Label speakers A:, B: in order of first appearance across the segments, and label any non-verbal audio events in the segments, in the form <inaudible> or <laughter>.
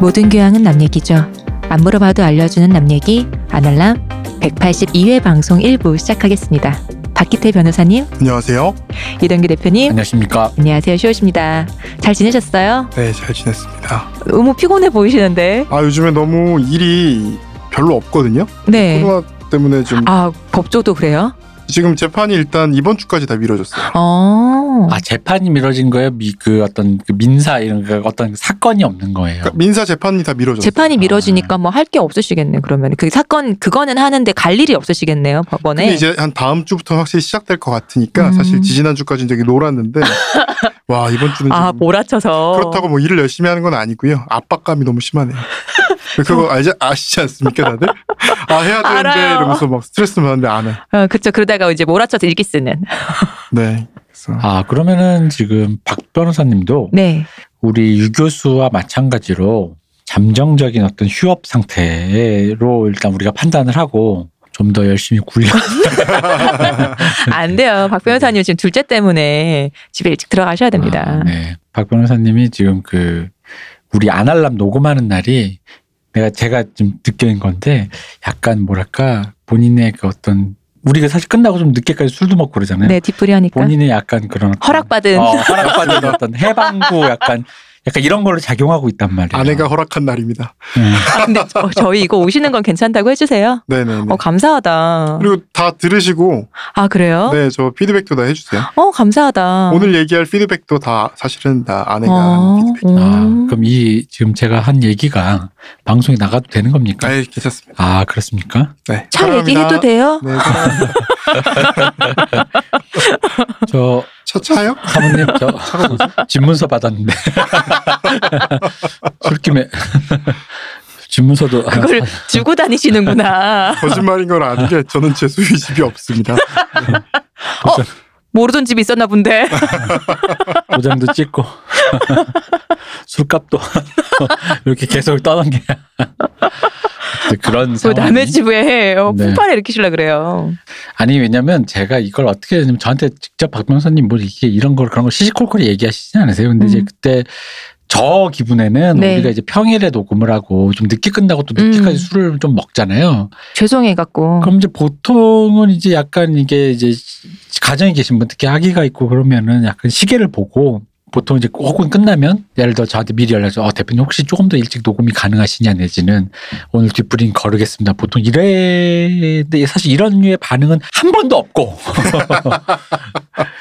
A: 모든 교양은 남 얘기죠. 안 물어봐도 알려주는 남 얘기 아날람 182회 방송 1부 시작하겠습니다. 박기태 변호사님,
B: 안녕하세요.
A: 이동규 대표님,
C: 안녕하십니까.
A: 안녕하세요. 쇼우십니다. 잘 지내셨어요?
B: 네, 잘 지냈습니다.
A: 너무 피곤해 보이시는데.
B: 아, 요즘에 너무 일이 별로 없거든요.
A: 네.
B: 코로나 때문에 좀
A: 아, 법조도 그래요?
B: 지금 재판이 일단 이번 주까지 다 미뤄졌어요.
A: 어.
C: 아 재판이 미뤄진 거예요? 미, 그 어떤 그 민사 이런 그 어떤 사건이 없는 거예요.
B: 그러니까 민사 재판이 다 미뤄졌어요.
A: 재판이 미뤄지니까 뭐 할 게 없으시겠네. 그러면 그 사건 그거는 하는데 갈 일이 없으시겠네요. 법원에.
B: 근데 이제 한 다음 주부터 확실히 시작될 것 같으니까
A: 음.
B: 사실 지지난 주까지
A: <laughs>
B: 되게 놀았는데 와 이번 주는
A: 아,
B: 좀
A: 몰아쳐서.
B: 그렇다고 뭐 일을 열심히 하는 건 아니고요. 압박감이 너무 심하네요. 그거 알지 아시지 않습니까 다들? 아 해야 되는데
A: 알아요.
B: 이러면서 막 스트레스 받는데 안 해.
A: 어, 그쵸. 그러다가 이제 몰아쳐서 일기 쓰는.
B: 네. 그래서
C: 아 그러면은 지금 박 변호사님도
A: 네.
C: 우리 유 교수와 마찬가지로 잠정적인 어떤 휴업 상태로 일단 우리가 판단을 하고 좀 더 열심히 굴려.
A: 안 돼요. 박 변호사님 지금 둘째 때문에 집에 일찍 들어가셔야 됩니다.
C: 아, <laughs> 네. 박 변호사님이 지금 그 우리 아날람 녹음하는 날이 내가 제가 좀 느낀 건데 약간 뭐랄까 본인의 그 어떤 우리가 사실 끝나고 좀 늦게까지 술도 먹고 그러잖아요.
A: 네, 뒷풀이 하니까.
C: 본인의 약간 그런 어떤
A: 허락받은. <laughs>
C: 어, 허락받은 어떤 해방구 약간 약간 이런 걸로 작용하고 있단 말이에요.
B: 아내가 허락한 날입니다.
C: 네.
A: 아, 근데 저, 저희 이거 오시는 건 괜찮다고 해주세요.
B: 네네네.
A: 어, 감사하다.
B: 그리고 다 들으시고
A: 아, 그래요?
B: 네, 저 피드백도 다 해주세요.
A: 어, 감사하다.
B: 오늘 얘기할 피드백도 다 사실은 다 아내가
A: 어,
B: 하는 피드백.
C: 아,
A: 음.
C: 그럼 이 지금 제가 한 얘기가 방송에 나가도 되는 겁니까?
B: 아예 괜찮습니다.
C: 아 그렇습니까?
B: 네.
A: 차
B: 사랑합니다.
A: 얘기해도 돼요?
B: 네, 사랑합니다.
C: 저
B: 차 <laughs> 차요?
C: 사모님 저 <laughs> 집문서 받았는데 <laughs> 술김에 <laughs> 집문서도 아,
A: 그걸 주고 다니시는구나.
B: 거짓말인 걸 아는 게 저는 제 소유 집이 없습니다.
A: 어. 모르던 집이 있었나 본데.
C: <laughs> 아,
A: <laughs>
C: 도장도 찍고 <laughs> 술값도 <laughs> 이렇게 계속 떠넘겨 <laughs> 그런
A: 왜
C: 상황
A: 뭐 남의 집에 어,
C: 네.
A: 폭발을 일으키시려 그래요.
C: 아니 왜냐면 제가 이걸 어떻게 했냐면 저한테 직접 박 변호사님 뭐 이게 이런 걸 그런 걸 시시콜콜 얘기하시지 않으세요? 근데 이제
A: 음.
C: 그때 저 기분에는
A: 네.
C: 우리가 이제 평일에 녹음을 하고 좀 늦게 끝나고 또 늦게까지
A: 음.
C: 술을 좀 먹잖아요.
A: 죄송해 갖고.
C: 그럼 이제 보통은 이제 약간 이게 이제 가정에 계신 분 특히 아기가 있고 그러면은 약간 시계를 보고 보통 이제 혹은 끝나면 예를 들어 저한테 미리 연락해서 어, 대표님 혹시 조금 더 일찍 녹음이 가능하시냐 내지는 오늘 뒷부린 거르겠습니다. 보통 이래 근데 사실 이런 류의 반응은 한
A: <laughs>
C: 번도 없고 <laughs>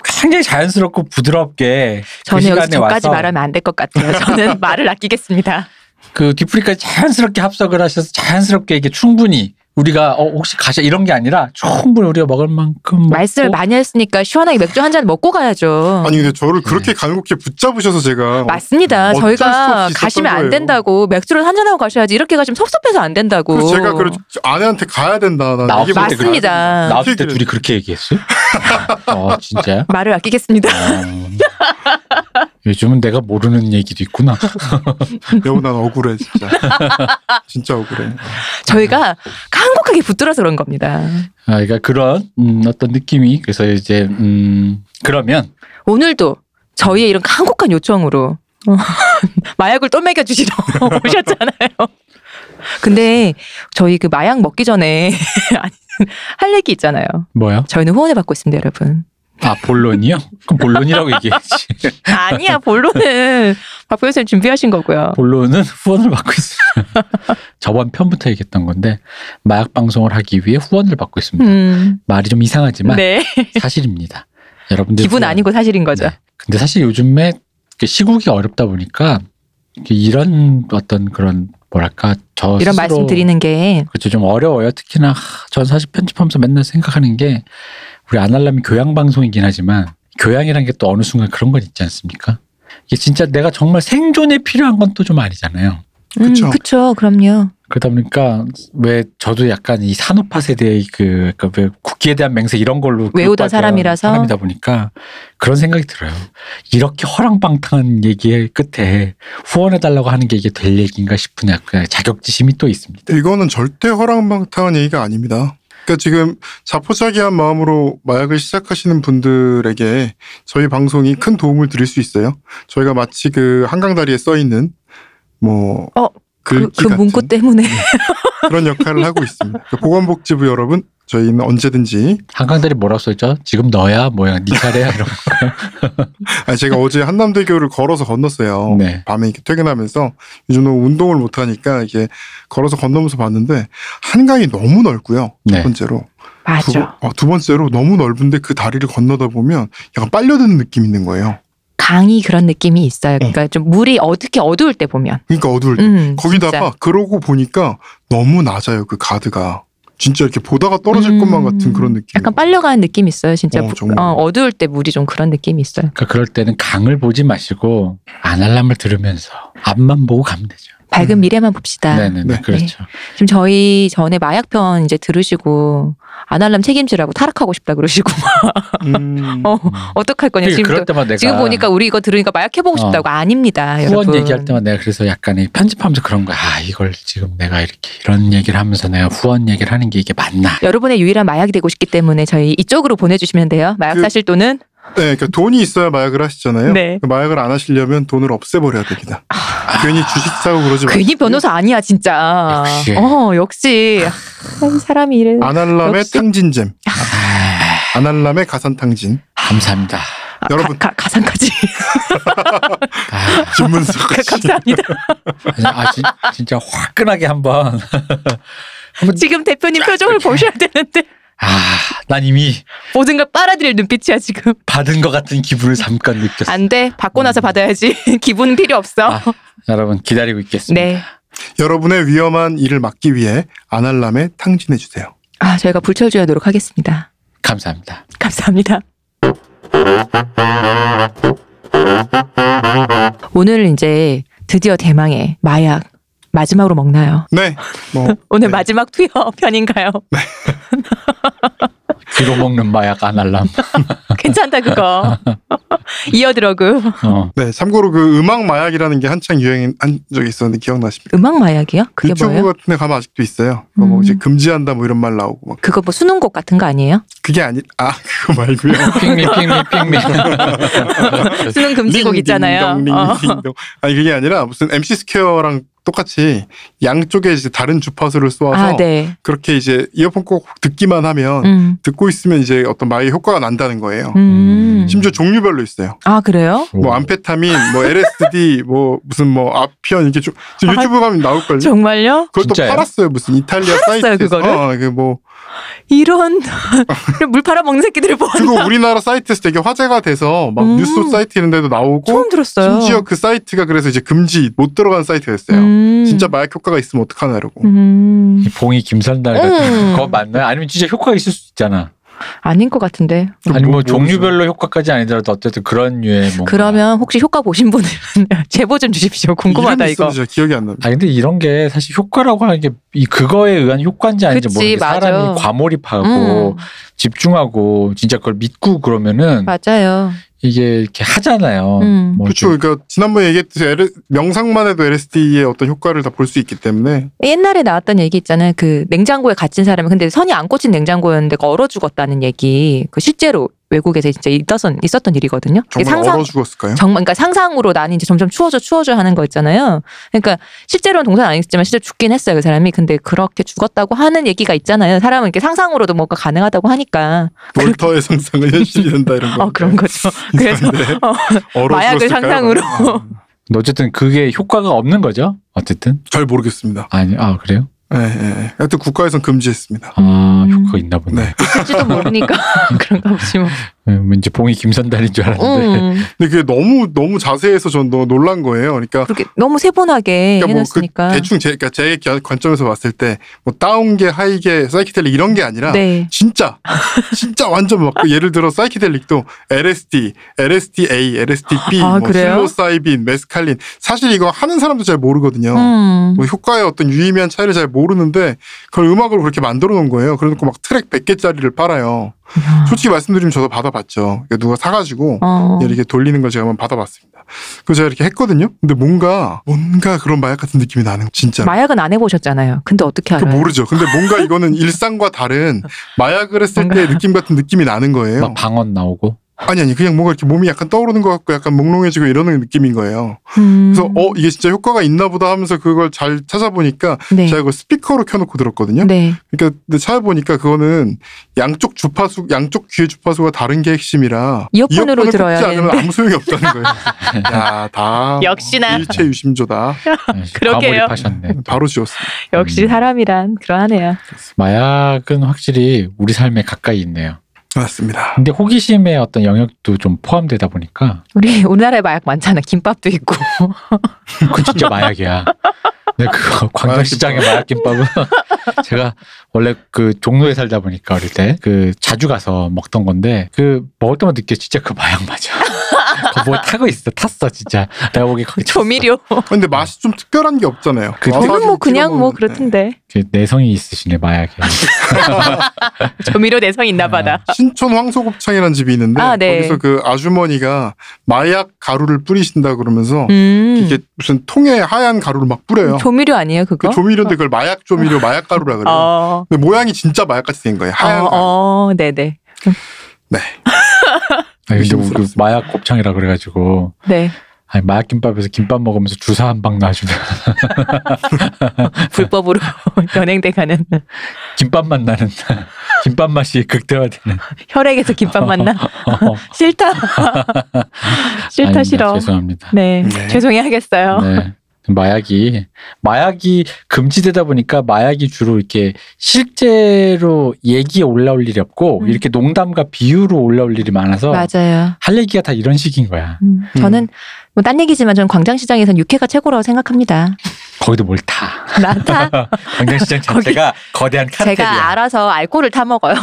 C: 굉장히 자연스럽고 부드럽게
A: 저는 여기서
C: 그 시간에
A: 저까지
C: 와서
A: 말하면 안 될 것 같아요.
C: <laughs>
A: 저는 말을 아끼겠습니다.
C: 그 뒷부리까지 자연스럽게 합석을 하셔서 자연스럽게 이게 충분히 우리가 어, 혹시 가셔 이런 게 아니라 충분히 우리가 먹을 만큼 먹고
A: 말씀을 많이 했으니까 시원하게 맥주 한 잔 먹고 가야죠.
B: 아니 근데 저를 그렇게 간곡히 붙잡으셔서 제가
A: 맞습니다.
B: 어쩔 수
A: 저희가
B: 없이 있었던
A: 가시면 안
B: 거예요.
A: 된다고 맥주를 한 잔 하고 가셔야지 이렇게 가시면 섭섭해서 안 된다고.
B: 그래서 제가 그래 아내한테 가야 된다. 나
C: 나
B: 이게
C: 없을 때
B: 뭔데
A: 맞습니다.
B: 그래야 된다.
C: 나왔을 때
B: 얘기를-
C: 둘이 그렇게 얘기했어요? <laughs> 어 진짜요?
A: 말을 아끼겠습니다. <laughs>
B: 네.
C: 어. 요즘은 내가 모르는 얘기도 있구나.
B: 여보 난 억울해 진짜. <laughs> 진짜 억울해.
A: 저희가 한국하게 붙들어서 그런 겁니다.
C: 아, 그러니까 그런 음, 어떤 느낌이 그래서 이제 음, 그러면
A: 오늘도 저희의 이런 한국한 요청으로 어, <laughs> 마약을 또 먹여주시러 <laughs> 오셨잖아요. 근데 저희 그 마약 먹기 전에 <laughs> 아니, 할 얘기 있잖아요.
C: 뭐요?
A: 저희는 후원을 받고 있습니다, 여러분.
C: 아 본론이요? 그럼 본론이라고 얘기했지. <laughs>
A: 아니야, 본론은 박 변호사님 준비하신 거고요.
C: 본론은 후원을 받고 있어요. <laughs> 저번 편부터 얘기했던 건데 마약 방송을 하기 위해 후원을 받고 있습니다.
A: 음,
C: 말이 좀 이상하지만
A: 네.
C: 사실입니다. 여러분들
A: 기분
C: 후원-
A: 아니고 사실인 거죠.
C: 네. 근데 사실 요즘에 그 시국이 어렵다 보니까 이렇게 이런 어떤 그런 뭐랄까
B: 어,
C: 저
A: 이런
C: 스스로
A: 말씀 드리는 게
C: 그렇죠 좀 어려워요. 특히나 하, 전 사실 편집하면서 맨날 생각하는 게 우리 아날람이 교양 방송이긴 하지만 교양이란 게 또 어느 순간 그런 건 있지 않습니까? 이게 진짜 내가 정말 생존에 필요한 건 또 좀 아니잖아요.
A: 음,
B: 그쵸.
A: 그쵸, 그럼요.
C: 그러다 보니까 왜 저도 약간 이 산업화 세대의 그 그러니까 왜 국기에 대한 맹세 이런 걸로
A: 외우던
C: 교육받은
A: 사람이라서?
C: 사람이다 보니까 그런 생각이 들어요. 이렇게 허랑방탕한 얘기의 끝에 후원해달라고 하는 게 이게 될 얘기인가 싶은 약간 자격지심이 또 있습니다.
B: 네, 이거는 절대 허랑방탕한 얘기가 아닙니다. 그러니까 지금 자포자기한 마음으로 마약을 시작하시는 분들에게 저희 방송이 큰 도움을 드릴 수 있어요. 저희가 네. 마치 그 한강 다리에 써 있는 뭐
A: 어, 그,
B: 글귀
A: 그
B: 같은
A: 문구 때문에
B: 그런 역할을 하고 있습니다. 그러니까 보건복지부 여러분 저희는 언제든지
C: 한강다리 뭐라고 써있죠? 지금 너야 뭐야 네 차례야 이런
B: 아 제가 어제 한남대교를 걸어서 <laughs> 건넜어요.
C: 네.
B: 밤에 이렇게 퇴근하면서 요즘 너무 운동을 못 하니까 이게 걸어서 건너면서 봤는데 한강이 너무 넓고요.
C: 네.
B: 첫 번째로 두, 번-
A: <laughs> 맞아.
B: 어, 두 번째로 너무 넓은데 그 다리를 건너다 보면 약간 빨려드는 느낌 이 있는 거예요.
A: 강이 그런 느낌이 있어요. 그러니까 좀 물이 어둡게 어두울 때 보면.
B: 네. 그러니까 어두울 때
A: 음,
B: 거기다가
A: 진짜.
B: 그러고 보니까 너무 낮아요 그 가드가 진짜 이렇게 보다가 떨어질
A: 음,
B: 것만 같은 그런 느낌.
A: 약간 빨려가는 느낌 있어요. 진짜
B: 어,
A: 부-
B: 정말.
A: 어, 어두울 때 물이 좀 그런 느낌이 있어요.
C: 그러니까 그럴 때는 강을 보지 마시고 아날람을 들으면서 앞만 보고 가면 되죠.
A: 밝은
B: 음.
A: 미래만 봅시다.
C: 네네네
B: 네.
C: 그렇죠.
A: 지금 저희 전에 마약편 이제 들으시고 아날람 책임지라고 타락하고 싶다 그러시고 <laughs>
B: 음,
A: 어,
C: 음.
A: 어떡할 거냐
C: 그러니까
A: 지금
C: 그럴 때마다 내가
A: 지금 보니까 우리 이거 들으니까 마약해보고
C: 어.
A: 싶다고 아닙니다
C: 후원
A: 여러분
C: 얘기할 때마다 내가 그래서 약간의 편집하면서 그런 거야. 아 이걸 지금 내가 이렇게 이런 얘기를 하면서 내가 후원 얘기를 하는 게 이게 맞나?
A: 여러분의 유일한 마약이 되고 싶기 때문에 저희 이쪽으로 보내주시면 돼요 마약
B: 그-
A: 사실 돈은
B: 네, 그러니까 돈이 있어야 마약을 하시잖아요.
A: 네. 아.
B: 그 마약을 안 하시려면 돈을 없애버려야 됩니다. 괜히 주식 사고 그러지 마세요.
A: 괜히 변호사 아니야 진짜
C: 역시.
A: 어 역시 아, 사람이 이래
B: 아날람의
A: 역시.
B: 탕진잼,
C: 아,
B: 아날람의 가산탕진,
C: 감사합니다.
A: 아,
B: 여러분.
A: 가, 가, 상까지
C: 아,
B: 김문석씨.
A: 감사합니다
C: 아 진, 진짜 화끈하게 한번.
A: 지금 대표님 표정을 보셔야 되는데
C: 아난 이미
A: 모든 걸 빨아들일 눈빛이야 지금
C: 받은 것 같은 기분을 잠깐 느꼈어. 요
A: 안돼 받고
C: 음.
A: 나서 받아야지 <laughs> 기분 필요 없어
C: 아, 여러분 기다리고 있겠습니다.
A: 네.
B: <laughs> 여러분의 위험한 일을 막기 위해 아날람의 탕진해주세요.
A: 아, 저희가 불철주야 노력하겠습니다.
C: 감사합니다.
A: 감사합니다. 오늘 이제 드디어 대망의 마약 마지막으로 먹나요?
B: 네, 뭐
A: 오늘
B: 네.
A: 마지막 투여
B: <laughs>
A: 편인가요?
C: 귀로 먹는 마약 아날람.
A: 괜찮다
B: <laughs>
A: 그거. 이어드러그
C: 어.
B: 네, 참고로 그 음악 마약이라는 게 한창 유행한 적이 있었는데 기억나십니까?
A: 음악 마약이요? 그게
B: 유튜브
A: 뭐예요?
B: 같은 데 가면 아직도 있어요. 그거 뭐
A: 음.
B: 이제 금지한다 뭐 이런 말 나오고 막
A: 그거 뭐 수능곡 같은 거 아니에요?
B: 그게 아니 아 <laughs> 그거 말고요.
C: 핑미 핑미 핑미.
A: 수능 <laughs> 금지곡 있잖아요. 어.
B: 네. 링딩동. 아니 그게 아니라 무슨 MC 스퀘어랑 똑같이 양쪽에 이제 다른 주파수를 쏘아서
A: 아, 네.
B: 그렇게 이제 이어폰 꼭 듣기만 하면
A: 음.
B: 듣고 있으면 이제 어떤 마의 효과가 난다는 거예요.
A: 음.
B: 심지어 종류별로 있어요.
A: 아, 그래요?
B: 뭐 암페타민, 뭐 <laughs> LSD, 뭐 무슨 뭐 아편 이렇게 좀 지금
A: 아,
B: 유튜브 가면 나올 걸요.
A: 정말요?
B: 그것도
C: 진짜요?
B: 팔았어요. 무슨 이탈리아
A: 팔았어요,
B: 사이트에서.
A: 그거를?
B: 어, 이게 뭐 <laughs>
A: 이런 <laughs> 물 팔아 먹는 뭐 새끼들을 보았나?
B: 그거 우리나라 사이트에서 되게 화제가 돼서 막
A: 음.
B: 뉴스 사이트 이런 데도 나오고
A: 처음 들었어요.
B: 심지어 그 사이트가 그래서 이제 금지 못 들어간 사이트가 있어요.
A: 음.
B: 진짜 마약 효과가 있으면 어떡하나 이러고.
A: 음.
C: 이 봉이 김선달
A: 음.
C: 같은 거 맞나요? 아니면 진짜 효과가 있을 수 있잖아.
A: 아닌 것 같은데.
C: 아니 뭐
B: 뭐,
C: 종류별로 효과까지 아니더라도 어쨌든 그런 류의 뭐.
A: 그러면 혹시 효과 보신 분은 <laughs> 제보 좀 주십시오. 궁금하다
B: 이름이
A: 이거.
B: 있었는지 제가 기억이 안 납니다.
C: 아 근데 이런 게 사실 효과라고 하는 게 이 그거에 의한 효과인지 아닌지
A: 그치,
C: 모르겠는데
A: 맞아.
C: 사람이 과몰입하고
B: 뭐.
A: 음,
C: 집중하고 진짜 그걸 믿고 그러면은
A: 맞아요.
C: 이게 이렇게 하잖아요.
A: 음.
C: 뭐
B: 그렇죠. 그러니까 지난번에 얘기했듯이 L- 명상만 해도 LSD의 어떤 효과를 다 볼 수 있기 때문에
A: 옛날에 나왔던 얘기 있잖아요. 그 냉장고에 갇힌 사람은 근데 선이 안 꽂힌 냉장고였는데 그거 얼어 죽었다는 얘기. 그 실제로 외국에서 진짜 있었던 있었던 일이거든요. 이게
B: 정말 얼어 죽었을까요?
A: 정말 그러니까 상상으로 나는 이제 점점 추워져 추워져 하는 거 있잖아요. 그러니까 실제로는 동산 아니었지만 실제 로 죽긴 했어요 그 사람이. 근데 그렇게 죽었다고 하는 얘기가 있잖아요. 사람은 이렇게 상상으로도 뭔가 가능하다고 하니까.
B: 몰터의 상상은 현실이 된다 이런 거.
A: 어 그러니까. 그런
B: <laughs>
A: 거죠.
B: 네.
A: 그래서
B: 이상한데.
A: 어,
B: 얼어
A: 마약을
B: 죽었을까요? 아,
A: 상상으로.
C: 근데 어쨌든 그게 효과가 없는 거죠. 어쨌든
B: 잘 모르겠습니다.
C: 아니 아 그래요?
B: 예, 예. 예. 하여튼 국가에선 금지했습니다.
C: 아
A: 음.
C: 효과가 있나 보네.
B: 네.
A: 할지도 모르니까 <laughs> 그런가 보지 뭐.
C: 음, 왠지 봉이 김선달인 줄
B: 네.
C: 알았는데.
A: 음,
B: 근데 그게 너무 너무 자세해서 전 너무 놀란 거예요. 그러니까
A: 그렇게 너무 세분하게
B: 그러니까 뭐
A: 해놨으니까.
B: 그 대충 제, 그러니까 제 겨- 관점에서 봤을 때 뭐 다운 게 하이 게 사이키델릭 이런 게 아니라
A: 네.
B: 진짜 진짜 완전 막그 예를 들어 사이키델릭도 LSD, LSDA, LSDB,
A: 아,
B: 뭐
A: 그래요?
B: 실로사이빈, 메스칼린 사실 이거 하는 사람도 잘 모르거든요.
A: 음.
B: 뭐 효과의 어떤 유의미한 차이를 잘 모르는데 그걸 음악으로 그렇게 만들어 놓은 거예요. 그래놓고 막 트랙 100개짜리를 팔아요.
A: 이야.
B: 솔직히 말씀드리면 저도 받아봤죠. 그러니까 누가 사가지고
A: 어.
B: 이렇게 돌리는 걸 제가 한번 받아봤습니다. 그래서 제가 이렇게 했거든요. 근데 뭔가 뭔가 그런 마약 같은 느낌이 나는 거 진짜.
A: 마약은 안 해보셨잖아요. 근데 어떻게
B: 그
A: 알아요?
B: 모르죠. 근데 뭔가 <laughs>
A: 음.
C: <laughs>
B: 이거는 일상과 다른 마약을 했을 때의 느낌 같은 느낌이 나는 거예요.
C: 막 방언 나오고
B: 아니 아니 그냥 뭔가 이렇게 몸이 약간 떠오르는 것 같고 약간 몽롱해지고 이러는 느낌인 거예요.
A: 음.
B: 그래서 어 이게 진짜 효과가 있나 보다 하면서 그걸 잘 찾아보니까
A: 네.
B: 제가 이거 스피커로 켜놓고 들었거든요.
A: 네.
B: 그러니까 근데 찾아보니까 그거는 양쪽 주파수 양쪽 귀의 주파수가 다른 게 핵심이라
A: 이어폰으로
B: 이어폰을
A: 들어야
B: 꽂지 않으면
A: 되는데.
B: 아무 소용이 없다는
A: <laughs>
B: 거예요. 야, 다
A: 역시나.
B: 일체 유심조다.
C: 네,
A: <laughs> 그러게요.
C: 몰입하셨네.
B: 바로 지웠습니다.
A: 역시 사람이란 그러하네요.
C: 마약은 확실히 우리 삶에 가까이 있네요.
B: 맞습니다.
C: 근데 호기심의 어떤 영역도 좀 포함되다 보니까
A: 우리 <laughs> 우리나라에 마약 많잖아. 김밥도 있고. <laughs>
C: 그건 진짜 마약이야. 근데 그거
A: <laughs>
C: 광장시장의 마약김밥은 제가 원래 그 종로에 살다 보니까 어릴 때 그 자주 가서 먹던 건데 그 먹을 때만 느껴 진짜 그 마약 맞아. 그거 뭐 타고 있어 탔어 진짜 내가 보기 거기 탔어.
A: 조미료.
B: 근데 맛이 좀 특별한 게 없잖아요. 어,
C: 그
B: 와사비
A: 저는 뭐 그냥 뭐
B: 네, 찍어먹는-
A: 그렇던데.
C: 그 내성이 아, 있으시네 마약에.
A: 조미료 내성 있나 봐다.
B: 네. 신촌 황소곱창이라는 집이 있는데
A: 아, 네.
B: 거기서 그 아주머니가 마약 가루를 뿌리신다 그러면서
A: 음.
B: 이게 무슨 통에 하얀 가루를 막 뿌려요.
A: 조미료 아니에요 그거?
B: 그 조미료인데 그걸 마약 조미료, 마약 가루라 그래요.
A: 어.
B: 근데 모양이 진짜 마약같이 된 거예요. 하얀 가루.
A: 어, 어, 네네.
B: 네.
C: 아, 근데 우리 그
B: 의심스럽습니다.
C: 마약 곱창이라 그래가지고
A: 네.
C: 아니 마약 김밥에서 김밥 먹으면서 주사 한 방 놔주면
A: 불법으로 <laughs> 연행돼 가는
C: <laughs>
A: <laughs>
C: 김밥 맛 나는 김밥 맛이 극대화되는.
A: 혈액에서 김밥 만나. <laughs>
C: 어,
A: 싫다. 싫다
C: 아닙니다.
A: 싫어.
C: 죄송합니다.
A: 네.
B: 네.
A: 죄송해하겠어요.
C: 네. 마약이 마약이 금지되다 보니까 마약이 주로 이렇게 실제로 얘기에 올라올 일이 없고
A: 음.
C: 이렇게 농담과 비유로 올라올 일이 많아서
A: <laughs> 맞아요.
C: 할 얘기가 다 이런 식인 거야.
A: 음, 저는 뭐 딴 얘기지만 저는 광장시장에선 육회가 최고라고 생각합니다.
C: 거기도 뭘 타.
A: <laughs> 나타
C: 광장시장
A: 거기-
C: 자체가
A: <laughs>
C: 거대한
A: 제가
C: 카르텔이야.
A: 알아서 알코올을 타 <laughs> 먹어요.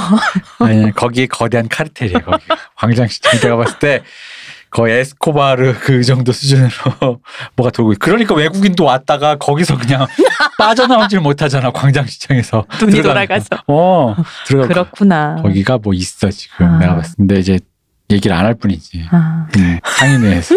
C: 아니, 네, 거기 거대한 카르텔이야. 거기. 광장시장 제가 봤을 때 거의 에스코바르 그 정도 수준으로 <laughs> 뭐가 돌고 있- 그러니까 외국인도 왔다가
A: <laughs>
C: 거기서 그냥 빠져나오질 못하잖아 광장시장에서
A: 눈이
C: 들어가니까.
A: 돌아가서.
C: 어 들어가
A: 그렇구나.
C: 거기가 뭐 있어 지금
A: 아.
C: 내가 봤을 때 근데 이제 얘기를 안 할 뿐이지
A: 아.
C: 네. 상인회에서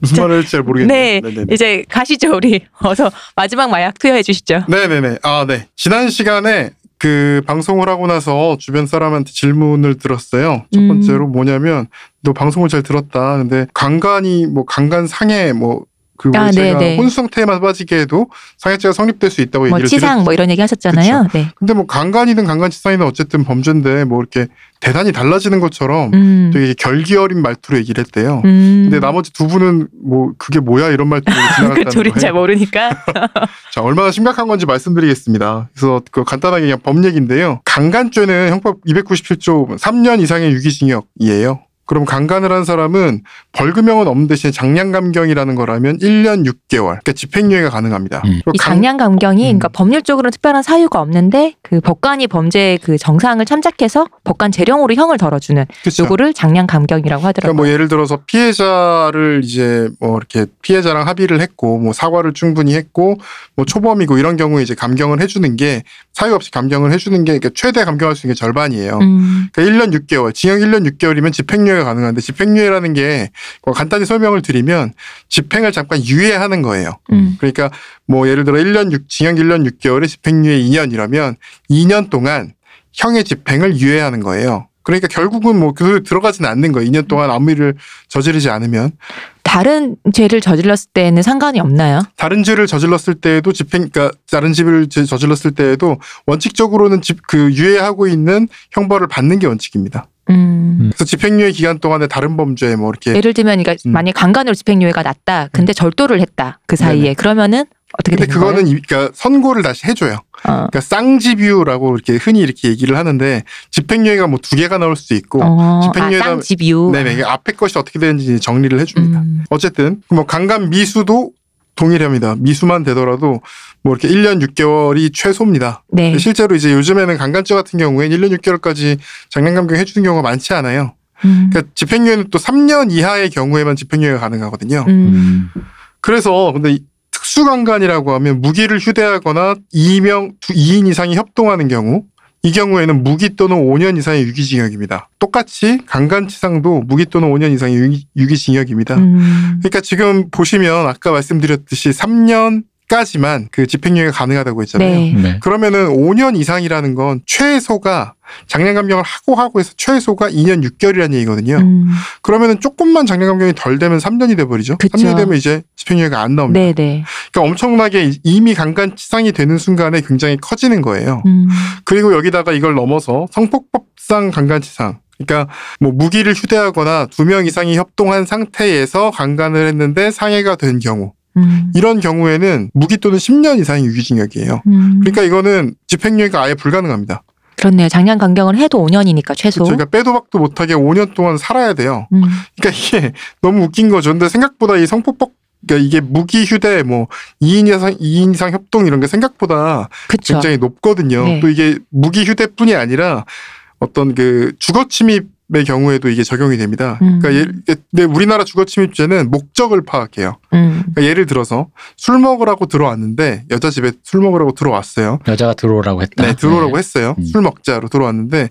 B: 무슨 말을 할지 잘
A: 네,
B: 모르겠네요. 네네네.
A: 이제 가시죠 우리 <laughs> 어서 마지막 마약 투여해 주시죠.
B: 네네네. 아, 네. 지난 시간에 그 방송을 하고 나서 주변 사람한테 질문을 들었어요. 첫
A: 음.
B: 번째로 뭐냐면 너 방송을 잘 들었다. 근데 간간이 뭐 간간 상해 뭐 그리고
A: 아,
B: 제가
A: 네네.
B: 혼수상태에만 빠지게 해도 상해죄가 성립될 수 있다고
A: 뭐
B: 얘기를
A: 치상
B: 드렸.
A: 뭐 이런 얘기 하셨잖아요. 네.
B: 근데 뭐 간간이든 간간치상이든 어쨌든 범죄인데 뭐 이렇게 대단히 달라지는 것처럼
A: 음.
B: 되게 결기어린 말투로 얘기를 했대요.
A: 음.
B: 근데 나머지 두 분은 뭐 그게 뭐야 이런
A: <laughs>
B: 말투로
A: 그
B: 지나갔다는
A: 둘이
B: 거예요.
A: 잘 모르니까.
B: 자, 얼마나 심각한 건지 말씀드리겠습니다. 그래서 그 간단하게 그냥 법 얘기인데요. 강간죄는 형법 297조 3년 이상의 유기징역이에요. 그럼 강간을 한 사람은 벌금형은 없는 대신 장량감경이라는 거라면 1년 6개월, 그러니까 집행유예가 가능합니다.
C: 음.
B: 그리고
A: 이
B: 강-
A: 강량 감경이
B: 음.
A: 그러니까 법률적으로 특별한 사유가 없는데 그 법관이 범죄의 그 정상을 참작해서 법관 재령으로 형을 덜어주는
B: 그쵸.
A: 요거를 장량 감경이라고 하더라고요.
B: 그러니까 뭐 예를 들어서 피해자를 이제 뭐 이렇게 피해자랑 합의를 했고 뭐 사과를 충분히 했고 뭐 초범이고 이런 경우에 이제 감경을 해주는 게 사유 없이 감경을 해주는 게 그러니까 최대 감경할 수 있는 게 절반이에요.
A: 음.
B: 그러니까 1년 6개월, 징역 1년 6개월이면 집행유예가 가능한데 집행유예라는 게 간단히 설명을 드리면 집행을 잠깐 유예하는 거예요.
A: 음.
B: 그러니까 뭐 예를 들어 1년 6, 징역 1년 6개월에 집행유예 2년이라면 2년 동안 형의 집행을 유예하는 거예요. 그러니까 결국은 뭐 교도소에 들어가지는 않는 거예요. 2년 동안 아무 일을 저지르지 않으면
A: 다른 죄를 저질렀을 때는 상관이 없나요?
B: 다른 죄를 저질렀을 때에도 집행 그러니까 다른 집을 지- 저질렀을 때에도 원칙적으로는 집 그 유예하고 있는 형벌을 받는 게 원칙입니다.
A: 음.
B: 그래서 집행유예 기간 동안에 다른 범죄에 뭐 이렇게
A: 예를 들면 그러니까
B: 음.
A: 만약 강간으로 집행유예가 났다. 근데 절도를 했다. 그 사이에
B: 네네.
A: 그러면은 어떻게
B: 근데
A: 되는 어.
B: 그거는 이- 그러니까 선고를 다시 해줘요.
A: 거예요?
B: 그러니까 쌍지뷰라고 이렇게 흔히 이렇게 얘기를 하는데 집행유예가 뭐 두 개가 나올 수도 있고,
A: 어. 어.
B: 집행유예다-
A: 아, 쌍집 이유.
B: 네네 이게 앞에 것이 어떻게 되는지 정리를 해줍니다.
A: 음.
B: 어쨌든 뭐 강간 미수도 동일합니다. 미수만 되더라도 뭐 이렇게 1년 6개월이 최소입니다.
A: 네.
B: 실제로 이제 요즘에는 강간죄 같은 경우엔 1년 6개월까지 장량감경 해주는 경우가 많지 않아요.
A: 음.
B: 그러니까 집행유예는 또 3년 이하의 경우에만 집행유예가 가능하거든요.
A: 음.
B: 그래서 근데 이 특수강간이라고 하면 무기를 휴대하거나 2명, 2인 이상이 협동하는 경우 이 경우에는 무기 또는 5년 이상의 유기징역입니다. 똑같이 강간치상도 무기 또는 5년 이상의 유기, 징역입니다
A: 음.
B: 그러니까 지금 보시면 아까 말씀드렸듯이 3년 10까지만 그 집행유예가 가능하다고 했잖아요.
A: 네.
C: 네.
B: 그러면은 5년 이상이라는 건 최소가 장량감경을 하고 하고 해서 최소가 2년 6개월이라는 얘기거든요.
A: 음.
B: 그러면은 조금만 장량감경이 덜 되면 3년이 돼버리죠.
A: 그쵸.
B: 3년이 되면 이제 집행유예가 안 나옵니다.
A: 네, 네.
B: 그러니까 엄청나게 이- 이미 강간치상이 되는 순간에 굉장히 커지는 거예요.
A: 음.
B: 그리고 여기다가 이걸 넘어서 성폭법상 강간치상. 그러니까 뭐 무기를 휴대하거나 두 명 이상이 협동한 상태에서 강간을 했는데 상해가 된 경우
A: 음.
B: 이런 경우에는 무기 또는 10년 이상의 유기징역이에요.
A: 음.
B: 그러니까 이거는 집행유예가 아예 불가능합니다.
A: 그렇네요. 장량 강경을 해도 5년이니까 최소.
B: 저희가 빼도 박도 못하게 5년 동안 살아야 돼요.
A: 음.
B: 그러니까 이게 <laughs> 너무 웃긴 거죠. 근데 생각보다 이 성폭법 그러니까 이게 무기 휴대 뭐 2인 이상 2인 이상 협동 이런 게 생각보다
A: 그쵸.
B: 굉장히 높거든요.
A: 그렇죠. 네.
B: 또 이게 무기 휴대뿐이 아니라 어떤 그 주거 침입의 경우에도 이게 적용이 됩니다.
A: 음.
B: 그러니까 예를- 근데 우리나라 주거 침입죄는 목적을 파악해요.
A: 음.
B: 그러니까 예를 들어서 술 먹으라고 들어왔는데 여자 집에 술 먹으라고 들어왔어요.
C: 여자가 들어오라고 했다.
A: 아,
B: 네, 들어오라고 했어요.
C: 음.
B: 술 먹자로 들어왔는데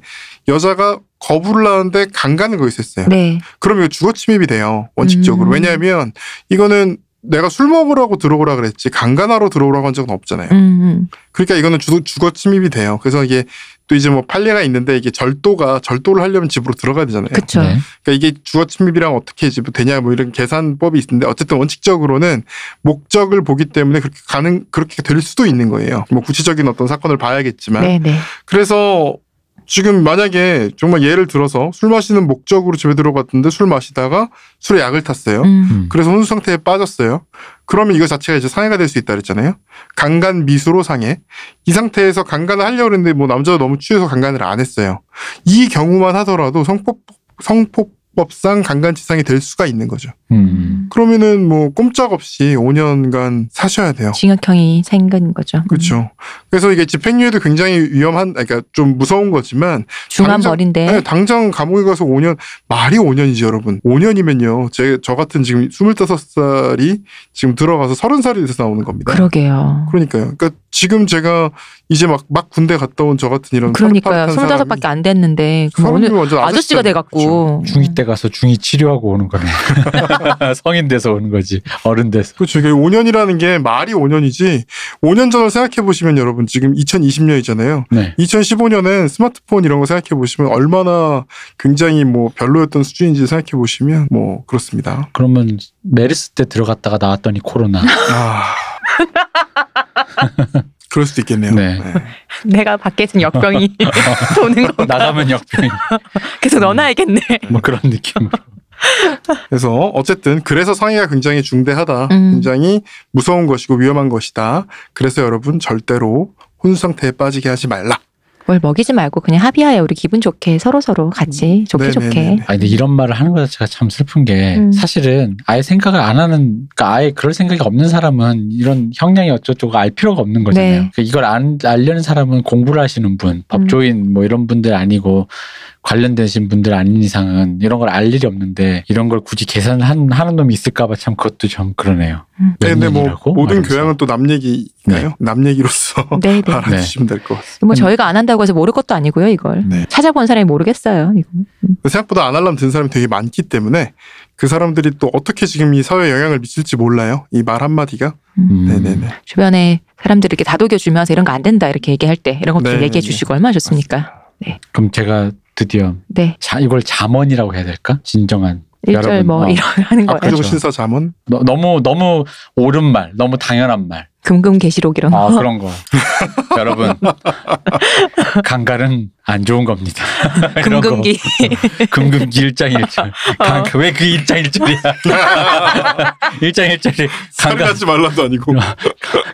B: 여자가 거부를 하는데 강간을 거있었어요
A: 네.
B: 그럼 이거 주거 침입이 돼요. 원칙적으로.
A: 음.
B: 왜냐하면 이거는 내가 술 먹으라고 들어오라 그랬지 강간하러 들어오라고 한 적은 없잖아요.
A: 음. 음.
B: 그러니까 이거는 주, 주거 침입이 돼요. 그래서 이게 또 이제 뭐 판례가 있는데 이게 절도가 절도를 하려면 집으로 들어가야 되잖아요.
A: 그쵸.
C: 네.
B: 그러니까 이게 주거 침입이랑 어떻게 이제 뭐 되냐 뭐 이런 계산법이 있는데 어쨌든 원칙적으로는 목적을 보기 때문에 그렇게 가능 그렇게 될 수도 있는 거예요. 뭐 구체적인 어떤 사건을 봐야겠지만
A: 네, 네.
B: 그래서 지금 만약에 정말 예를 들어서 술 마시는 목적으로 집에 들어갔는데 술 마시다가 술에 약을 탔어요.
A: 음.
C: 음.
B: 그래서 혼수 상태에 빠졌어요. 그러면 이거 자체가 이제 상해가 될 수 있다 그랬잖아요. 강간 미수로 상해. 이 상태에서 강간을 하려고 했는데 뭐 남자가 너무 취해서 강간을 안 했어요. 이 경우만 하더라도 성폭 성폭법상 강간치상이 될 수가 있는 거죠.
C: 음.
B: 그러면은 뭐 꼼짝없이 5년간 사셔야 돼요.
A: 징역형이 생긴 거죠. 음.
B: 그렇죠. 그래서 이게 집행유예도 굉장히 위험한, 그러니까 좀 무서운 거지만
A: 중한
B: 당장-
A: 벌인데.
B: 네, 당장 감옥에 가서 5년 말이 5년이지 여러분. 5년이면요. 제 저 같은 지금 25살이 지금 들어가서 30살이 돼서 나오는 겁니다.
A: 그러게요.
B: 러니까요 그러니까 지금 제가 이제 막 막 군대 갔다 온 저 같은 이런
A: 그러니까요. 25밖에 안 됐는데 그럼
B: 오늘
A: 오늘
B: 완전
A: 아저씨가 돼 갖고
C: 중2 때 가서 중2 치료하고 오는 거네. <laughs> 성인 돼서 오는 거지. 어른 돼서.
B: 그렇죠. 이게 5년이라는 게 말이 5년이지 5년 전을 생각해 보시면 여러분 지금 2020년이잖아요.
C: 네.
B: 2015년엔 스마트폰 이런 거 생각해 보시면 얼마나 굉장히 뭐 별로였던 수준인지 생각해 보시면 뭐 그렇습니다.
C: 그러면 메르스 때 들어갔다가 나왔더니
B: <laughs>
C: 코로나.
B: 아. 그럴 수도 있겠네요.
C: 네.
A: 내가 밖에 있는 역병이
C: <laughs>
A: 도는 거
C: 나가면 역병. 음.
A: 계속 넣어놔야겠네.
C: 뭐 그런 느낌으로.
B: 그래서 어쨌든 그래서 상해가 굉장히 중대하다.
A: 음.
B: 굉장히 무서운 것이고 위험한 것이다. 그래서 여러분 절대로 혼수 상태에 빠지게 하지 말라.
A: 뭘 먹이지 말고 그냥 합의하여 우리 기분 좋게 서로 서로 같이 좋게
B: 네,
A: 좋게.
B: 네, 네, 네.
C: 아니, 근데 이런 말을 하는 것 자체가 참 슬픈 게
A: 음.
C: 사실은 아예 생각을 안 하는, 그러니까 아예 그럴 생각이 없는 사람은 이런 형량이 어쩌고저쩌고 알 필요가 없는 거잖아요.
A: 네. 음.
C: 그러니까 이걸 안, 알려는 사람은 공부를 하시는 분, 법조인 뭐 이런 분들 아니고 관련되신 분들 아닌 이상은 이런 걸 알 일이 없는데 이런 걸 굳이 계산을 한- 하는 놈이 있을까봐 참 그것도 참 그러네요.
A: 음.
C: 몇
B: 근데 뭐
C: 년이라고?
B: 모든
C: 말하면서. 네.
B: 교양은 또 남 얘기가요. 남 얘기로서
A: 네, 네.
B: <laughs> 알아주시면 될 것 같습니다.
A: 뭐 저희가 안 한다고 해서 모를 것도 아니고요, 이걸.
B: 음. 네.
A: 찾아본 사람이 모르겠어요, 이거.
B: 생각보다 안 알람 든 사람이 되게 많기 때문에 그 사람들이 또 어떻게 지금 이 사회에 영향을 미칠지 몰라요. 이 말 한마디가.
C: 음.
B: 네네네.
A: 주변에 사람들 이렇게 다독여 주면서 이런 거 안 된다 이렇게 얘기할 때 이런 것도
B: 네,
A: 얘기해
B: 네.
A: 주시고 얼마나 좋습니까?
C: 그럼 제가 드디어
A: 네.
C: 자, 이걸 잠언이라고 해야 될까? 진정한.
A: 일절
C: 여러분,
A: 뭐
C: 어.
A: 이런 <laughs> 하는 거예요.
B: 압구정
C: 그렇죠.
B: 신사 자문.
C: 너, 너무 너무 옳은 말, 너무 당연한 말.
A: 금금계시록 이런
C: 아
A: 거. <laughs>
C: 그런 거. 여러분 강간은 안
A: <laughs>
C: 좋은 겁니다. 이런 네, 거.
A: 금금기. 어.
C: 금금기 일장일절.
A: <laughs>
C: 왜그 일장일절이야? 일장일절이 강간
B: 살인하지 말라도 아니고.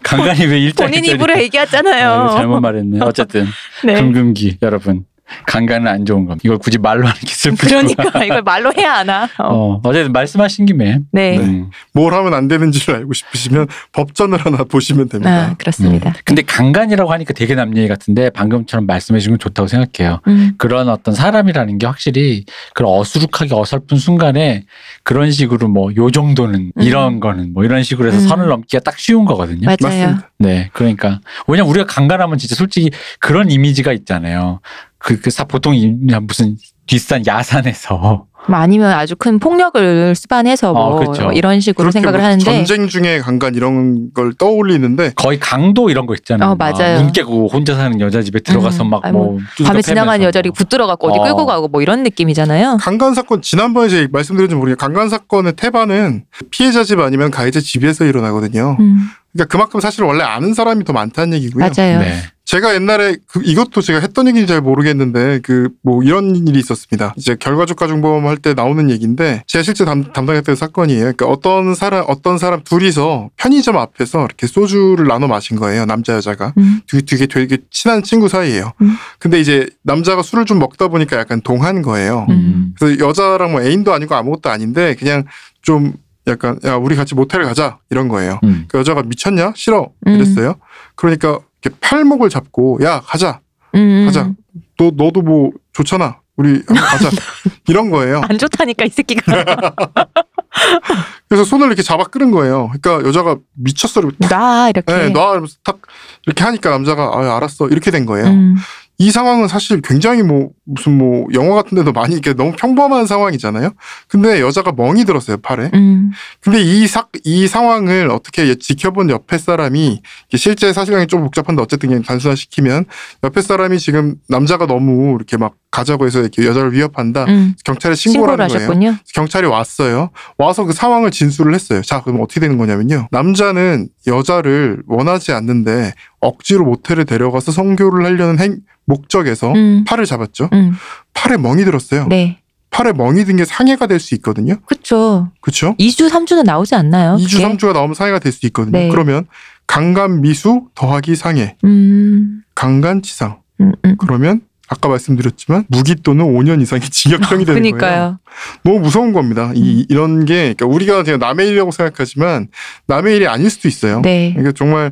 C: 강간이 왜 일장일절?
A: 본인 입으로 얘기하잖아요.
C: 네. 잘못 말했네. 어쨌든
A: 네.
C: 금금기 여러분 강간은 안 좋은 겁니다. 이걸 굳이 말로 하는 게 슬프죠.
A: <laughs> 그러니까 이걸 말로 해야 하나. 어.
C: 어, 어쨌든 말씀하신 김에
A: 네.
C: 음.
B: 뭘 하면 안 되는지를 알고 싶으시면 법전을 하나 보시면
A: 아,
B: 됩니다.
A: 그렇습니다.
C: 음. 근데 강간이라고 하니까 되게 남녀의 같은데 방금처럼 말씀해 주신 건 좋다고 생각해요.
A: 음.
C: 그런 어떤 사람이라는 게 확실히 그런 어수룩하게 어설픈 순간에 그런 식으로 뭐 요 정도는
A: 음.
C: 이런 거는 뭐 이런 식으로 해서
A: 음.
C: 선을 넘기가 딱 쉬운 거거든요.
A: 맞아요.
B: 맞습니다.
C: 네. 그러니까 왜냐면 우리가 강간하면 진짜 솔직히 그런 이미지가 있잖아요. 그, 그 사, 보통 이- 무슨 뒷산 야산에서 <laughs>
A: 뭐 아니면 아주 큰 폭력을 수반해서 뭐
C: 어, 그렇죠.
A: 이런 식으로
B: 그렇게
A: 생각을
B: 뭐
A: 하는데
B: 전쟁 중에 강간 이런 걸 떠올리는데
C: 거의 강도 이런 거 있잖아요.
A: 어, 맞아요.
C: 막 눈 깨고 혼자 사는 여자 집에 들어가서
A: 음,
C: 막
A: 아니, 뭐
C: 뭐
A: 밤에 지나간 여자를 붙들어갖고 어디
C: 어.
A: 끌고 가고 뭐 이런 느낌이잖아요.
B: 강간 사건 지난번에 제가 말씀드렸는지 모르겠는데 강간 사건의 태반은 피해자 집 아니면 가해자 집에서 일어나거든요.
A: 음,
B: 그러니까 그만큼 사실 원래 아는 사람이 더 많다는 얘기고요.
A: 맞아요.
C: 네.
B: 제가 옛날에 그 이것도 제가 했던 얘기인지 잘 모르겠는데 그 뭐 이런 일이 있었습니다. 이제 결과적 가중범 할 때 나오는 얘기인데 제가 실제 담, 담당했던 사건이에요. 그러니까 어떤 사람 어떤 사람 둘이서 편의점 앞에서 이렇게 소주를 나눠 마신 거예요. 남자 여자가.
A: 음,
B: 되게, 되게 되게 친한 친구 사이예요.
A: 음.
B: 근데 이제 남자가 술을 좀 먹다 보니까 약간 동한 거예요.
A: 음.
B: 그래서 여자랑 뭐 애인도 아니고 아무것도 아닌데 그냥 좀 약간 야 우리 같이 모텔 가자 이런 거예요.
C: 음.
B: 그 여자가 미쳤냐? 싫어.
A: 음.
B: 이랬어요. 그러니까 이렇게 팔목을 잡고 야 가자.
A: 음, 음.
B: 가자. 너 너도 뭐 좋잖아. 우리 한번 가자. 이런 거예요.
A: 안 좋다니까 이 새끼가
B: 그래서 손을 이렇게 잡아 끄는 거예요. 그러니까 여자가 미쳤어. 이러고 탁,
A: 나 이렇게.
B: 예, 놔 이러면서 탁 이렇게 하니까 남자가 아 알았어 이렇게 된 거예요.
A: 음,
B: 이 상황은 사실 굉장히 뭐 무슨 뭐 영화 같은 데도 많이 이렇게 너무 평범한 상황이잖아요. 근데 여자가 멍이 들었어요 팔에.
A: 음,
B: 근데 이 사 이 상황을 어떻게 예- 지켜본 옆에 사람이 이게 실제 사실관계 좀 복잡한데 어쨌든 그냥 단순화시키면 옆에 사람이 지금 남자가 너무 이렇게 막 가자고 해서 이렇게 여자를 위협한다.
A: 음.
B: 경찰에 신고를
A: 신고를
B: 하는 거예요.
A: 하셨군요.
B: 경찰이 왔어요. 와서 그 상황을 진술을 했어요. 자, 그럼 어떻게 되는 거냐면요. 남자는 여자를 원하지 않는데 억지로 모텔에 데려가서 성교를 하려는 행, 목적에서
A: 음,
B: 팔을 잡았죠.
A: 음,
B: 팔에 멍이 어? 들었어요.
A: 네,
B: 팔에 멍이 든 게 상해가 될 수 있거든요.
A: 그렇죠.
B: 그렇죠?
A: 2주 3주는 나오지 않나요?
B: 2주,
A: 그게?
B: 3주가 나오면 상해가 될 수 있거든요.
A: 네.
B: 그러면 강간 미수 더하기 상해,
A: 음,
B: 강간 치상.
A: 음, 음.
B: 그러면 아까 말씀드렸지만 무기 또는 5년 이상의 징역형이 되는 거예요.
A: 그러니까요. 음.
B: 너무 무서운 겁니다. 이, 이런 게 그러니까 우리가 그냥 남의 일이라고 생각하지만 남의 일이 아닐 수도 있어요.
A: 네.
B: 그러니까 정말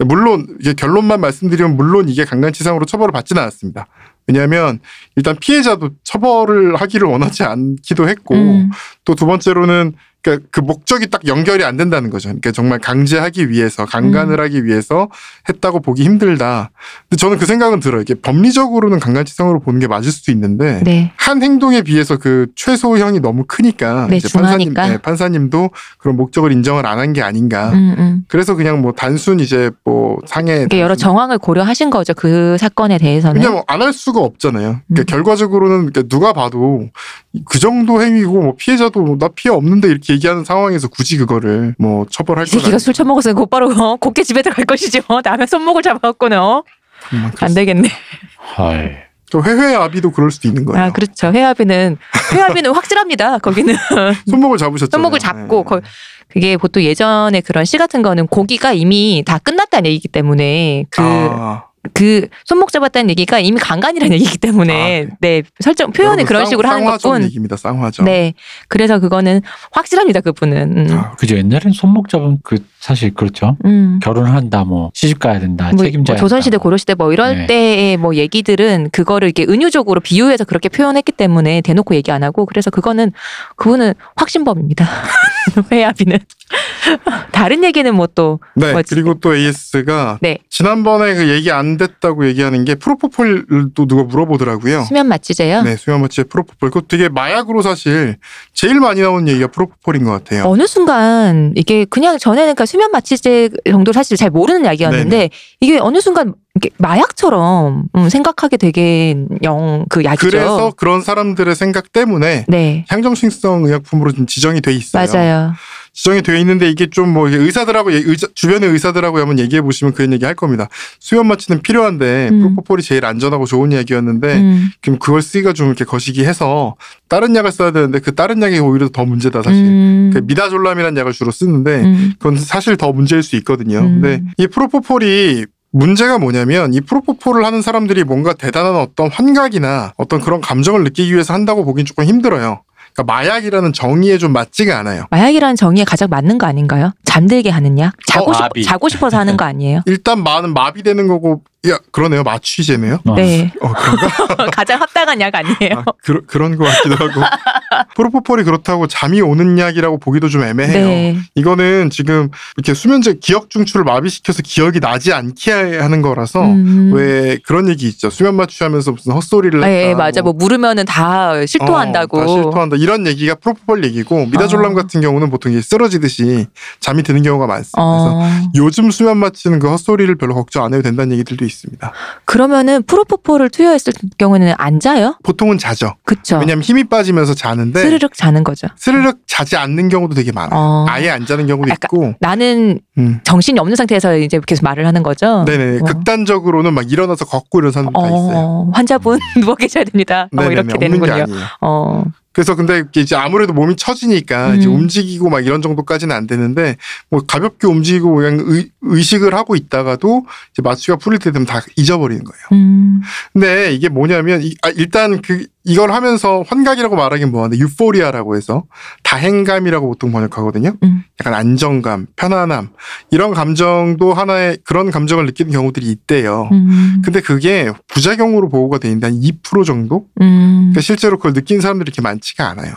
B: 물론 이게 결론만 말씀드리면 물론 이게 강간치상으로 처벌을 받지는 않았습니다. 왜냐하면 일단 피해자도 처벌을 하기를 원하지 않기도 했고
A: 음,
B: 또 두 번째로는 그러니까 그 목적이 딱 연결이 안 된다는 거죠. 그러니까 정말 강제하기 위해서 강간을
A: 음.
B: 하기 위해서 했다고 보기 힘들다. 근데 저는 그 생각은 들어요. 이게 법리적으로는 강간치상으로 보는 게 맞을 수도 있는데
A: 네.
B: 한 행동에 비해서 그 최소형이 너무 크니까
A: 네,
B: 판사님,
A: 중하니까.
B: 네, 판사님도 그런 목적을 인정을 안 한 게 아닌가.
A: 음, 음.
B: 그래서 그냥 뭐 단순 이제 뭐 상해
A: 이게 여러 정황을 고려하신 거죠. 그 사건에 대해서는.
B: 그냥 안 할 수가 없잖아요. 그러니까
A: 음.
B: 결과적으로는 그러니까 누가 봐도 그 정도 행위고 뭐 피해자도 뭐나 피해 없는데 이렇게 얘기하는 상황에서 굳이 그거를 뭐 처벌할
A: 이 새끼가
B: 거라.
A: 술 처먹었으면 곧바로 <laughs> 어, 곱게 집에 들어갈 것이죠. <laughs> 남의 손목을 잡아갖고는 어?
B: 음, 그렇죠.
A: 안 되겠네.
C: 헐.
B: 회회 아비도 그럴 수도 있는 거예요.
A: 아 그렇죠. 회합이는 회합이는 확실합니다.
B: <laughs>
A: 거기는
B: 손목을 네. 잡으셨죠.
A: 손목을 잡고 거의- 그게 보통 예전에 그런 시 같은 거는 고기가 이미 다 끝났다는 얘기이기 때문에 그
B: 아.
A: 그 손목 잡았다는 얘기가 이미 강간이라는 얘기이기 때문에
B: 아,
A: 네. 설정 표현을 그런 식으로 하는
B: 쌍화점
A: 것뿐
B: 얘기입니다. 쌍화점.
A: 네 그래서 그거는 확실합니다 그분은 음.
B: 아,
C: 그죠. 옛날엔 손목 잡으면 그 사실 그렇죠.
A: 음.
C: 결혼한다, 뭐 시집 가야 된다,
A: 뭐
C: 책임져야
A: 조선시대
C: 된다.
A: 고려시대 뭐 이럴
C: 네.
A: 때의 뭐 얘기들은 그거를 이렇게 은유적으로 비유해서 그렇게 표현했기 때문에 대놓고 얘기 안 하고 그래서 그거는 그분은 확신범입니다. <laughs> 회합이는 <laughs> 다른 얘기는 뭐 또
B: 네.
A: 뭐지?
B: 그리고 또 AS가
A: 네.
B: 지난번에 그 얘기 안 됐다고 얘기하는 게 프로포폴을 또 누가 물어보더라고요.
A: 수면 마취제요.
B: 네, 수면마취의 프로포폴. 그거 되게 마약으로 사실 제일 많이 나오는 얘기가 프로포폴인 것 같아요.
A: 어느 순간 이게 그냥 전에는 그 수면 마취제 정도 사실 잘 모르는 약이었는데
B: 네,
A: 이게 어느 순간 이렇게 마약처럼 음, 생각하게 되게 영 그 약이죠.
B: 그래서 그런 사람들의 생각 때문에
A: 네
B: 향정신성 의약품으로 좀 지정이 돼 있어요.
A: 맞아요.
B: 지정이 돼 있는데 이게 좀 뭐 의사들하고 얘- 의자- 주변의 의사들하고 한번 얘기해 보시면 그런 얘기 할 겁니다. 수면 마취는 필요한데
A: 음.
B: 프로포폴이 제일 안전하고 좋은 약이었는데
A: 음.
B: 그럼 그걸 쓰기가 좀 이렇게 거시기 해서 다른 약을 써야 되는데 그 다른 약이 오히려 더 문제다 사실.
A: 음.
B: 그 미다졸람이라는 약을 주로 쓰는데
A: 음.
B: 그건 사실 더 문제일 수 있거든요.
A: 음.
B: 근데 이 프로포폴이 문제가 뭐냐면 이 프로포폴을 하는 사람들이 뭔가 대단한 어떤 환각이나 어떤 그런 감정을 느끼기 위해서 한다고 보긴 조금 힘들어요. 그러니까 마약이라는 정의에 좀 맞지가 않아요.
A: 마약이라는 정의에 가장 맞는 거 아닌가요? 잠들게 하는 약? 자고,
C: 어,
A: 싶,
C: 마비.
A: 자고 싶어서 하는 거 아니에요?
B: 일단 마는 마비되는 거고 야 그러네요 마취제네요.
C: <laughs> 어.
A: 네.
B: 어, 그런가?
A: <laughs> 가장 합당한 약 아니에요? <laughs>
B: 아, 그러, 그런 것 같기도 하고 프로포폴이 그렇다고 잠이 오는 약이라고 보기도 좀 애매해요.
A: 네.
B: 이거는 지금 이렇게 수면제 기억 중추를 마비시켜서 기억이 나지 않게 하는 거라서
A: 음.
B: 어, 왜 그런 얘기 있죠. 수면 마취하면서 무슨 헛소리를 했다.
A: 예, 예, 맞아. 뭐 물으면은 다 실토한다고.
B: 어, 다 실토한다. 이런 얘기가 프로포폴 얘기고 미다졸람
A: 어.
B: 같은 경우는 보통 이게 쓰러지듯이 잠이 드는 경우가 많습니다. 그래서
A: 어.
B: 요즘 수면 마취는 그 헛소리를 별로 걱정 안 해도 된다는 얘기들도 있습니다.
A: 그러면은 프로포폴을 투여했을 경우에는 안 자요?
B: 보통은 자죠.
A: 그쵸?
B: 왜냐하면 힘이 빠지면서 자는데 스르륵,
A: 어. 스르륵 자는 거죠.
B: 자지 않는 경우도 되게 많아요.
A: 어.
B: 아예 안 자는 경우도
A: 약간-
B: 있고.
A: 나는
B: 음.
A: 정신이 없는 상태에서 이제 계속 말을 하는 거죠.
B: 네네
A: 어.
B: 극단적으로는 막 일어나서 걷고 이런 사람들 다 있어요.
A: 어, 환자분 <laughs> 누워 계셔야 됩니다. 어,
B: 네네네,
A: 이렇게
B: 없는 게
A: 되는군요.
B: 아니에요.
A: 어,
B: 그래서 근데 이게 이제 아무래도 몸이 처지니까
A: 음.
B: 이제 움직이고 막 이런 정도까지는 안 되는데 뭐 가볍게 움직이고 그냥 의, 의식을 하고 있다가도 이제 마취가 풀릴 때 되면 다 잊어버리는 거예요.
A: 음,
B: 근데 이게 뭐냐면 이, 아, 일단 그 이걸 하면서 환각이라고 말하긴 뭐하는데 유포리아라고 해서 다행감이라고 보통 번역하거든요.
A: 음.
B: 약간 안정감, 편안함 이런 감정도 하나의 그런 감정을 느끼는 경우들이 있대요.
A: 음,
B: 근데 그게 부작용으로 보고가 돼 있는데 한 2% 정도?
A: 음,
B: 그러니까 실제로 그걸 느낀 사람들이 이렇게 많지가 않아요.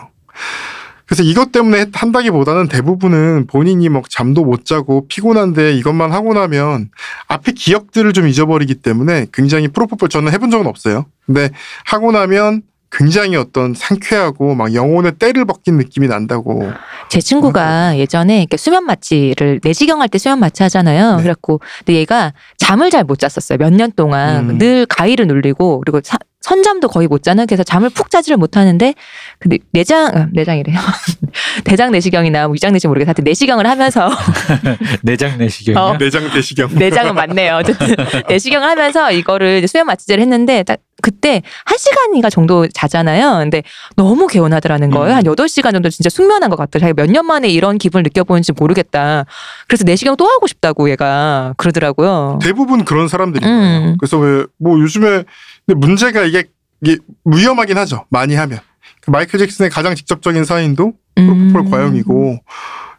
B: 그래서 이것 때문에 했- 한다기보다는 대부분은 본인이 막 잠도 못 자고 피곤한데 이것만 하고 나면 앞에 기억들을 좀 잊어버리기 때문에 굉장히 프로포폴 저는 해본 적은 없어요. 근데 하고 나면 굉장히 어떤 상쾌하고 막 영혼의 때를 벗긴 느낌이 난다고.
A: 제
B: 아, 네.
A: 친구가 예전에 이렇게 수면 마취를 네 내시경 할 때 수면 마취 하잖아요.
B: 네.
A: 그래갖고 근데 얘가 잠을 잘 못 잤었어요. 몇 년 동안
B: 음.
A: 늘 가위를 눌리고 그리고 사- 선잠도 거의 못 자는 그래서 잠을 푹 자지를 못하는데 근데 내장 아, 내장이래요. <laughs> 대장 내시경이나 뭐 위장 내시경 모르겠어. 하여튼 내시경을 하면서
C: <laughs> 내장 내시경이요.
A: 어.
B: 내장 대시경.
A: 내장은 맞네요.
B: <laughs>
A: 어쨌든 내시경을 하면서 이거를 이제 수면 마취제를 했는데 딱 그때 한 시간인가 정도 자잖아요. 근데 너무 개운하더라는 거예요.
B: 음.
A: 한 여덟 시간 정도 진짜 숙면한 것 같더라고요. 몇 년 만에 이런 기분을 느껴보는지 모르겠다. 그래서 내시경 또 하고 싶다고 얘가 그러더라고요.
B: 대부분 그런 사람들인 거예요.
A: 음.
B: 그래서 왜 뭐 요즘에 근데 문제가 이게, 이게 위험하긴 하죠. 많이 하면 그 마이클 잭슨의 가장 직접적인 사인도
A: 음.
B: 프로포폴 과형이고,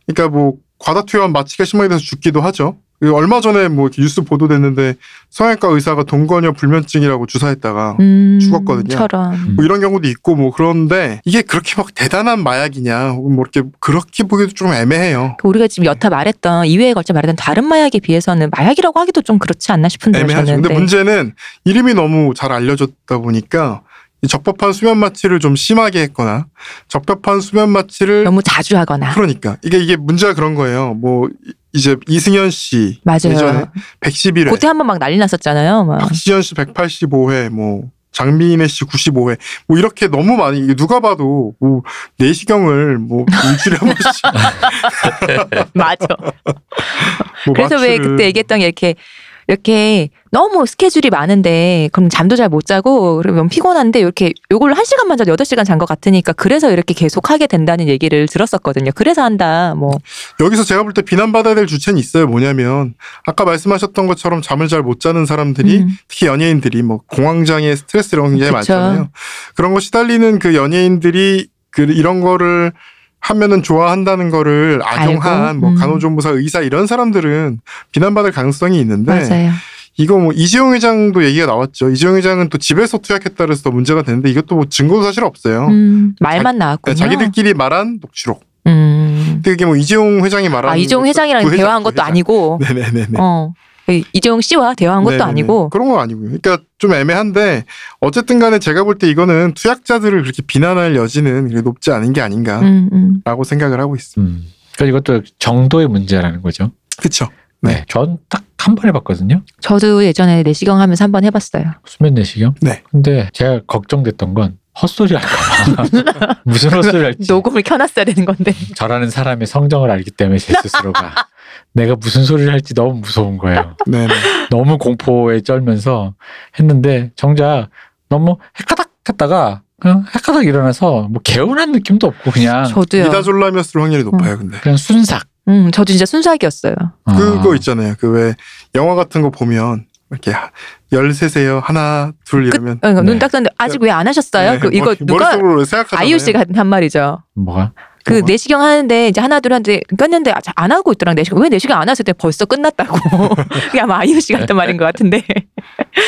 B: 그러니까 뭐 과다 투여한 마취가 심하게 돼서 죽기도 하죠. 그 얼마 전에 뭐 이렇게 뉴스 보도됐는데 성형외과 의사가 동거녀 불면증이라고 주사했다가
A: 음,
B: 죽었거든요.
A: 처럼.
B: 뭐 이런 경우도 있고 뭐 그런데 이게 그렇게 막 대단한 마약이냐 혹은 뭐 이렇게 그렇게 보기도 좀 애매해요.
A: 그 우리가 지금 여타 말했던 이외에 걸쳐 말했던 다른 마약에 비해서는 마약이라고 하기도 좀 그렇지 않나 싶은데
B: 애매하죠.
A: 저는.
B: 근데
A: 네.
B: 문제는 이름이 너무 잘 알려졌다 보니까 이 적법한 수면 마취를 좀 심하게 했거나 적법한 수면 마취를
A: 너무 자주 하거나
B: 그러니까 이게 이게 문제가 그런 거예요. 뭐 이- 이제 이승현 씨 예전에
A: 맞아요.
B: 111회
A: 그때 한 번 막 난리 났었잖아요. 막.
B: 박지현 씨 185회, 뭐 장미인혜 씨 95회, 뭐 이렇게 너무 많이 이게 누가 봐도 뭐 내시경을 뭐 일주일에
A: <laughs>
B: 한 번씩
A: 맞아.
B: 뭐
A: 그래서 왜
B: 마취를
A: 그때 얘기했던 게 이렇게 이렇게 너무 스케줄이 많은데 그럼 잠도 잘 못 자고 그러면 피곤한데 이렇게 요걸 한 시간만 자도 여덟 시간 잔 것 같으니까 그래서 이렇게 계속 하게 된다는 얘기를 들었었거든요. 그래서 한다. 뭐
B: 여기서 제가 볼 때 비난받아야 될 주체는 있어요. 뭐냐면 아까 말씀하셨던 것처럼 잠을 잘 못 자는 사람들이
A: 음.
B: 특히 연예인들이 뭐 공황장애 스트레스 이런 게 굉장히
A: 그쵸.
B: 많잖아요. 그런 거 시달리는 그 연예인들이 그 이런 거를 하면은 좋아한다는 거를 악용한
A: 알고,
B: 뭐
A: 음.
B: 간호조무사, 의사 이런 사람들은 비난받을 가능성이 있는데
A: 맞아요.
B: 이거 뭐 이재용 회장도 얘기가 나왔죠. 이재용 회장은 또 집에서 투약했다 그래서 또 문제가 되는데 이것도 뭐 증거도 사실 없어요.
A: 음, 말만
B: 그러니까
A: 나왔군요.
B: 자기들끼리 말한 녹취록.
A: 음.
B: 근데 이게 뭐 이재용 회장이 말한
A: 아 이종 회장이랑
B: 그 회장,
A: 대화한
B: 그
A: 것도
B: 회장.
A: 아니고
B: <laughs> 네네네네.
A: 어 이- 이재용 씨와 대화한 것도
B: 네네네.
A: 아니고
B: 그런 건 아니고요. 그러니까 좀 애매한데 어쨌든 간에 제가 볼 때 이거는 투약자들을 그렇게 비난할 여지는 그렇게 높지 않은 게 아닌가라고
A: 음, 음.
B: 생각을 하고 있습니다.
C: 음. 그러니까 이것도 정도의 문제라는 거죠.
B: 그렇죠. 네.
C: 네. 전 딱 한 번 해봤거든요.
A: 저도 예전에 내시경 하면서 한 번 해봤어요.
C: 수면 내시경.
B: 네.
C: 근데 제가 걱정됐던 건
A: <laughs>
C: 헛소리 할까봐. 무슨 헛소리 할지.
A: 녹음을 켜놨어야 되는 건데
C: 저라는 사람의 성정을 알기 때문에 제
A: <laughs>
C: 스스로가. 내가 무슨 소리를 할지 너무 무서운 거예요.
B: 네. 네.
C: 너무 공포에 쩔면서 했는데 정작 너무 헷가닥 했다가 그냥 헷가닥 일어나서 뭐 개운한 느낌도 없고 그냥
A: 저도요.
B: 아. 이다졸람이었을 확률이 높아요. 근데
C: 그냥 순삭.
A: 음 저도 진짜 순삭이었어요.
B: 그거
C: 아.
B: 있잖아요. 그 왜 영화 같은 거 보면 이렇게 열세세요 하나 둘 이러면
A: 어,
C: 네.
A: 눈 딱 떴는데 아직 왜 안 하셨어요?
B: 네,
A: 그 이거
B: 머리-
A: 누가
B: 머릿속으로 생각하잖아요. 어.
A: 아이유 씨가 한 말이죠.
C: 뭐가?
A: 그 내시경 하는데 이제 하나 둘 하는데 꼈는데 아, 안 하고 있더라 내시경 왜네 내시경 안 하실 때 벌써 끝났다고 <laughs> 그게 아마 아이유 씨 같은 말인 것 같은데 <laughs>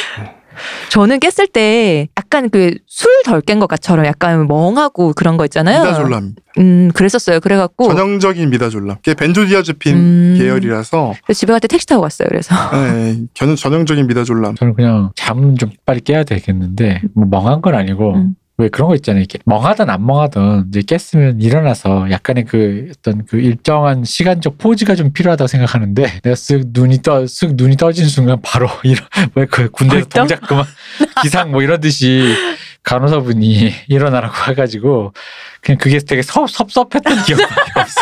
A: 저는 깼을 때 약간 그 술 덜 깬 것 같처럼 약간 멍하고 그런 거 있잖아요.
B: 미다졸람
A: 음 그랬었어요. 그래갖고
B: 전형적인 미다졸람. 그게 벤조디아제핀
A: 음,
B: 계열이라서
A: 그래서 집에 갈 때 택시 타고 갔어요. 그래서
B: 네, 저는 전형적인 미다졸람.
C: 저는 그냥 잠 좀 빨리 깨야 되겠는데 뭐 멍한 건 아니고
A: 음.
C: 왜 그런 거 있잖아요. 이렇게 멍하든 안 멍하든 이제 깼으면 일어나서 약간의 그 어떤 그 일정한 시간적 포즈가 좀 필요하다고 생각하는데 <laughs> 내가 쓱 눈이 떠쓱 눈이 떠진 순간 바로 <laughs> 이런 왜그 군대
A: 벌떡?
C: 동작 그만 <laughs> 기상 뭐 이런 듯이 간호사분이 <laughs> 일어나라고 해가지고 그냥 그게 되게 섭, 섭섭했던 <laughs> 기억이 없어.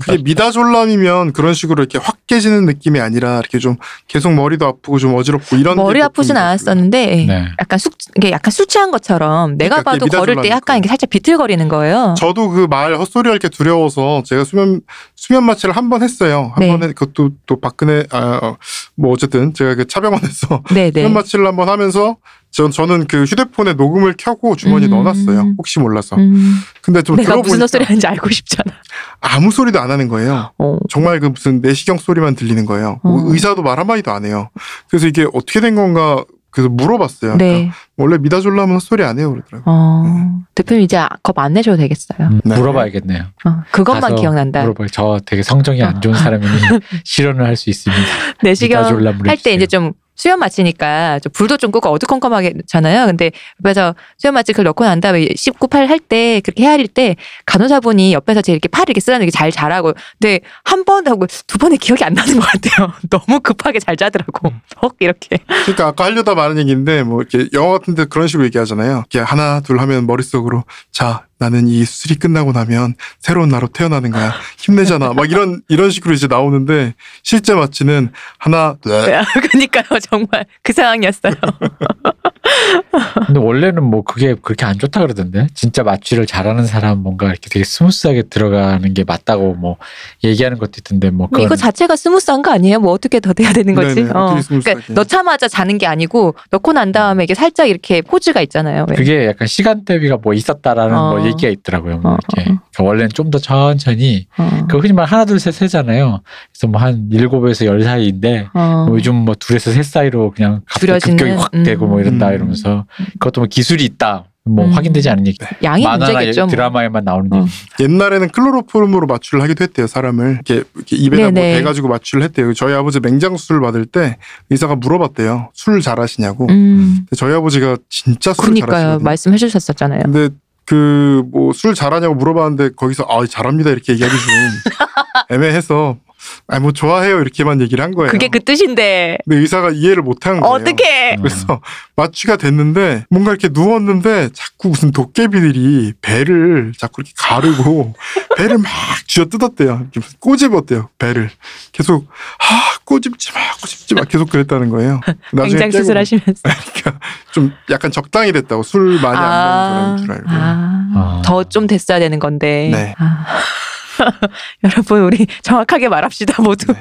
B: 그게 미다졸람이면 그런 식으로 이렇게 확 깨지는 느낌이 아니라 이렇게 좀 계속 머리도 아프고 좀 어지럽고 이런.
A: 머리
B: 게
A: 아프진
B: 보통
A: 않았었는데
C: 네.
A: 약간 숙 이게 약간 술 취한 것처럼 내가
B: 그러니까
A: 봐도
B: 그게
A: 걸을 때
B: 미다졸람이니까.
A: 약간 이게 살짝 비틀거리는 거예요.
B: 저도 그 말 헛소리할 게 두려워서 제가 수면 수면 마취를 한 번 했어요. 한
A: 네.
B: 번에 그것도 또 박근혜 아뭐 어쨌든 제가 그 차병원에서
A: 네네.
B: 수면 마취를 한 번 하면서 전 저는 그 휴대폰에 녹음을 켜고 주머니 에
A: 음.
B: 넣어놨어요. 혹시 몰라서.
A: 음,
B: 근데 좀
A: 내가 무슨
B: 뭐 들어보니까
A: 헛소리 하는지 알고 싶잖아.
B: 아무 소리도 안 하는 거예요.
A: 어.
B: 정말 그 무슨 내시경 소리만 들리는 거예요.
A: 어.
B: 의사도 말 한마디도 안 해요. 그래서 이게 어떻게 된 건가 그래서 물어봤어요. 그러니까
A: 네.
B: 원래 미다졸라면 헛소리 안 해요 그러더라고요.
A: 어. 대표님 이제 겁 안 내셔도 되겠어요.
C: 음,
B: 네.
C: 물어봐야겠네요.
A: 어, 그것만
C: 가서
A: 기억난다. 어.
C: 물어봐요. 저 되게 성정이 안 좋은 사람이 실현을 할 수 있습니다.
A: <laughs> 내시경
C: 미다졸람을
A: 할 때
C: 해주세요.
A: 이제 좀 수면 마치니까 좀 불도 좀 끄고 어두컴컴하잖아요. 근데 옆에서 수면 마취 그걸 넣고 난 다음에 씹고 팔 할 때 그렇게 헤아릴 때 간호사분이 옆에서 제 이렇게 팔 이렇게 쓰라는 게 잘 자라고. 근데 한 번 하고 두 번에 기억이 안 나는 것 같아요. <laughs> 너무 급하게 잘 자더라고. 헉 이렇게. <laughs>
B: 그러니까 아까 하려다 말한 얘기인데 뭐 이렇게 영화 같은데 그런 식으로 얘기하잖아요. 이렇게 하나 둘 하면 머릿속으로 자 나는 이 수술이 끝나고 나면 새로운 나로 태어나는 거야. 힘내잖아. 막 이런 이런 식으로 이제 나오는데 실제 마치는 하나 둘
A: 네. 그러니까요 정말 그 상황이었어요.
C: 근데 원래는 뭐 그게 그렇게 안 좋다 그러던데 진짜 마취를 잘하는 사람 뭔가 이렇게 되게 스무스하게 들어가는 게 맞다고 뭐 얘기하는 것도 있던데 뭐
A: 근데
C: 그건
A: 이거 자체가 스무스한 거 아니에요? 뭐 어떻게 더 돼야 되는 거지?
B: 네네, 어떻게 스무스하게.
A: 그러니까 넣자마자 자는 게 아니고 넣고 난 다음에 이게 살짝 이렇게 포즈가 있잖아요. 왜?
C: 그게 약간 시간 대비가 뭐 있었다라는
A: 어.
C: 뭐 얘기가 있더라고요. 뭐
A: 어,
C: 이렇게 그러니까 원래는 좀 더 천천히
A: 어.
C: 그 흔히 말 하나 둘 셋 세잖아요. 그래서 뭐 한 일곱에서 열 사이인데
A: 어.
C: 뭐 요즘 뭐 둘에서 셋 사이로 그냥 갑자기
A: 줄여지는?
C: 급격히 확
A: 음.
C: 되고 뭐 이런다
B: 음.
C: 이러면서 그것도 뭐 기술이 있다 뭐
A: 음.
C: 확인되지 않은 얘기.
A: 양이
C: 만화나 예,
A: 문제겠죠. 뭐.
C: 드라마에만 나오는
A: 어.
C: 얘기.
B: 옛날에는 클로로폼으로 마취를 하기도 했대요 사람을 이렇게, 이렇게 입에다 뭐
A: 네네.
B: 대가지고 마취를 했대요 그 저희 아버지 맹장 수술 받을 때 의사가 물어봤대요 술 잘하시냐고
A: 음.
B: 근데 저희 아버지가 진짜 술
A: 그러니까요.
B: 잘하시거든요
A: 말씀해 주셨었잖아요.
B: 근데 그 뭐 술 잘하냐고 물어봤는데 거기서 아 잘합니다 이렇게
A: <laughs>
B: 얘기하기 좀 애매해서 아 뭐 좋아해요 이렇게만 얘기를 한 거예요
A: 그게 그 뜻인데
B: 근데 의사가 이해를 못한 거예요 음.
A: 어떻게?
B: 그래서 <laughs> 마취가 됐는데 뭔가 이렇게 누웠는데 자꾸 무슨 도깨비들이 배를 자꾸 이렇게
A: <laughs>
B: 가르고 배를 막 쥐어 뜯었대요. 이렇게 무슨 꼬집었대요. 배를 계속 아 꼬집지 마 꼬집지 마 계속 그랬다는 거예요. 나중에
A: <laughs> 굉장히
B: 깨고
A: 수술하시면서
B: 보니까 좀 약간 적당히 됐다고 술 많이 안 먹는 사람인 줄 알고.
C: 아.
A: 더 좀 됐어야 되는 건데.
B: 네.
A: 아. <laughs> 여러분 우리 정확하게 말합시다 모두.
B: 네.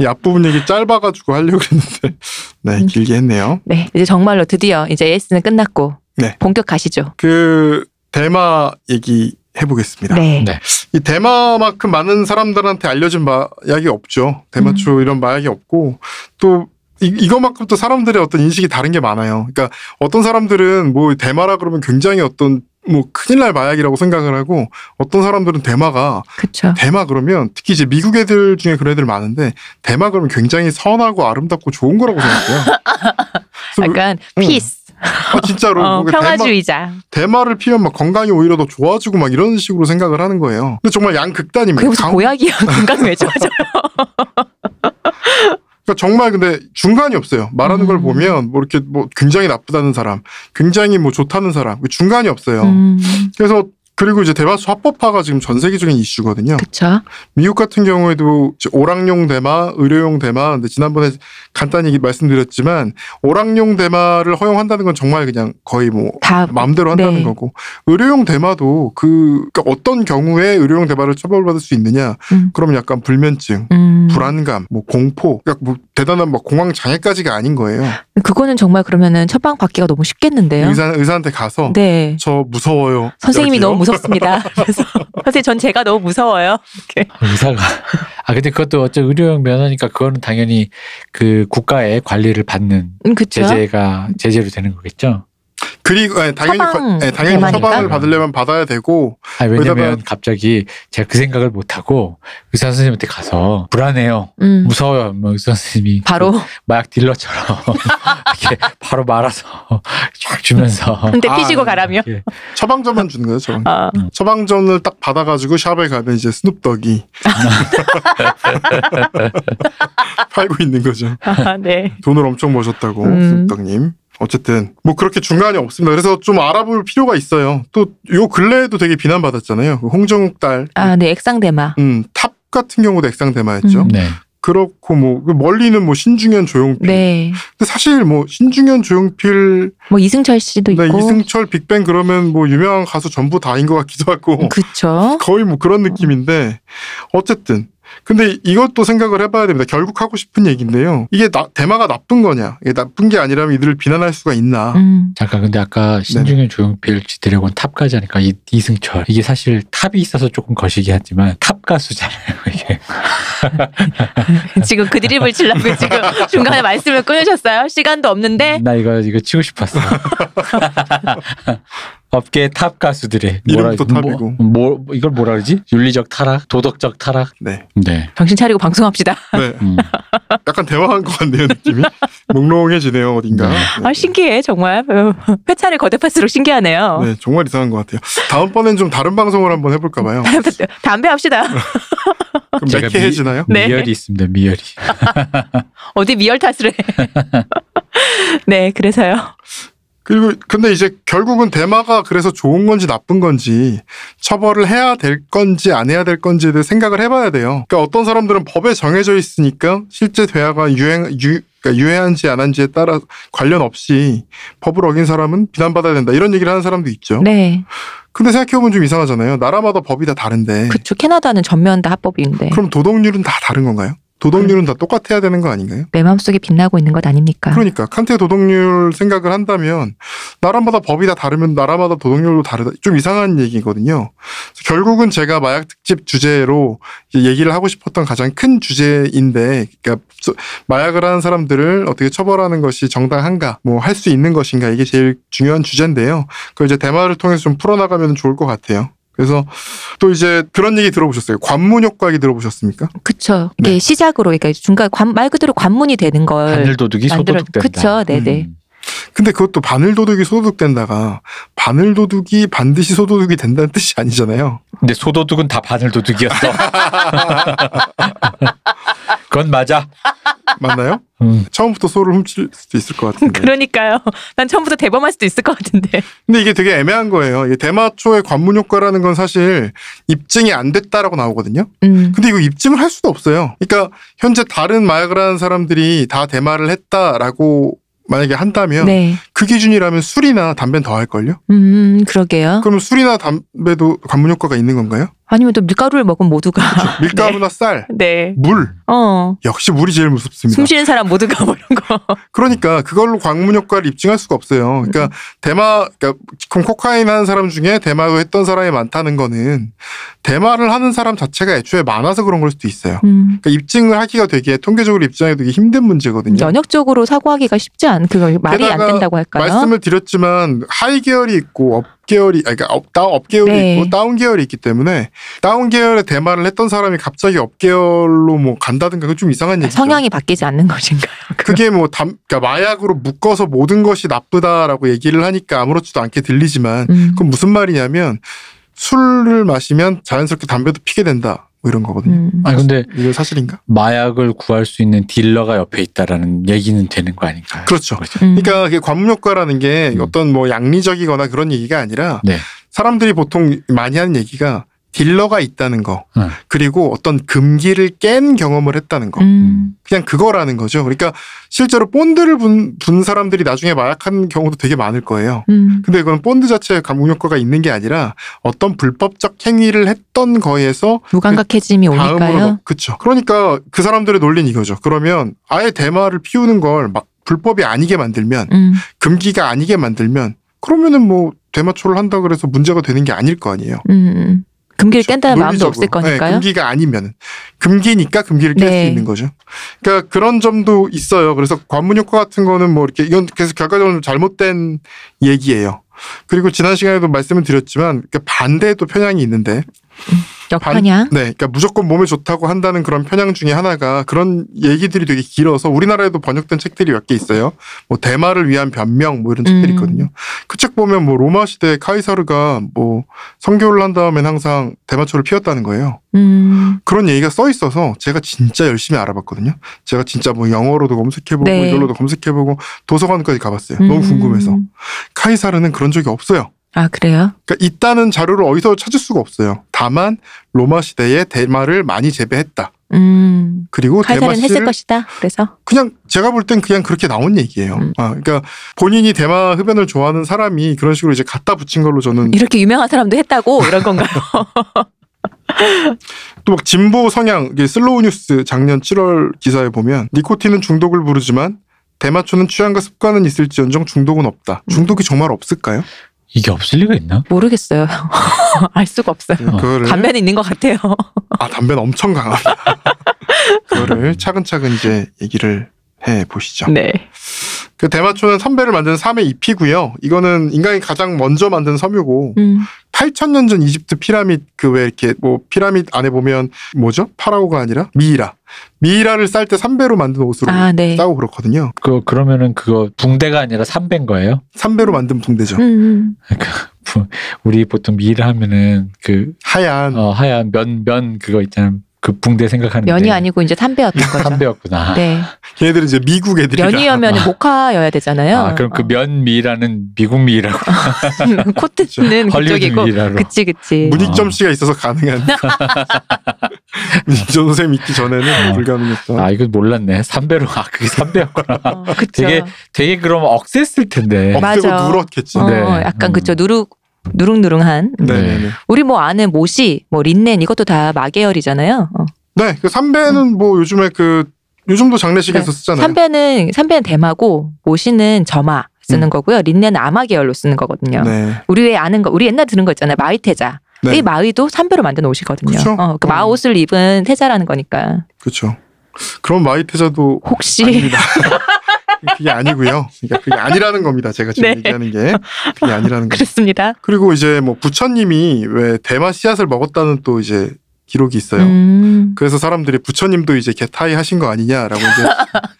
B: 이 앞부분 얘기 짧아가지고 하려고 했는데 <laughs> 네 길게 했네요.
A: 네. 이제 정말로 드디어 이제 AS는 끝났고
B: 네.
A: 본격 가시죠.
B: 그 대마 얘기 해보겠습니다.
A: 네.
C: 네.
B: 이 대마만큼 많은 사람들한테 알려진 마약이 없죠. 대마초 이런 마약이 없고 또 이, 이것만큼 또 사람들의 어떤 인식이 다른 게 많아요. 그러니까 어떤 사람들은 뭐 대마라 그러면 굉장히 어떤 뭐 큰일 날 마약이라고 생각을 하고 어떤 사람들은 대마가
A: 그렇죠.
B: 대마 그러면 특히 이제 미국 애들 중에 그런 애들 많은데 대마 그러면 굉장히 선하고 아름답고 좋은 거라고 생각해요. 그래서
A: 약간
B: 응.
A: 피스,
B: 아 음. 진짜로
A: 어,
B: 음. 뭔가 대마-
A: 평화주의자.
B: 대마를 피면 막 건강이 오히려 더 좋아지고 막 이런 식으로 생각을 하는 거예요. 근데 정말 양극단입니다.
A: 그게 무슨
B: 강-
A: 고약이야? <laughs> 건강 왜 좋아져?
B: 그러니까 정말 근데 중간이 없어요. 말하는 걸
A: 음.
B: 보면 뭐 이렇게 뭐 굉장히 나쁘다는 사람, 굉장히 뭐 좋다는 사람, 그 중간이 없어요.
A: 음,
B: 그래서 그리고 이제 대마초 합법화가 지금 전 세계적인 이슈거든요.
A: 그렇죠.
B: 미국 같은 경우에도 이제 오락용 대마, 의료용 대마, 근데 지난번에 간단히 얘기 말씀드렸지만 오락용 대마를 허용한다는 건 정말 그냥 거의 뭐
A: 다
B: 마음대로 한다는
A: 네.
B: 거고 의료용 대마도 그 그러니까 어떤 경우에 의료용 대마를 처벌받을 수 있느냐?
A: 음.
B: 그럼 약간 불면증,
A: 음.
B: 불안감, 뭐 공포, 그러니까 뭐 대단한 막 공황 장애까지가 아닌 거예요.
A: 그거는 정말 그러면은 처방 받기가 너무 쉽겠는데요.
B: 의사 의사한테 가서
A: 네.
B: 저 무서워요.
A: 선생님이
B: 이렇게요. <laughs>
A: 너무 무섭습니다. 그래서 선생님 전 제가 너무 무서워요. <laughs>
C: 의사가. 아, 근데 그것도 어째 의료용 면허니까 그거는 당연히 그 국가의 관리를 받는
A: 음, 그쵸?
C: 제재가 제재로 되는 거겠죠.
B: 그리고 예, 당연히
A: 처방
B: 거- 예, 당연히
A: 대만인가?
B: 처방을 받으려면 받아야 되고
C: 아, 왜냐면
B: 의사가-
C: 갑자기 제가 그 생각을 못 하고 의사 선생님한테 가서 불안해요.
A: 음.
C: 무서워요. 뭐 의사 선생님이
A: 바로
C: 마약 딜러처럼 이렇게 바로 말아서 쫙 주면서
A: <laughs> 근데
B: 아,
A: 피지고
B: 네.
A: 가라며.
C: 이렇게
B: 처방전만 주는
A: <laughs>
B: 거예요. 처방.
A: 아,
B: 처방전을 딱 받아가지고 샵에 가면 이제
A: <laughs>
B: 스눕덕이 <laughs> 팔고 있는 거죠.
A: 아, 네.
B: 돈을 엄청 버셨다고
A: 음.
B: 스눕덕님. 어쨌든 뭐 그렇게 중간이 없습니다. 그래서 좀 알아볼 필요가 있어요. 또 요 근래에도 되게 비난받았잖아요. 그 홍정욱 딸,
A: 아, 네. 액상대마.
B: 음, 탑 같은 경우도 액상대마였죠.
A: 음.
C: 네.
B: 그렇고 뭐그 멀리는 뭐 신중현 조용필.
A: 네.
B: 근데 사실 뭐 신중현 조용필,
A: 뭐 이승철 씨도
B: 네,
A: 있고.
B: 이승철, 빅뱅 그러면 뭐 유명한 가수 전부 다인 것 같기도 하고. <laughs>
A: 그쵸.
B: 거의 뭐 그런 느낌인데 어쨌든 근데 이것도 생각을 해봐야 됩니다. 결국 하고 싶은 얘기인데요. 이게 나- 대마가 나쁜 거냐? 이게 나쁜 게 아니라면 이들을 비난할 수가 있나?
A: 음.
C: 잠깐 근데 아까 신중현 조용필 지드래곤 탑까지 하니까 이, 이승철 이게 사실 탑이 있어서 조금 거시기 하지만 탑 가수잖아요 이게
A: 지금 그 드립을 치려고
B: <laughs>
A: 지금 중간에 말씀을 끊으셨어요? 시간도 없는데.
C: 나 이거 이거
A: <laughs>
C: 치고 싶었어 업계 탑 가수들의
B: 이름부터 탑이고.
C: 뭐, 뭐- 이걸 뭐라 그러지 윤리적 타락 도덕적 타락
B: 네.
C: 네
A: 정신 차리고 방송합시다.
B: 네. <laughs>
C: 음.
B: 약간 대화한 것 같네요 느낌이 몽롱해지네요 어딘가.
A: 아, 신기해, 정말. <laughs> 어, 회차를 거듭할수록 신기하네요.
B: 네, 정말 이상한 것 같아요. 다음번엔 좀 다른 방송을 한번 해볼까 봐요.
A: <laughs> 음. <laughs> 담배 합시다.
B: 그럼
C: 제가 미-
B: 맥해해지나요?
A: 네.
C: 미열이 있습니다 미열이
A: 어디 미열 탓을 해. <laughs> 네, 그래서요.
B: 그리고 근데 이제 결국은 대마가 그래서 좋은 건지 나쁜 건지 처벌을 해야 될 건지 안 해야 될 건지에 대해 생각을 해봐야 돼요. 그러니까 어떤 사람들은 법에 정해져 있으니까 실제 대화가 유행 유 그러니까 유해한지 안 한지에 따라 관련 없이 법을 어긴 사람은 비난받아야 된다 이런 얘기를 하는 사람도 있죠.
A: 네.
B: 근데 생각해보면 좀 이상하잖아요. 나라마다 법이 다 다른데
A: 그쵸. 캐나다는 전면 다 합법인데.
B: 네. 그럼 도덕률은 다 다른 건가요?
A: 음.
B: 도덕률은 다 똑같아야 되는 거 아닌가요?
A: 내 마음속에 빛나고 있는 것 아닙니까?
B: 그러니까 칸트의 도덕률 생각을 한다면 나라마다 법이 다 다르면 나라마다 도덕률도 다르다. 좀 이상한 얘기거든요. 그래서 결국은 제가 마약 특집 주제로 이제 얘기를 하고 싶었던 가장 큰 주제인데, 그러니까 소- 마약을 하는 사람들을 어떻게 처벌하는 것이 정당한가, 뭐 할 수 있는 것인가 이게 제일 중요한 주제인데요. 그걸 이제 대화를 통해서 좀 풀어나가면 좋을 것 같아요. 그래서 또 이제 그런 얘기 들어보셨어요? 관문 효과 얘기 들어보셨습니까?
A: 그쵸. 이게 시작으로, 그러니까 중간, 관, 말 그대로 관문이 되는 걸.
C: 하늘 도둑이
A: 어, 만들어-
C: 소도둑된다
A: 그쵸, 네네.
C: 음.
B: 근데 그것도 바늘도둑이 소도둑된다가 바늘도둑이 반드시 소도둑이 된다는 뜻이 아니잖아요.
C: 근데 소도둑은 다
B: <laughs>
C: 바늘 도둑이었어 그건 맞아
A: <laughs>
B: 맞나요?
C: 음.
B: 처음부터 소를 훔칠 수도 있을 것 같은데.
A: 그러니까요. 난 처음부터 대범할 수도 있을 것 같은데.
B: 근데 이게 되게 애매한 거예요. 이게 대마초의 관문 효과라는 건 사실 입증이 안 됐다라고 나오거든요.
A: 음.
B: 근데 이거 입증을 할 수도 없어요. 그러니까 현재 다른 마약을 하는 사람들이 다 대마를 했다라고 만약에 한다면
A: 네.
B: 그 기준이라면 술이나 담배는 더 할걸요?
A: 음, 그러게요.
B: 그럼 술이나 담배도 관문 효과가 있는 건가요?
A: 아니면 또 밀가루를 먹은 모두가.
B: 밀가루나 쌀,
A: <laughs> 네.
B: 물.
A: 어.
B: 역시 물이 제일 무섭습니다.
A: 숨 쉬는 사람 모두가 뭐 이런 거.
B: 그러니까 그걸로 광문 효과를 입증할 수가 없어요. 그러니까
A: 음.
B: 대마, 그러니까 지금 코카인 하는 사람 중에 대마도 했던 사람이 많다는 거는 대마를 하는 사람 자체가 애초에 많아서 그런 걸 수도 있어요.
A: 음.
B: 그러니까 입증을 하기가 되게 통계적으로 입증하기 되게 힘든 문제거든요.
A: 연역적으로 사고하기가 쉽지 않, 그거 말이 안
B: 게다가
A: 된다고 할까요?
B: 말씀을 드렸지만 하이 계열이 있고 업 계열이 아니, 그러니까 업, 다, 업 계열이
A: 네.
B: 있고 다운 계열이 있기 때문에 다운 계열의 대마를 했던 사람이 갑자기 업 계열로 뭐 간다든가 그건 좀 이상한 얘기죠.
A: 아, 성향이 바뀌지 않는 것인가요?
B: 그게 뭐 담, 그러니까 마약으로 묶어서 모든 것이 나쁘다라고 얘기를 하니까 아무렇지도 않게 들리지만
A: 음.
B: 그건 무슨 말이냐면 술을 마시면 자연스럽게 담배도 피게 된다 뭐 이런 거거든요.
A: 음.
C: 아니 근데
B: 이거 사실인가?
C: 마약을 구할 수 있는 딜러가 옆에 있다라는 얘기는 되는 거 아닌가요?
B: 그렇죠.
A: 음.
B: 그러니까 그게 관문효과라는 게
C: 음.
B: 어떤 뭐 양리적이거나 그런 얘기가 아니라
C: 네.
B: 사람들이 보통 많이 하는 얘기가 딜러가 있다는 거
C: 음.
B: 그리고 어떤 금기를 깬 경험을 했다는 거
A: 음.
B: 그냥 그거라는 거죠. 그러니까 실제로 본드를 분, 분 사람들이 나중에 마약한 경우도 되게 많을 거예요.
A: 음.
B: 근데 그건 본드 자체에 감금 효과가 있는 게 아니라 어떤 불법적 행위를 했던 거에서
A: 무감각해짐이
B: 다음으로
A: 오니까요.
B: 그렇죠. 그러니까 그 사람들의 논리는 이거죠. 그러면 아예 대마를 피우는 걸 막 불법이 아니게 만들면
A: 음.
B: 금기가 아니게 만들면 그러면은 뭐 대마초를 한다 그래서 문제가 되는 게 아닐 거 아니에요.
A: 음. 금기를 깬다는 마음도
B: 그렇죠. 논리적으로.
A: 없을
B: 네,
A: 거니까요.
B: 금기가 아니면 금기니까 금기를 깰 수
A: 네.
B: 있는 거죠. 그러니까 그런 점도 있어요. 그래서 관문 효과 같은 거는 뭐 이렇게 이건 계속 결과적으로 잘못된 얘기예요. 그리고 지난 시간에도 말씀을 드렸지만 그 반대에 또 편향이 있는데
A: 어, 역편향.
B: 네, 그러니까 무조건 몸에 좋다고 한다는 그런 편향 중에 하나가 그런 얘기들이 되게 길어서 우리나라에도 번역된 책들이 몇 개 있어요. 뭐 대마를 위한 변명 뭐 이런 책들이
A: 음.
B: 있거든요. 그 책 보면 뭐 로마 시대 카이사르가 뭐 선교를 한 다음엔 항상 대마초를 피웠다는 거예요.
A: 음.
B: 그런 얘기가 써 있어서 제가 진짜 열심히 알아봐거든요. 제가 진짜 뭐 영어로도 검색해보고
A: 네.
B: 이걸로도 검색해보고 도서관까지 가봤어요. 너무
A: 음.
B: 궁금해서 카이사르는 그런 적이 없어요.
A: 아 그래요?
B: 그러니까 있다는 자료를 어디서 찾을 수가 없어요. 다만 로마 시대에 대마를 많이 재배했다.
A: 음.
B: 그리고 뭐 대마
A: 칼살은 했을
B: 씨를
A: 것이다. 그래서
B: 그냥 제가 볼 땐 그냥 그렇게 나온 얘기예요.
A: 음.
B: 아, 그러니까 본인이 대마 흡연을 좋아하는 사람이 그런 식으로 이제 갖다 붙인 걸로 저는
A: 이렇게 유명한 사람도 했다고 이런 건가요?
B: <laughs> 또 막 진보 성향 이게 슬로우 뉴스 작년 7월 기사에 보면 니코틴은 중독을 부르지만 대마초는 취향과 습관은 있을지언정 중독은 없다.
A: 음.
B: 중독이 정말 없을까요?
C: 이게 없을 리가 있나?
A: 모르겠어요. <laughs> 알 수가 없어요.
C: 어.
B: 그거를
A: 반면에 있는 것 같아요.
B: 아 담배는 엄청 강합니다. <laughs> 그거를 차근차근 이제 얘기를 해 보시죠.
A: 네.
B: 그 대마초는 선배를 만든 삶의 잎이고요. 이거는 인간이 가장 먼저 만든 섬유고
A: 음.
B: 8,000년 전 이집트 피라밋 그 왜 이렇게 뭐 피라밋 안에 보면 뭐죠? 파라오가 아니라 미이라. 미이라를 쌀 때 삼배로 만든 옷으로
A: 아 네.
B: 싸고 그렇거든요.
C: 그 그러면은 그거 붕대가 아니라 삼배인 거예요?
B: 삼배로 만든 붕대죠.
A: 음, 음.
C: 그러니까 우리 보통 미를 하면은 그
B: 하얀
C: 어, 하얀 면 면 그거 있잖아요. 그 붕대 생각하는데
A: 면이 아니고 이제 삼배였던 거죠.
C: 삼배였구나.
A: 네.
B: 걔네들은 이제 미국 애들이라.
A: 면이면
C: 아.
A: 모카여야 되잖아요.
C: 아 그럼 그 면미라는 미국 미라고
A: 어. <laughs> 코트는
C: 헐리우드
A: 그쪽이고.
C: 미라로
A: 그치 그치.
B: 문익점
C: 아.
B: 씨가 있어서
A: <laughs>
B: 가능한. <laughs> 문익점 선생님 있기 전에는
C: 아.
B: 불가능했던.
C: 아 이거 몰랐네 삼배로 아 그게
A: <laughs>
C: 삼배였구나
A: 어, 그쵸.
C: 되게 되게 그럼 억셌을 텐데
A: 어,
B: 없애고
A: 맞아.
B: 누렇겠지.
A: 어,
C: 네.
A: 약간
C: 음.
A: 그쵸 누룩 누룽누룽한. 음.
B: 네네네. 네.
A: 우리 뭐 아는 모시, 뭐 린넨 이것도 다 마계열이잖아요. 어.
B: 네, 그 삼배는 뭐 요즘에 그 요즘도 장례식에서
A: 음. 네.
B: 쓰잖아요.
A: 삼배는 삼배는 대마고 모시는 점아 쓰는
B: 음.
A: 거고요. 린넨 아마 계열로 쓰는 거거든요.
B: 네.
A: 우리 왜 아는 거 우리 옛날 들은 거 있잖아요. 마위 태자.
B: 네.
A: 이 마위도 삼배로 만든 옷이거든요.
B: 그쵸.
A: 어, 그
B: 어.
A: 마옷을 입은 태자라는 거니까
B: 그렇죠. 그럼 마이테자도
A: 혹시
B: 아닙니다. 그게 아니고요. 그러니까 그게 아니라는 겁니다. 제가 지금
A: 예. 네.
B: 얘기하는 게 그게 아니라는
A: <laughs>
B: 거죠.
A: 그렇습니다.
B: 그리고 이제 뭐 부처님이 왜 대마 씨앗을 먹었다는 또 이제 기록이 있어요.
A: 음,
B: 그래서 사람들이 부처님도 이제 개타이 하신 거
A: <laughs>
B: 아니냐라고 이제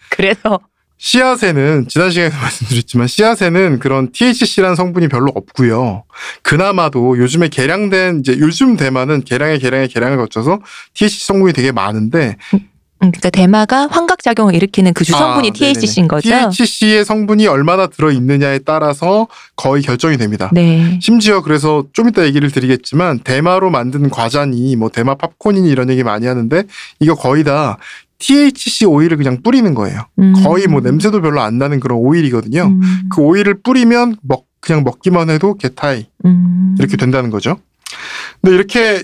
A: 그래서
B: 씨앗에는 지난 시간에도 말씀드렸지만 씨앗에는 그런 THC라는 성분이 별로 없고요. 그나마도 요즘에 개량된 이제 요즘 대마는 개량에 개량에 개량을 거쳐서 THC 성분이 되게 많은데
A: 음, 그러니까 대마가 환각 작용을 일으키는 그 주성분이
B: 아,
A: THC인 거죠.
B: THC의 성분이 얼마나 들어 있느냐에 따라서 거의 결정이 됩니다.
A: 네.
B: 심지어 그래서 좀 이따 얘기를 드리겠지만 대마로 만든 과자니 뭐 대마 팝콘이니 이런 얘기 많이 하는데 이거 거의 다 THC 오일을 그냥 뿌리는 거예요.
A: 음.
B: 거의 뭐 냄새도 별로 안 나는 그런 오일이거든요.
A: 음.
B: 그 오일을 뿌리면 먹 그냥 먹기만 해도 개타이
A: 음.
B: 이렇게 된다는 거죠. 근데 이렇게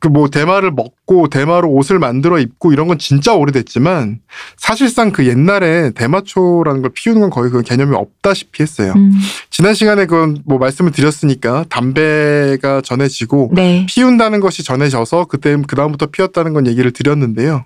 B: 그 뭐 대마를 먹고 대마로 옷을 만들어 입고 이런 건 진짜 오래됐지만 사실상 그 옛날에 대마초라는 걸 피우는 건 거의 그 개념이 없다시피 했어요.
A: 음.
B: 지난 시간에 그건 뭐 말씀을 드렸으니까 담배가 전해지고
A: 네.
B: 피운다는 것이 전해져서 그때 그 다음부터 피웠다는 건 얘기를 드렸는데요.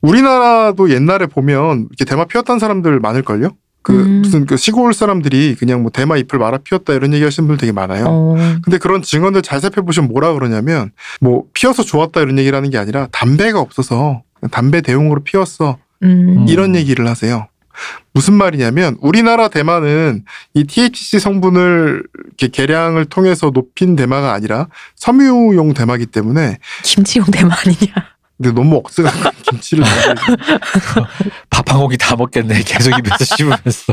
B: 우리나라도 옛날에 보면 이렇게 대마 피웠다는 사람들 많을걸요. 그
A: 음.
B: 무슨 그 시골 사람들이 그냥 뭐 대마 잎을 말아 피웠다 이런 얘기 하시는 분들 되게 많아요.
A: 어.
B: 근데 그런 증언들 잘 살펴보시면 뭐라 그러냐면 뭐 피워서 좋았다 이런 얘기를 하는 게 아니라 담배가 없어서 담배 대용으로 피웠어
A: 음.
C: 음.
B: 이런 얘기를 하세요. 무슨 말이냐면 우리나라 대마는 이 THC 성분을 이렇게 계량을 통해서 높인 대마가 아니라 섬유용 대마기 때문에
A: 김치용 대마 아니냐.
B: 근데 너무 억세가 <laughs> 김치를 먹어야지.
C: 밥 한 고기 다 먹겠네 계속 입에서 <laughs> 씹으면서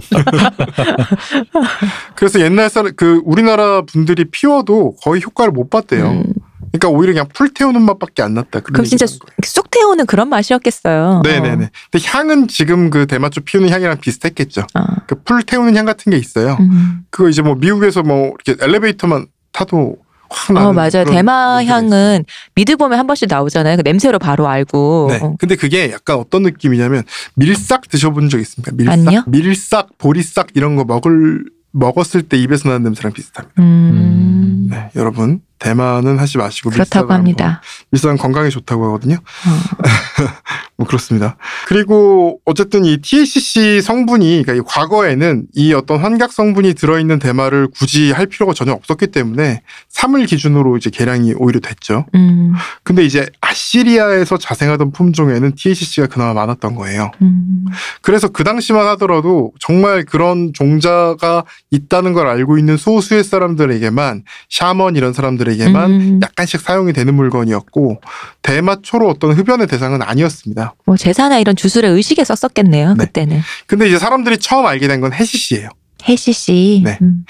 B: 그래서 옛날 사람 그 우리나라 분들이 피워도 거의 효과를 못 봤대요.
A: 음.
B: 그러니까 오히려 그냥 풀 태우는 맛밖에 안 났다. 그런
A: 그럼 진짜
B: 얘기를 하는 거예요.
A: 쑥 태우는 그런 맛이었겠어요.
B: 네네네. 근데 향은 지금 그 대마초 피우는 향이랑 비슷했겠죠.
A: 어.
B: 그 풀 태우는 향 같은 게 있어요.
A: 음.
B: 그거 이제 뭐 미국에서 뭐 이렇게 엘리베이터만 타도 확 나는.
A: 어 맞아요.
B: 그런
A: 대마
B: 냄새가 있어요.
A: 향은 미드 보면 한 번씩 나오잖아요. 그 냄새로 바로 알고.
B: 네.
A: 어.
B: 근데 그게 약간 어떤 느낌이냐면 밀싹 드셔본 적 있습니까? 밀싹,
A: 아니요.
B: 밀싹, 보리싹 이런 거 먹을 먹었을 때 입에서 나는 냄새랑 비슷합니다.
A: 음,
B: 네, 여러분 대만은 하지 마시고
A: 그렇다고
B: 밀사는 뭐
A: 합니다.
B: 일단 건강에 좋다고 하거든요.
A: 어.
B: 뭐 그렇습니다. 그리고 어쨌든 이 THC 성분이 그러니까 이 과거에는 이 어떤 환각 성분이 들어있는 대마를 굳이 할 필요가 전혀 없었기 때문에 3을 기준으로 이제 개량이 오히려 됐죠.
A: 음,
B: 근데 이제 아시리아에서 자생하던 품종에는 THC가 그나마 많았던 거예요.
A: 음,
B: 그래서 그 당시만 하더라도 정말 그런 종자가 있다는 걸 알고 있는 소수의 사람들에게만 샤먼 이런 사람들에게만
A: 음.
B: 약간씩 사용이 되는 물건이었고 대마초로 어떤 흡연의 대상은 아니었습니다.
A: 뭐 제사나 이런 주술의 의식에 썼었겠네요.
B: 네.
A: 그때는
B: 근데 이제 사람들이 처음 알게 된 건 해시씨예요.
A: 해시 씨,
B: 네.
A: 음,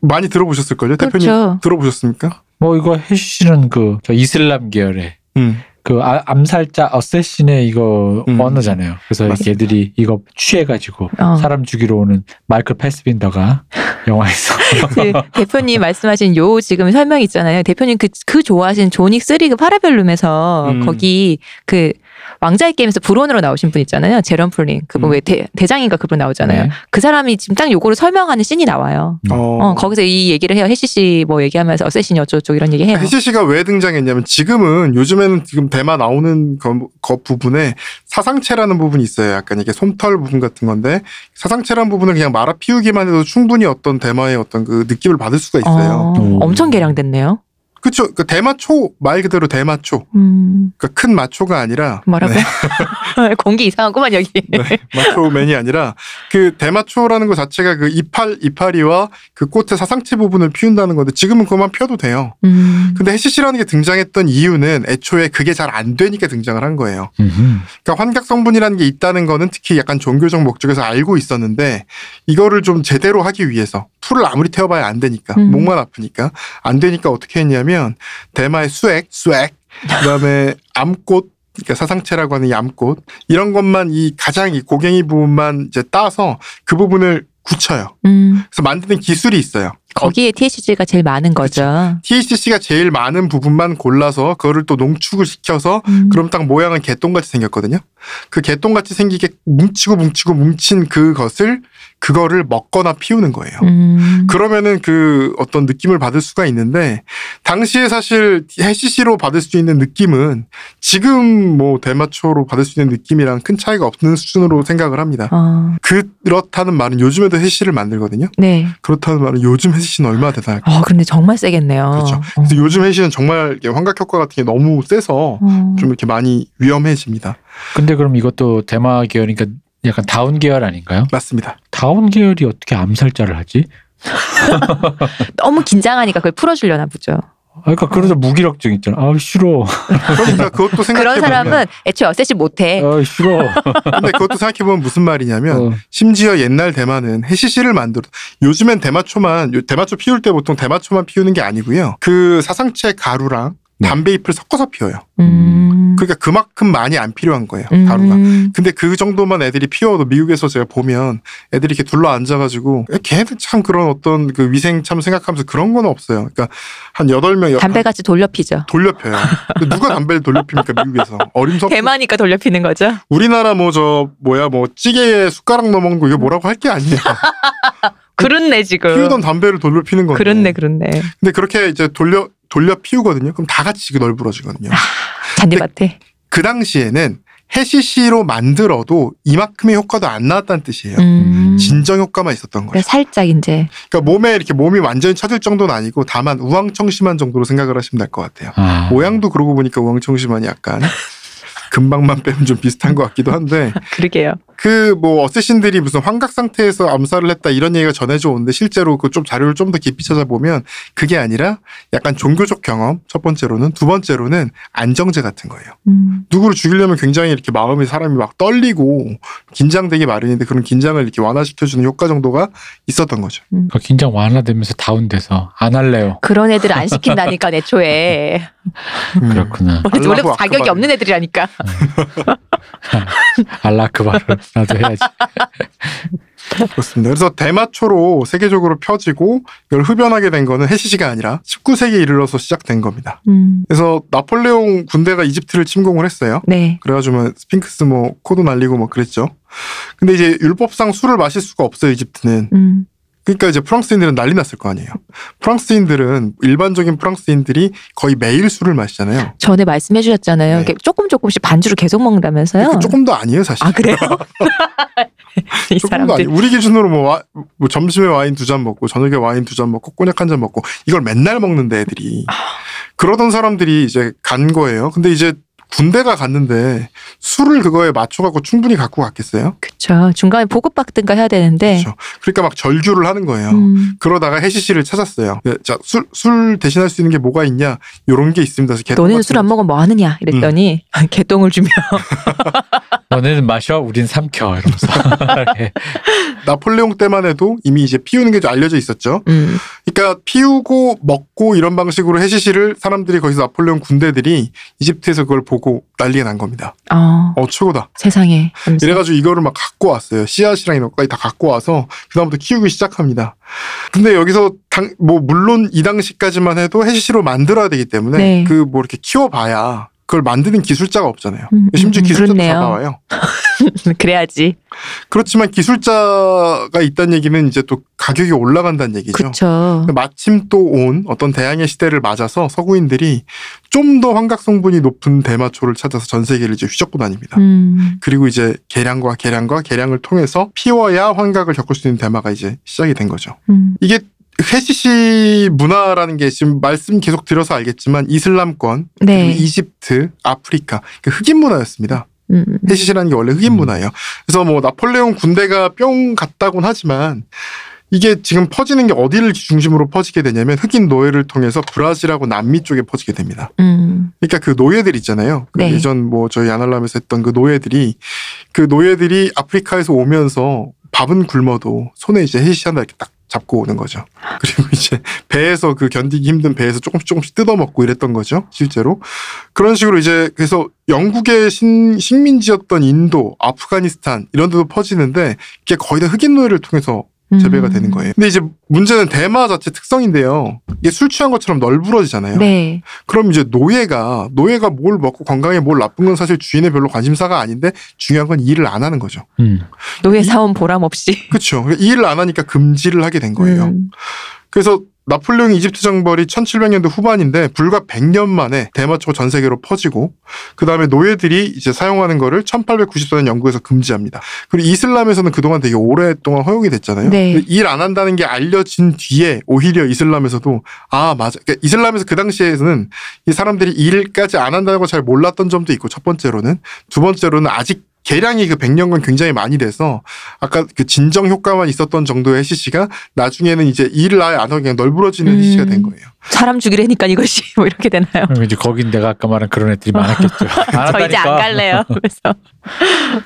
B: 많이 들어보셨을 걸요, 대표님.
A: 그렇죠.
B: 들어보셨습니까?
C: 뭐 이거 해시는 그 이슬람 계열의
B: 음.
C: 그 아- 암살자 어쌔신의 이거
B: 음.
C: 언어잖아요. 그래서
B: 맞습니다.
C: 얘들이 이거 취해가지고
A: 어.
C: 사람 죽이러 오는 마이클
A: <laughs>
C: 패스빈더가 영화에서
A: 그 대표님 말씀하신 요 지금 설명 있잖아요. 대표님 그, 그 좋아하신 조닉 3그 파라벨룸에서
B: 음.
A: 거기 그 왕자의 게임에서 불온으로 나오신 분 있잖아요. 제런 풀링. 그분
B: 음.
A: 왜 대, 대장인가 그분 나오잖아요.
C: 네.
A: 그 사람이 지금 딱 요거를 설명하는 씬이 나와요.
C: 음.
A: 어, 거기서 이 얘기를 해요. 해시 씨뭐 얘기하면서 어쌔신이 어쩌고저쩌고 이런 얘기 해요.
B: 해시씨가 왜 등장했냐면 지금은 요즘에는 지금 대마 나오는 그, 그 부분에 사상체라는 부분이 있어요. 약간 이게 솜털 부분 같은 건데 사상체라는 부분을 그냥 말아 피우기만 해도 충분히 어떤 대마의 어떤 그 느낌을 받을 수가 있어요.
A: 어,
C: 오.
A: 엄청 개량됐네요.
B: 그렇죠. 그 대마초 말 그대로 대마초.
A: 음,
B: 그러니까 큰 마초가 아니라
A: 뭐라고?
B: 네.
A: <laughs> 공기 이상하구만 여기.
B: 마초맨이 아니라 그 대마초라는 것 자체가 그 이팔 이파리와 그 꽃의 사상체 부분을 피운다는 건데 지금은 그만 펴도 돼요.
A: 음.
B: 근데 해시시라는 게 등장했던 이유는 애초에 그게 잘 안 되니까 등장을 한 거예요.
C: 음흠.
B: 그러니까 환각 성분이라는 게 있다는 거는 특히 약간 종교적 목적에서 알고 있었는데 이거를 좀 제대로 하기 위해서 풀을 아무리 태워봐야 안 되니까
A: 음.
B: 목만 아프니까 안 되니까 어떻게 했냐면 대마의 수액, 수액 그다음에 암꽃 그러니까 사상체라고 하는 이 암꽃 이런 것만 이 가장 이 고갱이 부분만 이제 따서 그 부분을 굳혀요.
A: 음.
B: 그래서 만드는 기술이 있어요.
A: 거기에 THC가 제일 많은 거죠.
B: THC가 제일 많은 부분만 골라서 그거를 또 농축을 시켜서
A: 음.
B: 그럼 딱 모양은 개똥같이 생겼거든요. 그 개똥같이 생기게 뭉치고 뭉치고 뭉친 그것을 그거를 먹거나 피우는 거예요.
A: 음.
B: 그러면은 그 어떤 느낌을 받을 수가 있는데 당시에 사실 해시시로 받을 수 있는 느낌은 지금 뭐 대마초로 받을 수 있는 느낌이랑 큰 차이가 없는 수준으로 생각을 합니다.
A: 어,
B: 그렇다는 말은 요즘에도 해시를 만들거든요.
A: 네.
B: 그렇다는 말은 요즘 해시는 얼마나 대단할까?
A: 어, 근데 정말 세겠네요.
B: 그렇죠. 그래서 요즘 해시는 정말 이게 환각 효과 같은 게 너무 세서
A: 어. 어.
B: 좀 이렇게 많이 위험해집니다.
C: 근데 그럼 이것도 대마 계열이니까 약간 다운 계열 아닌가요?
B: 맞습니다.
C: 다운 계열이 어떻게 암살자를 하지?
A: 너무 긴장하니까 그걸 풀어주려나 보죠.
C: 아, 그러니까 그러다 무기력증 있잖아. 아 싫어. <laughs>
B: 그러니까 그것도
A: 그런
B: 생각해 보면
A: 사람은 애초에 어쌔시 못해.
C: 아 싫어.
B: 근데 그것도 생각해 보면 무슨 말이냐면
C: 어.
B: <laughs> 심지어 옛날 대마는 해시씨를 만들어 요즘엔 대마초만 요- 대마초 피울 때 보통 대마초만 피우는 게 아니고요. 그 사상체 가루랑
C: 네.
B: 담배 잎을 섞어서 피워요.
A: 음.
B: 그러니까 그만큼 많이 안 필요한 거예요.
A: 음.
B: 가루가. 근데 그 정도만 애들이 피워도 미국에서 제가 보면 애들이 이렇게 둘러 앉아가지고 걔네들 참 그런 어떤 그 위생 참 생각하면서 그런 건 없어요. 그러니까 한 여덟 명
A: 담배같이 돌려 피죠.
B: 돌려 펴요. 근데 누가 담배를 돌려 핍니까 미국에서 어림석
A: 대마니까 돌려 피는 거죠.
B: 우리나라 뭐 저 뭐야 뭐 찌개에 숟가락 넣어 먹는 거 이거 뭐라고 할 게
A: <laughs>
B: 아니에요.
A: 그렇네 지금.
B: 피우던 담배를 돌려 피는 건데.
A: 어. 그렇네 그렇네.
B: 근데 그렇게 이제 돌려 돌려 피우거든요. 그럼 다 같이 널브러지거든요.
A: 아. 잔디밭에.
B: 그 당시에는 해시시로 만들어도 이만큼의 효과도 안 나왔다는 뜻이에요.
A: 음.
B: 진정 효과만 있었던 거죠.
A: 그러니까 살짝
B: <laughs>
A: 이제
B: 그러니까 몸에 이렇게 몸이 완전히 찾을 정도는 아니고 다만 우왕청심한 정도로 생각을 하시면 될 것 같아요.
C: 아.
B: 모양도 그러고 보니까 우왕청심한이
A: <laughs>
B: 약간 금방만 빼면 좀 비슷한 것 같기도 한데
A: 그러게요.
B: 그 뭐 어쌔신들이 무슨 환각 상태에서 암살을 했다 이런 얘기가 전해져 오는데 실제로 그 좀 자료를 좀 더 깊이 찾아보면 그게 아니라 약간 종교적 경험 첫 번째로는 두 번째로는 안정제 같은 거예요.
A: 음.
B: 누구를 죽이려면 굉장히 이렇게 마음이 사람이 막 떨리고 긴장되기 마련인데 그런 긴장을 이렇게 완화시켜주는 효과 정도가 있었던 거죠.
C: 그러니까 긴장 완화되면서 다운돼서 안 할래요.
A: 그런 애들 안 시킨다니까 애초에.
B: <laughs>
C: 음.
B: 음.
C: 그렇구나.
A: 원래,
B: 알라고
A: 원래
B: 아까
A: 자격이
B: 말했네.
A: 없는 애들이라니까.
C: 알라크바를 나도 해야지.
B: 그렇습니다. 그래서 대마초로 세계적으로 펴지고 이걸 흡연하게 된 거는 해시시가 아니라 19세기에 이르러서 시작된 겁니다.
A: 음.
B: 그래서 나폴레옹 군대가 이집트를 침공을 했어요.
A: 네.
B: 그래가지고 스핑크스 뭐 코도 날리고 뭐 그랬죠. 근데 이제 율법상 술을 마실 수가 없어요 이집트는.
A: 음.
B: 그러니까 이제 프랑스인들은 난리 났을 거 아니에요. 프랑스인들은 일반적인 프랑스인들이 거의 매일 술을 마시잖아요.
A: 전에 말씀해 주셨잖아요.
B: 네.
A: 이렇게 조금 조금씩 반주를 계속 먹는다면서요?
B: 그 조금도 아니에요, 사실.
A: 아 그래요? <laughs> 이
B: 조금도 아니.
A: 사람들
B: 우리 기준으로 뭐, 와- 뭐 점심에 와인 두 잔 먹고 저녁에 와인 두 잔 먹고 꼬냑 한 잔 먹고 이걸 맨날 먹는데 애들이
A: 아.
B: 그러던 사람들이 이제 간 거예요. 근데 이제 군대가 갔는데 술을 그거에 맞춰갖고 충분히 갖고 갔겠어요?
A: 그쵸 중간에 보급받든가 해야 되는데
B: 그쵸. 그러니까 막 절규를 하는 거예요.
A: 음,
B: 그러다가 혜시 씨를 찾았어요. 네, 자, 술, 술 대신할 수 있는 게 뭐가 있냐? 요런 게 있습니다. 그래서 개똥
A: 너네는
B: 같은 음.
A: 술 안 먹으면 뭐 하느냐 이랬더니 <laughs> 개똥을 주며
C: 너네는 마셔, 우린 삼켜. 이러면서. <laughs> 예.
B: 나폴레옹 때만 해도 이미 이제 피우는 게 알려져 있었죠.
A: 음,
B: 그러니까 피우고 먹고 이런 방식으로 해시시를 사람들이 거기서 나폴레옹 군대들이 이집트에서 그걸 보고 난리가 난 겁니다.
A: 어,
B: 어 최고다.
A: 세상에 하면서.
B: 이래가지고 이거를 막 갖고 왔어요. 씨앗이랑 이런 것까지 다 갖고 와서 그다음부터 키우기 시작합니다. 근데 여기서 당, 뭐 물론 이 당시까지만 해도 해시시로 만들어야 되기 때문에
A: 네.
B: 그 뭐 이렇게 키워봐야 그걸 만드는 기술자가 없잖아요.
A: 음,
B: 심지어
A: 음,
B: 기술자도
A: 그렇네요.
B: 잡아와요.
A: <laughs> 그래야지
B: 그렇지만 기술자가 있다는 얘기는 이제 또 가격이 올라간다는 얘기죠. 그러니까
A: 그쵸
B: 마침 또 온 어떤 대항해 시대를 맞아서 서구인들이 좀 더 환각 성분이 높은 대마초를 찾아서 전 세계를 이제 휘젓고 다닙니다.
A: 음,
B: 그리고 이제 계량과 계량과 계량을 통해서 피워야 환각을 겪을 수 있는 대마가 이제 시작이 된 거죠.
A: 음,
B: 이게 헤시시 문화라는 게 지금 말씀 계속 드려서 알겠지만 이슬람권,
A: 네
B: 그리고 이집트, 아프리카 그 흑인 문화였습니다.
A: 음, 음.
B: 해시시라는 게 원래 흑인
C: 음.
B: 문화예요. 그래서 뭐 나폴레옹 군대가 뿅 갔다곤 하지만 이게 지금 퍼지는 게 어디를 중심으로 퍼지게 되냐면 흑인 노예를 통해서 브라질하고 남미 쪽에 퍼지게 됩니다.
A: 음,
B: 그러니까 그 노예들 있잖아요. 그
A: 네.
B: 예전 뭐 저희 아날람에서 했던 그 노예들이 그 노예들이 아프리카에서 오면서 밥은 굶어도 손에 이제 해시 하나 이렇게 딱 잡고 오는 거죠. <laughs> 그리고 이제 배에서 그 견디기 힘든 배에서 조금씩 조금씩 뜯어먹고 이랬던 거죠. 실제로. 그런 식으로 이제 그래서 영국의 신, 식민지였던 인도, 아프가니스탄 이런 데도 퍼지는데 이게 거의 다 흑인 노예를 통해서
A: 음.
B: 재배가 되는 거예요. 근데 이제 문제는 대마 자체 특성인데요. 이게 술 취한 것처럼 널브러지잖아요.
A: 네
B: 그럼 이제 노예가 노예가 뭘 먹고 건강에 뭘 나쁜 건 사실 주인의 별로 관심사가 아닌데 중요한 건 일을 안 하는 거죠.
C: 음.
A: 노예 사원 보람 없이
B: 그렇죠. 일을 안 하니까 금지를 하게 된 거예요.
A: 음,
B: 그래서 나폴레옹 이집트 정벌이 1700년대 후반인데 불과 100년 만에 대마초 전 세계로 퍼지고 그다음에 노예들이 이제 사용하는 거를 1894년 영국에서 금지합니다. 그리고 이슬람에서는 그동안 되게 오랫동안 허용이 됐잖아요.
A: 네.
B: 일 안 한다는 게 알려진 뒤에 오히려 이슬람에서도 아 맞아. 그러니까 이슬람에서 그 당시에는 이 사람들이 일까지 안 한다는 걸 잘 몰랐던 점도 있고 첫 번째로는 두 번째로는 아직 계량이 그 100년간 굉장히 많이 돼서 아까 그 진정 효과만 있었던 정도의 해시시가 나중에는 이제 일을 아예 안 하고 그냥 널브러지는
A: 음.
B: 해시시가 된 거예요.
A: 사람 죽이려니까 이것이 <laughs> 뭐 이렇게 되나요?
C: 그럼 이제 거긴 내가 아까 말한 그런 애들이 많았겠죠.
A: <laughs> 저 이제 안
C: 많았다니까.
A: 갈래요. 그래서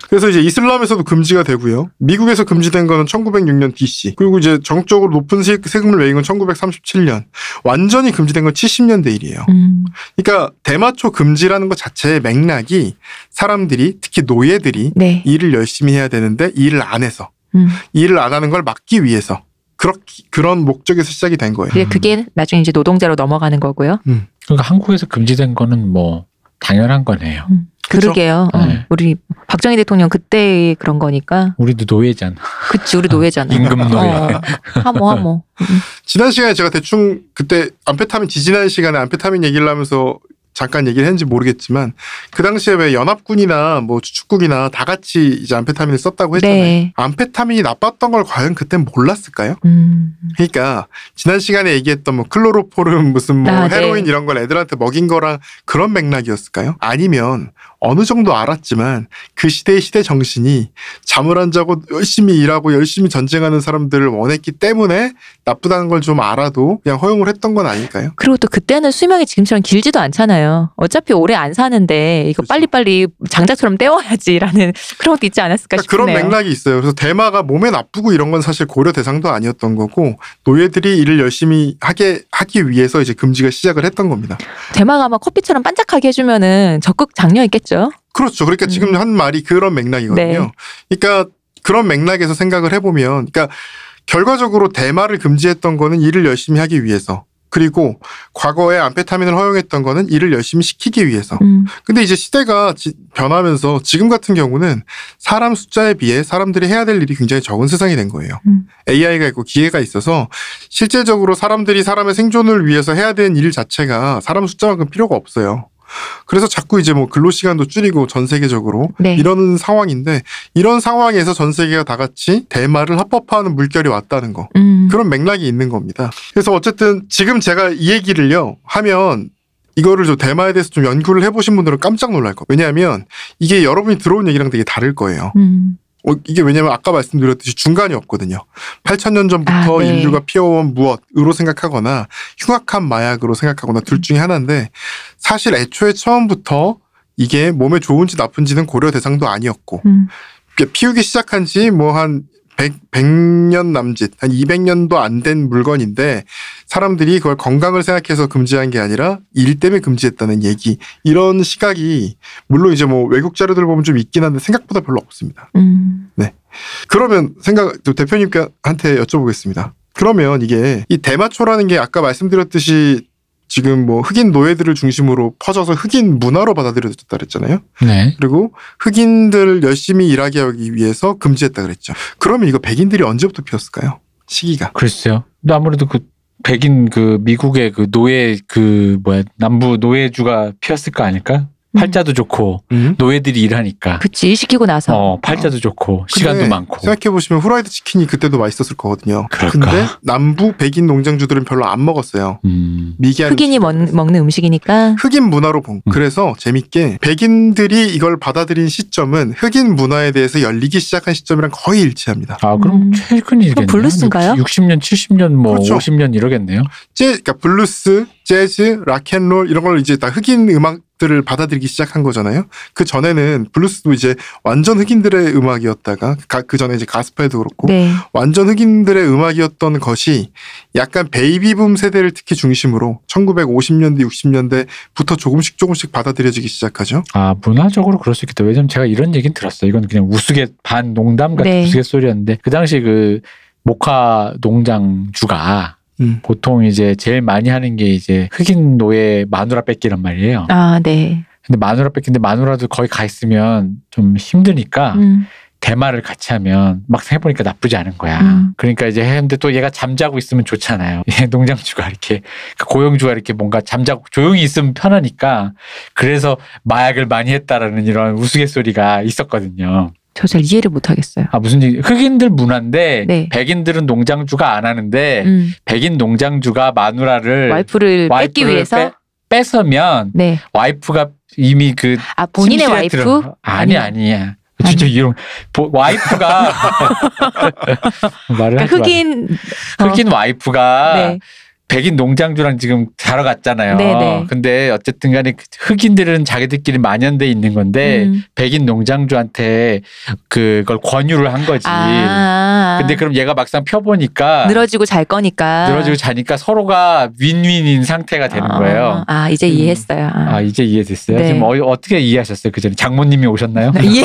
B: 그래서 이제 이슬람에서도 금지가 되고요. 미국에서 금지된 거는 1906년 DC. 그리고 이제 정적으로 높은 세- 세금을 매긴 건 1937년. 완전히 금지된 건 70년대 일이에요.
A: 음,
B: 그러니까 대마초 금지라는 것 자체의 맥락이 사람들이 특히 노예들이
A: 네.
B: 일을 열심히 해야 되는데 일을 안 해서
A: 음.
B: 일을 안 하는 걸 막기 위해서 그렇게 그런 목적에서 시작이 된 거예요.
A: 근데 그게 나중에 이제 노동자로 넘어가는 거고요.
C: 그러니까 한국에서 금지된 거는 뭐 당연한 거네요.
B: 그쵸?
A: 그러게요. 어,
C: 네.
A: 우리 박정희 대통령 그때 그런 거니까.
C: 우리도 노예잖아.
A: 그치 우리 노예잖아.
C: 임금 노예.
A: 어, 하모
B: <laughs>
A: 하모.
B: 지난 시간에 제가 대충 그때 암페타민 지지난 시간에 암페타민 얘기를 하면서 잠깐 얘기를 했는지 모르겠지만 그 당시에 왜 연합군이나 뭐 주축국이나 다 같이 이제 암페타민을 썼다고 했잖아요.
A: 네.
B: 암페타민이 나빴던 걸 과연 그땐 몰랐을까요?
A: 음,
B: 그러니까 지난 시간에 얘기했던 뭐 클로로포름 무슨 뭐
A: 아, 네.
B: 헤로인 이런 걸 애들한테 먹인 거랑 그런 맥락이었을까요? 아니면 어느 정도 알았지만 그 시대의 시대 정신이 잠을 안 자고 열심히 일하고 열심히 전쟁하는 사람들을 원했기 때문에 나쁘다는 걸 좀 알아도 그냥 허용을 했던 건 아닐까요?
A: 그리고 또 그때는 수명이 지금처럼 길지도 않잖아요. 어차피 오래 안 사는데 이거
B: 그쵸.
A: 빨리빨리 장작처럼 때워야지라는 <laughs> 그런 것도 있지 않았을까
B: 그러니까
A: 싶네요.
B: 그런 맥락이 있어요. 그래서 대마가 몸에 나쁘고 이런 건 사실 고려 대상도 아니었던 거고 노예들이 일을 열심히 하게 하기 위해서 이제 금지가 시작을 했던 겁니다.
A: 대마가 아마 커피처럼 반짝하게 해주면은 적극 장려 있겠죠.
B: 그렇죠. 그러니까 지금
A: 음.
B: 한 말이 그런 맥락이거든요. 그러니까 그런 맥락에서 생각을 해보면, 그러니까 결과적으로 대마를 금지했던 거는 일을 열심히 하기 위해서 그리고 과거에 암페타민을 허용했던 거는 일을 열심히 시키기 위해서.
A: 음.
B: 근데 이제 시대가 지- 변하면서 지금 같은 경우는 사람 숫자에 비해 사람들이 해야 될 일이 굉장히 적은 세상이 된 거예요.
A: 음.
B: AI가 있고 기회가 있어서 실제적으로 사람들이 사람의 생존을 위해서 해야 되는 일 자체가 사람 숫자만큼 필요가 없어요. 그래서 자꾸 이제 뭐 근로 시간도 줄이고 전 세계적으로
A: 네.
B: 이런 상황인데 이런 상황에서 전 세계가 다 같이 대마를 합법화하는 물결이 왔다는 거.
A: 음.
B: 그런 맥락이 있는 겁니다. 그래서 어쨌든 지금 제가 이 얘기를요 하면 이거를 좀 대마에 대해서 좀 연구를 해보신 분들은 깜짝 놀랄 거예요. 왜냐하면 이게 여러분이 들어온 얘기랑 되게 다를 거예요.
A: 음.
B: 어, 이게 왜냐하면 아까 말씀드렸듯이 중간이 없거든요. 8,000년 전부터
A: 아, 네.
B: 인류가 피워온 무엇으로 생각하거나 흉악한 마약으로 생각하거나 둘 중에 하나인데 사실 애초에 처음부터 이게 몸에 좋은지 나쁜지는 고려 대상도 아니었고
A: 음.
B: 이게 그러니까 피우기 시작한 지 뭐 한 100, 100년 남짓, 한 200년도 안 된 물건인데 사람들이 그걸 건강을 생각해서 금지한 게 아니라 일 때문에 금지했다는 얘기. 이런 시각이 물론 이제 뭐 외국 자료들 보면 좀 있긴 한데 생각보다 별로 없습니다.
A: 음.
B: 그러면 생각 또 대표님한테 여쭤보겠습니다. 그러면 이게 이 대마초라는 게 아까 말씀드렸듯이 지금 뭐 흑인 노예들을 중심으로 퍼져서 흑인 문화로 받아들여졌다 그랬잖아요.
C: 네.
B: 그리고 흑인들 열심히 일하게 하기 위해서 금지했다 그랬죠. 그러면 이거 백인들이 언제부터 피웠을까요? 시기가.
C: 글쎄요. 근데 아무래도 그 백인 그 미국의 그 노예 그 뭐야 남부 노예주가 피었을 거 아닐까? 팔자도 좋고 노예들이 일하니까
A: 그치 일시키고 나서
C: 어 팔자도 좋고 시간도
B: 근데
C: 많고
B: 생각해보시면 후라이드 치킨이 그때도 맛있었을 거거든요.
C: 그럴까?
B: 근데 남부 백인 농장주들은 별로 안 먹었어요.
C: 음,
B: 미개한
A: 흑인이 뭐- 먹, 먹는 음식이니까
B: 흑인 문화로 본. 그래서 재밌게 백인들이 이걸 받아들인 시점은 흑인 문화에 대해서 열리기 시작한 시점이랑 거의 일치합니다.
C: 아 그럼
A: 음.
C: 최근이겠네요.
A: 그럼 블루스인가요?
C: 60년, 70년, 뭐
B: 그렇죠.
C: 50년 이러겠네요.
B: 재, 그러니까 블루스, 재즈, 락앤롤 이런 걸 이제 다 흑인 음악들을 받아들이기 시작한 거잖아요. 그 전에는 블루스도 이제 완전 흑인들의 음악이었다가 그 전에 이제 가스펠도 그렇고
A: 네.
B: 완전 흑인들의 음악이었던 것이 약간 베이비붐 세대를 특히 중심으로 1950년대, 60년대부터 조금씩 조금씩 받아들여지기 시작하죠.
C: 아 문화적으로 그럴 수 있겠다. 왜냐면 제가 이런 얘기는 들었어요. 이건 그냥 우스갯 반 농담 같은
A: 네.
C: 우스갯소리였는데 그 당시 그 모카 농장주가
B: 음.
C: 보통 이제 제일 많이 하는 게 이제 흑인 노예 마누라 뺏기란 말이에요.
A: 아 네.
C: 근데 마누라 뺏기는데 마누라도 거의 가 있으면 좀 힘드니까
A: 음.
C: 대마를 같이 하면 막 해보니까 나쁘지 않은 거야.
A: 음.
C: 그러니까 이제 했는데 또 얘가 잠자고 있으면 좋잖아요. <laughs> 얘 농장주가 이렇게 그 고용주가 이렇게 뭔가 잠자고 조용히 있으면 편하니까 그래서 마약을 많이 했다라는 이런 우스갯소리가 있었거든요.
A: 저 잘 이해를 못 하겠어요.
C: 아 무슨 얘기- 흑인들 문화인데
A: 네.
C: 백인들은 농장주가 안 하는데
A: 음.
C: 백인 농장주가 마누라를
A: 와이프를 뺏기
C: 네. 와이프를
A: 위해서
C: 빼, 뺏으면
A: 네.
C: 와이프가 이미 그
A: 아 본인의
C: 침실에
A: 와이프?
C: 들어- 아니 아니야. 진짜 이런 보-
A: <laughs>
C: 와이프가 말을
A: 그러니까
C: 하지 마.
A: 흑인 어.
C: 흑인 와이프가
A: 네.
C: 백인 농장주랑 지금 자러 갔잖아요.
A: 네, 네.
C: 근데 어쨌든간에 흑인들은 자기들끼리 만연돼 있는 건데
A: 음.
C: 백인 농장주한테 그걸 권유를 한 거지.
A: 아.
C: 근데 그럼 얘가 막상 펴보니까
A: 늘어지고 잘 거니까
C: 늘어지고 자니까 서로가 윈윈인 상태가 되는 거예요.
A: 아, 아, 이제
C: 음.
A: 이해했어요. 아.
C: 아
A: <laughs>
C: 이제 이해됐어요.
A: 네.
C: 지금 어, 떻게 이해하셨어요? 그 전에 장모님이 오셨나요?
A: 이해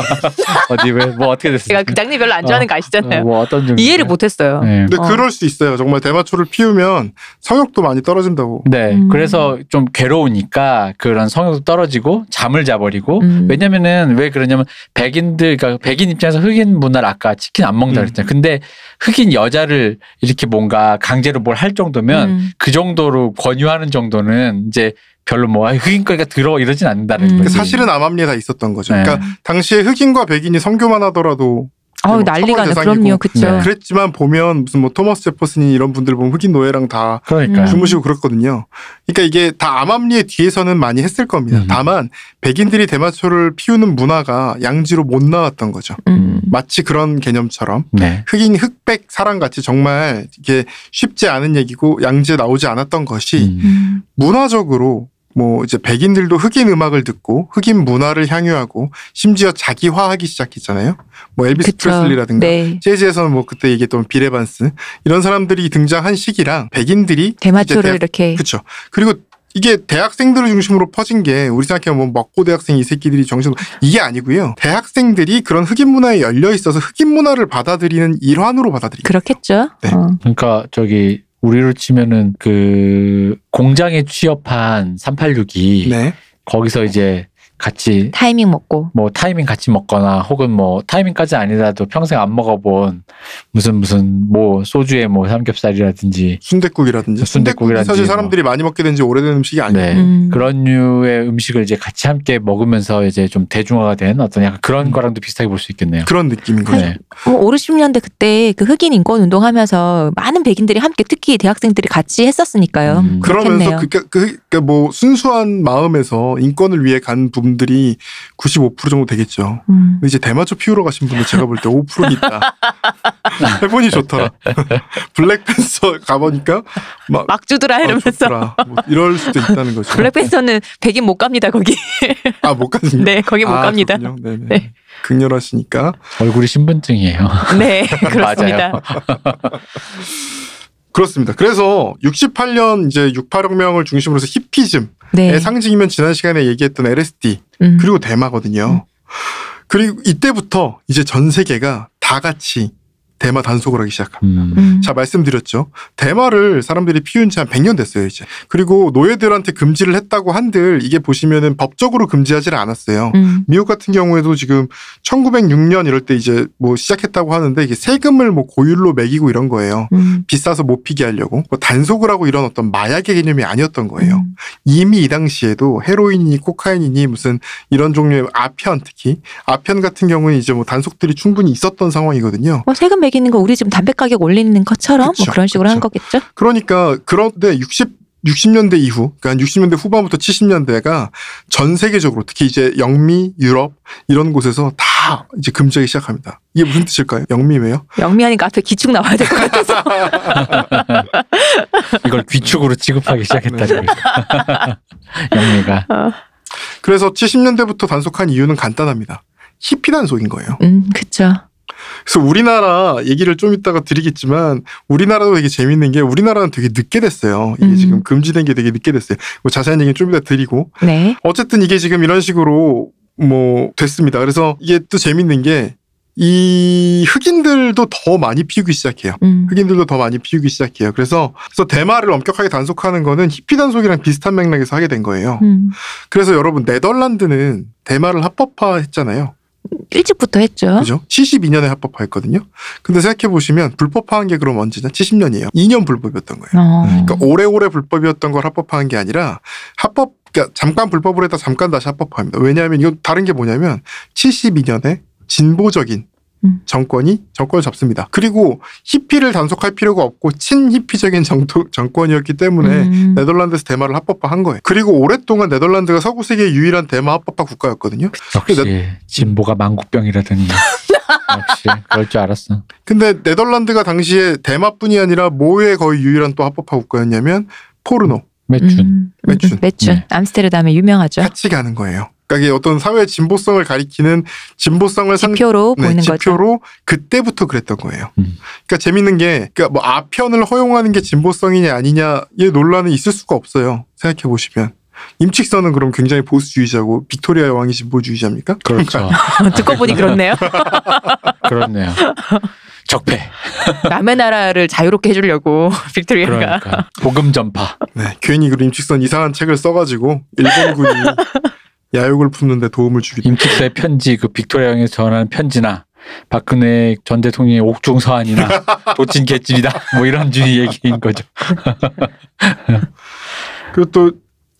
C: 어디 왜 뭐 어떻게 됐어요?
A: 제가 그 장르 별로 안 좋아하는 거 아시잖아요.
C: 뭐 어떤 종류?
A: 이해를 못했어요.
C: 네.
B: 근데
A: 어.
B: 그럴 수 있어요. 정말 대마초를 피우면 성욕도 많이 떨어진다고.
C: 네,
A: 음.
C: 그래서 좀 괴로우니까 그런 성욕도 떨어지고 잠을 자버리고
A: 음.
C: 왜냐면은 왜 그러냐면 백인들 그러니까 백인 입장에서 흑인 문화를 아까 치킨 안 먹는다
B: 음.
C: 그랬잖아요. 근데 흑인 여자를 이렇게 뭔가 강제로 뭘 할 정도면
A: 음.
C: 그 정도로 권유하는 정도는 이제 별로 뭐 아, 흑인 거니까 더러워 이러진 않는다는
A: 음.
C: 거지.
B: 그러니까 사실은 암암리에 다 있었던 거죠.
C: 네.
B: 그러니까 당시에 흑인과 백인이 성교만 하더라도
A: 아우
C: 그
B: 뭐
A: 난리가
B: 처벌
A: 나.
B: 대상이고.
A: 그럼요, 그쵸.
C: 네.
B: 그랬지만 보면 무슨 뭐 토마스 제퍼슨이 이런 분들 보면 흑인 노예랑 다
A: 음.
C: 그러니까요.
B: 주무시고 그랬거든요. 그러니까 이게 다 암암리의 뒤에서는 많이 했을 겁니다.
C: 음.
B: 다만 백인들이 대마초를 피우는 문화가 양지로 못 나왔던 거죠.
A: 음.
B: 마치 그런 개념처럼
C: 네.
B: 흑인 흑백 사랑 같이 정말 이게 쉽지 않은 얘기고 양지에 나오지 않았던 것이
C: 음.
A: 음.
B: 문화적으로 뭐 이제 백인들도 흑인 음악을 듣고 흑인 문화를 향유하고 심지어 자기화하기 시작했잖아요. 뭐 엘비스
A: 그쵸.
B: 프레슬리라든가
A: 네.
B: 재즈에서는 뭐 그때 얘기했던 비레반스 이런 사람들이 등장한 시기랑 백인들이
A: 대마초를
B: 이제
A: 이렇게
B: 그렇죠. 그리고 이게 대학생들을 중심으로 퍼진 게 우리 생각하면 뭐 먹고 대학생 이 새끼들이 정신 이게 아니고요. 대학생들이 그런 흑인 문화에 열려 있어서 흑인 문화를 받아들이는 일환으로 받아들이고
A: 그렇겠죠.
B: 네.
A: 어.
C: 그러니까 저기 우리로 치면은 그 공장에 취업한 386이
B: 네.
C: 거기서 이제 같이
A: 타이밍 먹고
C: 뭐 타이밍 같이 먹거나 혹은 뭐 타이밍까지 아니라도 평생 안 먹어본 무슨 무슨 뭐 소주에 뭐 삼겹살이라든지
B: 순대국이라든지.
C: 순댓국이라든지
B: 사실
C: 뭐.
B: 사람들이 많이 먹게 된 지 오래된 음식이 아니에요.
C: 네.
A: 음.
C: 그런 류의 음식을 이제 같이 함께 먹으면서 이제 좀 대중화가 된 어떤 약간 그런
B: 음. 그렇죠.
C: 거랑도 비슷하게 볼 수 있겠네요.
B: 그런 느낌인 거죠.
C: 네.
A: 어, 5, 60년대 그때 그 흑인 인권 운동하면서 많은 백인들이 함께 특히 대학생들이 같이 했었으니까요.
C: 음.
B: 그러면서
A: 그렇겠네요.
B: 그, 그, 그, 그, 뭐, 순수한 마음에서 인권을 위해 간 분들이 95% 정도 되겠죠.
A: 음.
B: 근데 이제 대마초 피우러 가신 분들 제가 볼 때 5%
A: <laughs>
B: 있다. 해보니 좋더라. 블랙팬서 가보니까 막,
A: 막 주더라
B: 아,
A: 이러면서
B: 좋더라. 뭐 이럴 수도 있다는 거죠.
A: 블랙팬서는 백인 못 갑니다 거기.
B: 아, 못 가시는
A: 네 거기 못
B: 아,
A: 갑니다.
B: 그렇군요. 네네.
A: 네.
B: 극렬하시니까.
C: 얼굴이 신분증이에요.
A: <laughs> 네
B: <laughs>
A: 그렇습니다.
C: 맞아요.
B: 그렇습니다. 그래서 68년 이제 68혁명을 중심으로 해서 히피즘의
A: 네.
B: 상징이면 지난 시간에 얘기했던 LSD
A: 음.
B: 그리고 대마거든요. 그리고 이때부터 이제 전 세계가 다 같이 대마 단속을 하기 시작합니다.
C: 음.
A: 음.
B: 자, 말씀드렸죠. 대마를 사람들이 피운 지 한 100년 됐어요, 이제. 그리고 노예들한테 금지를 했다고 한들 이게 보시면은 법적으로 금지하지는 않았어요.
A: 음.
B: 미국 같은 경우에도 지금 1906년 이럴 때 이제 뭐 시작했다고 하는데 이게 세금을 뭐 고율로 매기고 이런 거예요.
A: 음.
B: 비싸서 못 피게 하려고 뭐 단속을 하고 이런 어떤 마약의 개념이 아니었던 거예요.
A: 음.
B: 이미 이 당시에도 헤로인이니 코카인이니 무슨 이런 종류의 아편 특히 아편 같은 경우는 이제 뭐 단속들이 충분히 있었던 상황이거든요.
A: 뭐 세금 매기는 거 우리 지금 담배 가격 올리는 것처럼
B: 그쵸,
A: 뭐 그런 식으로
B: 그쵸.
A: 한 거겠죠.
B: 그러니까 그런데 60 60년대 이후, 그러니까 60년대 후반부터 70년대가 전 세계적으로 특히 이제 영미, 유럽 이런 곳에서 다 이제 금지하기 시작합니다. 이게 무슨 뜻일까요? 영미 왜요?
A: 영미하니까 그 앞에 기축 나와야 될 것 같아서.
B: <laughs>
C: 이걸 귀축으로 <laughs> 지급하기
B: 네.
C: 시작했다는 거죠. <laughs> 영미가.
B: 그래서 70년대부터 단속한 이유는 간단합니다. 히피 단속인 거예요.
A: 음 그쵸.
B: 그래서 우리나라 얘기를 좀 이따가 드리겠지만 우리나라도 되게 재밌는 게 우리나라는 되게 늦게 됐어요. 이게
A: 음.
B: 지금 금지된 게 되게 늦게 됐어요. 뭐 자세한 얘기는 좀 이따 드리고
A: 네.
B: 어쨌든 이게 지금 이런 식으로 뭐 됐습니다. 그래서 이게 또 재밌는 게 이 흑인들도 더 많이 피우기 시작해요.
A: 음.
B: 흑인들도 더 많이 피우기 시작해요. 그래서 그래서 대마를 엄격하게 단속하는 거는 히피 단속이랑 비슷한 맥락에서 하게 된 거예요.
A: 음.
B: 그래서 여러분 네덜란드는 대마를 합법화했잖아요.
A: 일찍부터 했죠.
B: 그죠? 72년에 합법화했거든요. 근데 생각해 보시면 불법화한 게 그럼 언제냐? 70년이에요. 2년 불법이었던 거예요.
A: 어.
B: 그러니까 오래오래 불법이었던 걸 합법화한 게 아니라 합법 그러니까 잠깐 불법을 했다 잠깐 다시 합법화합니다. 왜냐하면 이건 다른 게 뭐냐면 72년에 진보적인
A: 음.
B: 정권이 정권을 잡습니다. 그리고 히피를 단속할 필요가 없고 친히피적인 정도, 정권이었기 때문에
A: 음.
B: 네덜란드에서 대마를 합법화한 거예요. 그리고 오랫동안 네덜란드가 서구 세계의 유일한 대마 합법화 국가였거든요.
C: 역시 진보가
A: <laughs>
C: 망국병이라더니. 역시 그럴 줄 알았어.
B: 근데 네덜란드가 당시에 대마뿐이 아니라 뭐에 거의 유일한 또 합법화 국가였냐면 포르노
C: 매춘.
A: 음.
B: 매춘.
A: 음, 매춘.
C: 네.
A: 암스테르담에 유명하죠.
B: 같이 가는 거예요. 그러니까 이게 어떤 사회 의 진보성을 가리키는 진보성을 상
A: 지표로
B: 네,
A: 보이는 거죠.
B: 지표로 그때부터 그랬던 거예요.
C: 음.
B: 그러니까 재밌는 게 그러니까 뭐 아편을 허용하는 게 진보성이냐 아니냐의 논란은 있을 수가 없어요. 생각해 보시면 임칙선은 그럼 굉장히 보수주의자고 빅토리아 여왕이 진보주의자입니까?
C: 그렇죠.
A: 어, 듣고 보니
B: <laughs>
A: 그렇네요. 그러니까.
C: 그렇네요. 적폐.
A: 남의 나라를 자유롭게 해주려고 <laughs> 빅토리아가.
C: 그러니까 복음 전파.
B: 네, 괜히 그 임칙선 이상한 책을 써가지고
A: <laughs>
B: 일본군이 야욕을 품는데 도움을 주기도.
C: 임칙서의 편지, 그 빅토리아 형이 전하는 편지나 박근혜 전 대통령의
A: <laughs>
C: 옥중 서한이나 도친 개질이다. 뭐 이런 주의 얘기인 거죠.
B: 그리고 또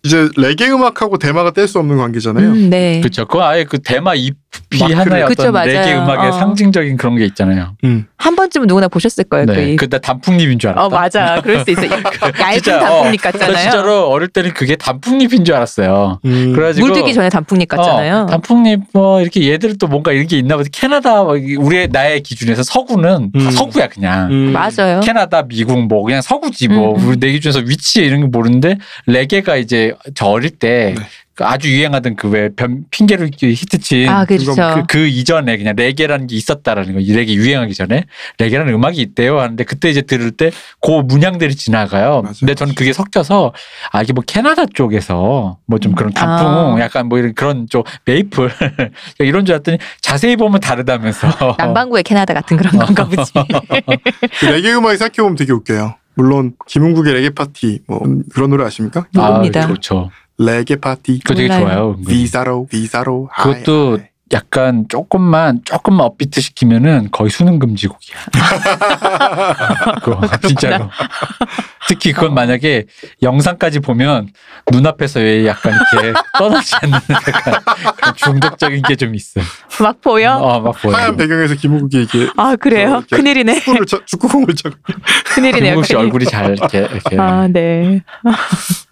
B: 이제 레게 음악하고 대마가 뗄 수 없는 관계잖아요.
A: 음, 네.
C: 그렇죠. 그거 아예 그 대마 잎이
B: 마크를.
C: 하나의
A: 그쵸,
C: 어떤 레게
A: 맞아요.
C: 음악의
A: 어.
C: 상징적인 그런 게 있잖아요.
B: 음.
A: 한 번쯤은 누구나 보셨을 거예요.
C: 네.
A: 그 이-
C: 그다 단풍잎인 줄 알았다.
A: 어 맞아. 그럴 수 있어. 요 얇은
C: <laughs> 진짜,
A: 단풍잎
C: 어, 나
A: 같잖아요.
C: 진짜로 어릴 때는 그게 단풍잎인 줄 알았어요.
B: 음.
C: 그래가지고
A: 물 들기 전에 단풍잎 같잖아요.
C: 어, 단풍잎 뭐 이렇게 얘들 또 뭔가 이런 게 있나 보지. 캐나다 막 이- 우리의 나의 기준에서 서구는 다
B: 음.
C: 서구야 그냥.
B: 음.
A: 맞아요.
C: 캐나다, 미국 뭐 그냥 서구지 뭐
A: 음, 음.
C: 우리 내 기준에서 위치 이런 거 모르는데 레게가 이제 저 어릴 때
B: 네.
C: 그 아주 유행하던 그왜 핑계로 이렇게 히트친
A: 아 그렇죠.
B: 그건
C: 그, 그 이전에 그냥 레게라는 게 있었다라는 거, 이 레게 유행하기 전에 레게라는 음악이 있대요 하는데 그때 이제 들을 때 그 문양들이 지나가요.
B: 맞아요.
C: 근데 저는 그게 섞여서 아 이게 뭐 캐나다 쪽에서 뭐 좀 그런 단풍
A: 아.
C: 약간 뭐 이런 그런 쪽 메이플 <laughs> 이런 줄 알았더니 자세히 보면 다르다면서.
B: 어.
C: 어. <laughs> 아,
A: 남반구의 캐나다 같은 그런 건가 보지.
B: 그 레게 음악이 생각해 보면 되게 웃겨요. 물론 김은국의 레게 파티 뭐
C: 음.
B: 그런 노래 아십니까?
A: 모릅니다.
C: 아, 좋죠.
B: 레게 파티
C: 그거 되게
A: 몰라요.
C: 좋아요. 은근히.
B: 비사로 비사로 하이,
C: 그렇죠. 그것도
B: 하이.
C: 약간 조금만 조금만 업비트 시키면은 거의
B: <laughs>
C: 수능 금지곡이야. 그거 진짜로. 특히
B: 어.
C: 그건 만약에 영상까지 보면 눈앞에서 왜 약간
B: <laughs>
C: 이렇게 떠나지 않는 약간 그런 중독적인 게 좀 있어.
A: 막 보여?
C: 어, 막 보여.
B: 하얀 배경에서 김은국이 이게
A: 아 그래요?
B: 저 이렇게-
A: 큰일이네.
B: 축구를 쳐- 축구공을 쳐.
A: <laughs> 큰일이네요.
C: 김국 그 씨 얼굴이 잘 이렇게 이렇게.
A: 아 네.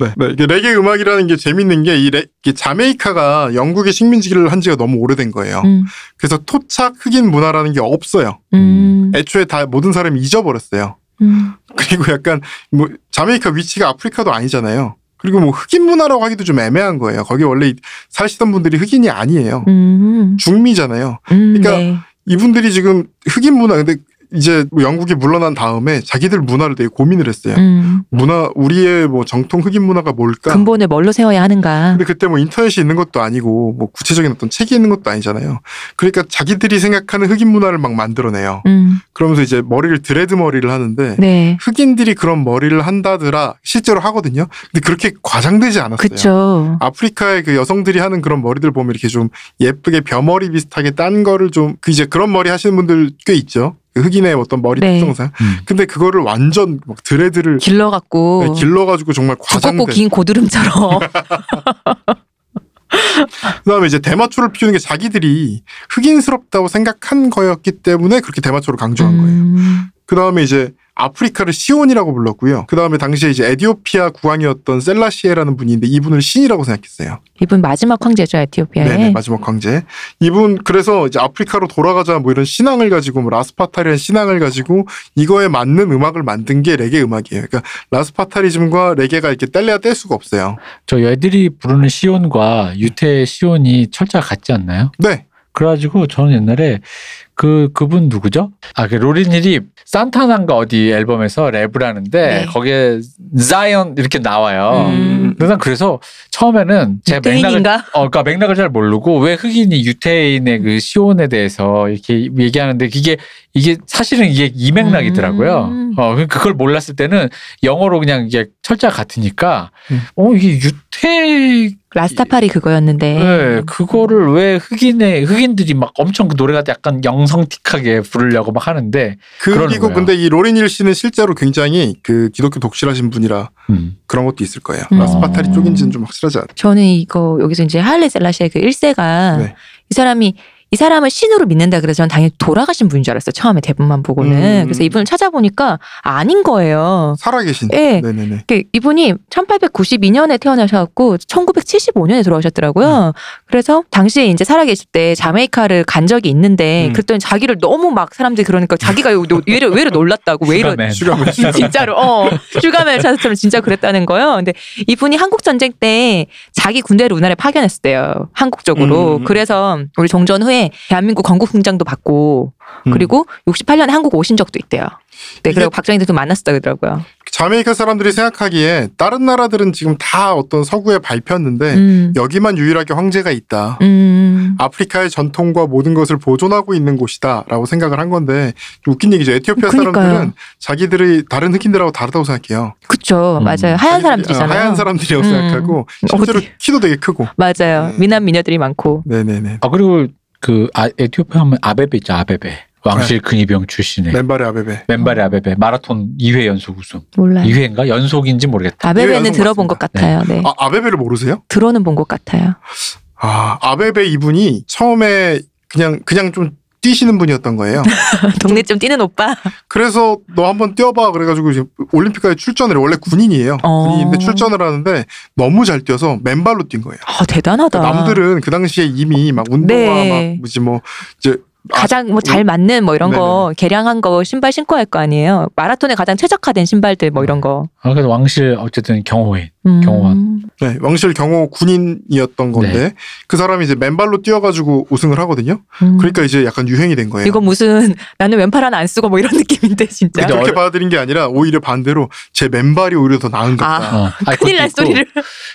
B: 네. 네, 이게 레게 음악이라는 게 재밌는 게 이 자메이카가 영국의 식민지를 한 지가 너무 오래된 거예요.
A: 음.
B: 그래서 토착 흑인 문화라는 게 없어요.
A: 음.
B: 애초에 다 모든 사람이 잊어버렸어요.
A: 음.
B: 그리고 약간 뭐 자메이카 위치가 아프리카도 아니잖아요. 그리고 뭐 흑인 문화라고 하기도 좀 애매한 거예요. 거기 원래 사시던 분들이 흑인이 아니에요.
A: 음.
B: 중미잖아요.
A: 음,
B: 그러니까
A: 네.
B: 이분들이 지금 흑인 문화 근데 이제 뭐 영국이 물러난 다음에 자기들 문화를 되게 고민을 했어요.
A: 음.
B: 문화 우리의 뭐 정통 흑인 문화가 뭘까?
A: 근본을 뭘로 세워야 하는가?
B: 근데 그때 뭐 인터넷이 있는 것도 아니고 뭐 구체적인 어떤 책이 있는 것도 아니잖아요. 그러니까 자기들이 생각하는 흑인 문화를 막 만들어내요.
A: 음.
B: 그러면서 이제 머리를 드레드 머리를 하는데
A: 네.
B: 흑인들이 그런 머리를 한다더라 실제로 하거든요. 근데 그렇게 과장되지 않았어요.
A: 그쵸.
B: 아프리카의 그 여성들이 하는 그런 머리들 보면 이렇게 좀 예쁘게 벼머리 비슷하게 딴 거를 좀 그 이제 그런 머리 하시는 분들 꽤 있죠. 그 흑인의 어떤 머리
A: 네.
B: 특성상.
C: 음.
B: 근데 그거를 완전 막 드레드를 네,
A: 길러갖고
B: 아, 길러가지고 정말
A: 어. 두껍고
B: 과장된.
A: 긴
B: <laughs>
A: 고드름처럼.
B: 그다음에 이제 대마초를 피우는 게 자기들이 흑인스럽다고 생각한 거였기 때문에 그렇게 대마초를 강조한 거예요.
A: 음.
B: 그다음에 이제 아프리카를 시온이라고 불렀고요. 그다음에 당시에 이제 에디오피아 국왕이었던 셀라시에라는 분인데 이분을 신이라고 생각했어요.
A: 이분 마지막 황제죠 에티오피아의.
B: 네네 마지막 황제. 이분 그래서 이제 아프리카로 돌아가자 뭐 이런 신앙을 가지고 뭐 라스파타리안 신앙을 가지고 이거에 맞는 음악을 만든 게 레게 음악이에요. 그러니까 라스파타리즘과 레게가 이렇게 뗄래야 뗄 수가 없어요.
C: 저 애들이 부르는 시온과 유태의 시온이 철자 같지 않나요?
B: 네.
C: 그래가지고 저는 옛날에 그 그분 누구죠? 아 그 로린힐이 산타난가 어디 앨범에서 랩을 하는데
A: 네.
C: 거기에 자이언 이렇게 나와요.
A: 음.
C: 그래서 난 그래서 처음에는 아, 제 맥락을
A: 유태인인가?
C: 어, 그러니까 맥락을 잘 모르고 왜 흑인이 유태인의 그 시온에 대해서 이렇게 얘기하는데 이게 이게 사실은 이게 이 맥락이더라고요.
A: 음.
C: 어, 그- 그걸 몰랐을 때는 영어로 그냥 이게 철자 같으니까
B: 음.
C: 어 이게 유태
A: 라스타파리 그거였는데.
C: 네, 그거를 왜 흑인의 흑인들이 막 엄청 그 노래가 약간 영성틱하게 부르려고 막 하는데 그러는
B: 그리고
C: 거예요.
B: 근데 이 로린일 씨는 실제로 굉장히 그 기독교 독실하신 분이라 그런 것도 있을 거예요.
A: 음.
B: 라스파타리 쪽인지는 좀 확실하지 않아요.
A: 저는 이거 여기서 이제 하일레 셀라시의 그 1세가
B: 네.
A: 이 사람이 이 사람을 신으로 믿는다 그래서 저는 당연히 돌아가신 분인 줄 알았어요. 처음에 대본만 보고는.
B: 음.
A: 그래서 이분을 찾아보니까 아닌 거예요.
B: 살아계신.
A: 예.
B: 네네네.
A: 이렇게 이분이 1892년에 태어나셔갖고 1975년에 돌아오셨더라고요.
B: 음.
A: 그래서 당시에 이제 살아계실 때 자메이카를 간 적이 있는데
B: 음.
A: 그랬더니 자기를 너무 막 사람들이 그러니까 자기가 왜로 왜로 놀랐다고 왜 이런
C: 슈가맨.
B: 슈가맨.
A: 진짜로 어 슈가맨 차스처럼 진짜 그랬다는 거예요. 근데 이분이 한국 전쟁 때 자기 군대를 우나라에 파견했었대요. 한국 쪽으로.
B: 음.
A: 그래서 우리 종전 후에 대한민국 건국 훈장도 받고
B: 음.
A: 그리고 68년에 한국 오신 적도 있대요. 네,
B: 이게-
A: 그리고 박정희 대통령 만났었다 그러더라고요.
B: 자메이카 사람들이 생각하기에 다른 나라들은 지금 다 어떤 서구에 밟혔는데
A: 음.
B: 여기만 유일하게 황제가 있다.
A: 음.
B: 아프리카의 전통과 모든 것을 보존하고 있는 곳이다라고 생각을 한 건데 웃긴 얘기죠. 에티오피아
A: 그러니까요.
B: 사람들은 자기들이 다른 흑인들하고 다르다고 생각해요.
A: 그쵸
C: 음.
A: 맞아요. 하얀
B: 자기들이-
A: 사람들이잖아요.
B: 어, 하얀 사람들이라고
A: 음.
B: 생각하고 실제로
A: 어디-
B: 키도 되게 크고.
A: 맞아요.
B: 네.
A: 미남 미녀들이 많고.
B: 네네네.
C: 아 그리고 그 아, 에티오피아 하면 아베베 있죠 아베베 왕실 근위병 출신의
B: 맨발의 아베베.
C: 맨발의 아베베 마라톤 2회 연속 우승
A: 몰라요.
C: 2회인가 연속인지 모르겠다.
B: 이거
A: 아베베는
B: 연속
A: 들어본 것
C: 맞습니다.
A: 같아요. 네.
B: 아 아베베를 모르세요?
A: 들어는 본 것 같아요.
B: 아 아베베 이분이 처음에 그냥 그냥 좀 뛰시는 분이었던 거예요.
A: 동네 좀 뛰는 오빠.
B: 그래서 너 한번 뛰어봐 그래가지고 이제 올림픽까지 출전을 해. 원래 군인이에요.
A: 어.
B: 군인인데 출전을 하는데 너무 잘 뛰어서 맨발로 뛴 거예요.
A: 아 대단하다.
B: 그러니까 남들은 그 당시에 이미 막 운동화
A: 네.
B: 막 뭐지 뭐 이제 아,
A: 가장 뭐 잘 맞는 뭐 이런 거 개량한 거 신발 신고 할 거 아니에요. 마라톤에 가장 최적화된 신발들 뭐 이런 거.
C: 아 그래서 왕실 어쨌든 경호인.
A: 음.
C: 경호원.
B: 네, 왕실 경호 군인이었던 건데
C: 네.
B: 그 사람이 이제 맨발로 뛰어가지고 우승을 하거든요.
A: 음.
B: 그러니까 네. 이제 약간 유행이 된 거예요.
A: 이건 무슨 나는 왼팔 하나 안 쓰고 뭐 이런 느낌인데 진짜.
C: 근데
B: 그렇게
C: 어려-
B: 받아들인 게 아니라 오히려 반대로 제 맨발이 오히려 더 나은 것 같다.
A: 아.
C: 어. 아니,
A: 큰일 날
C: 그것도 있고
A: 소리를.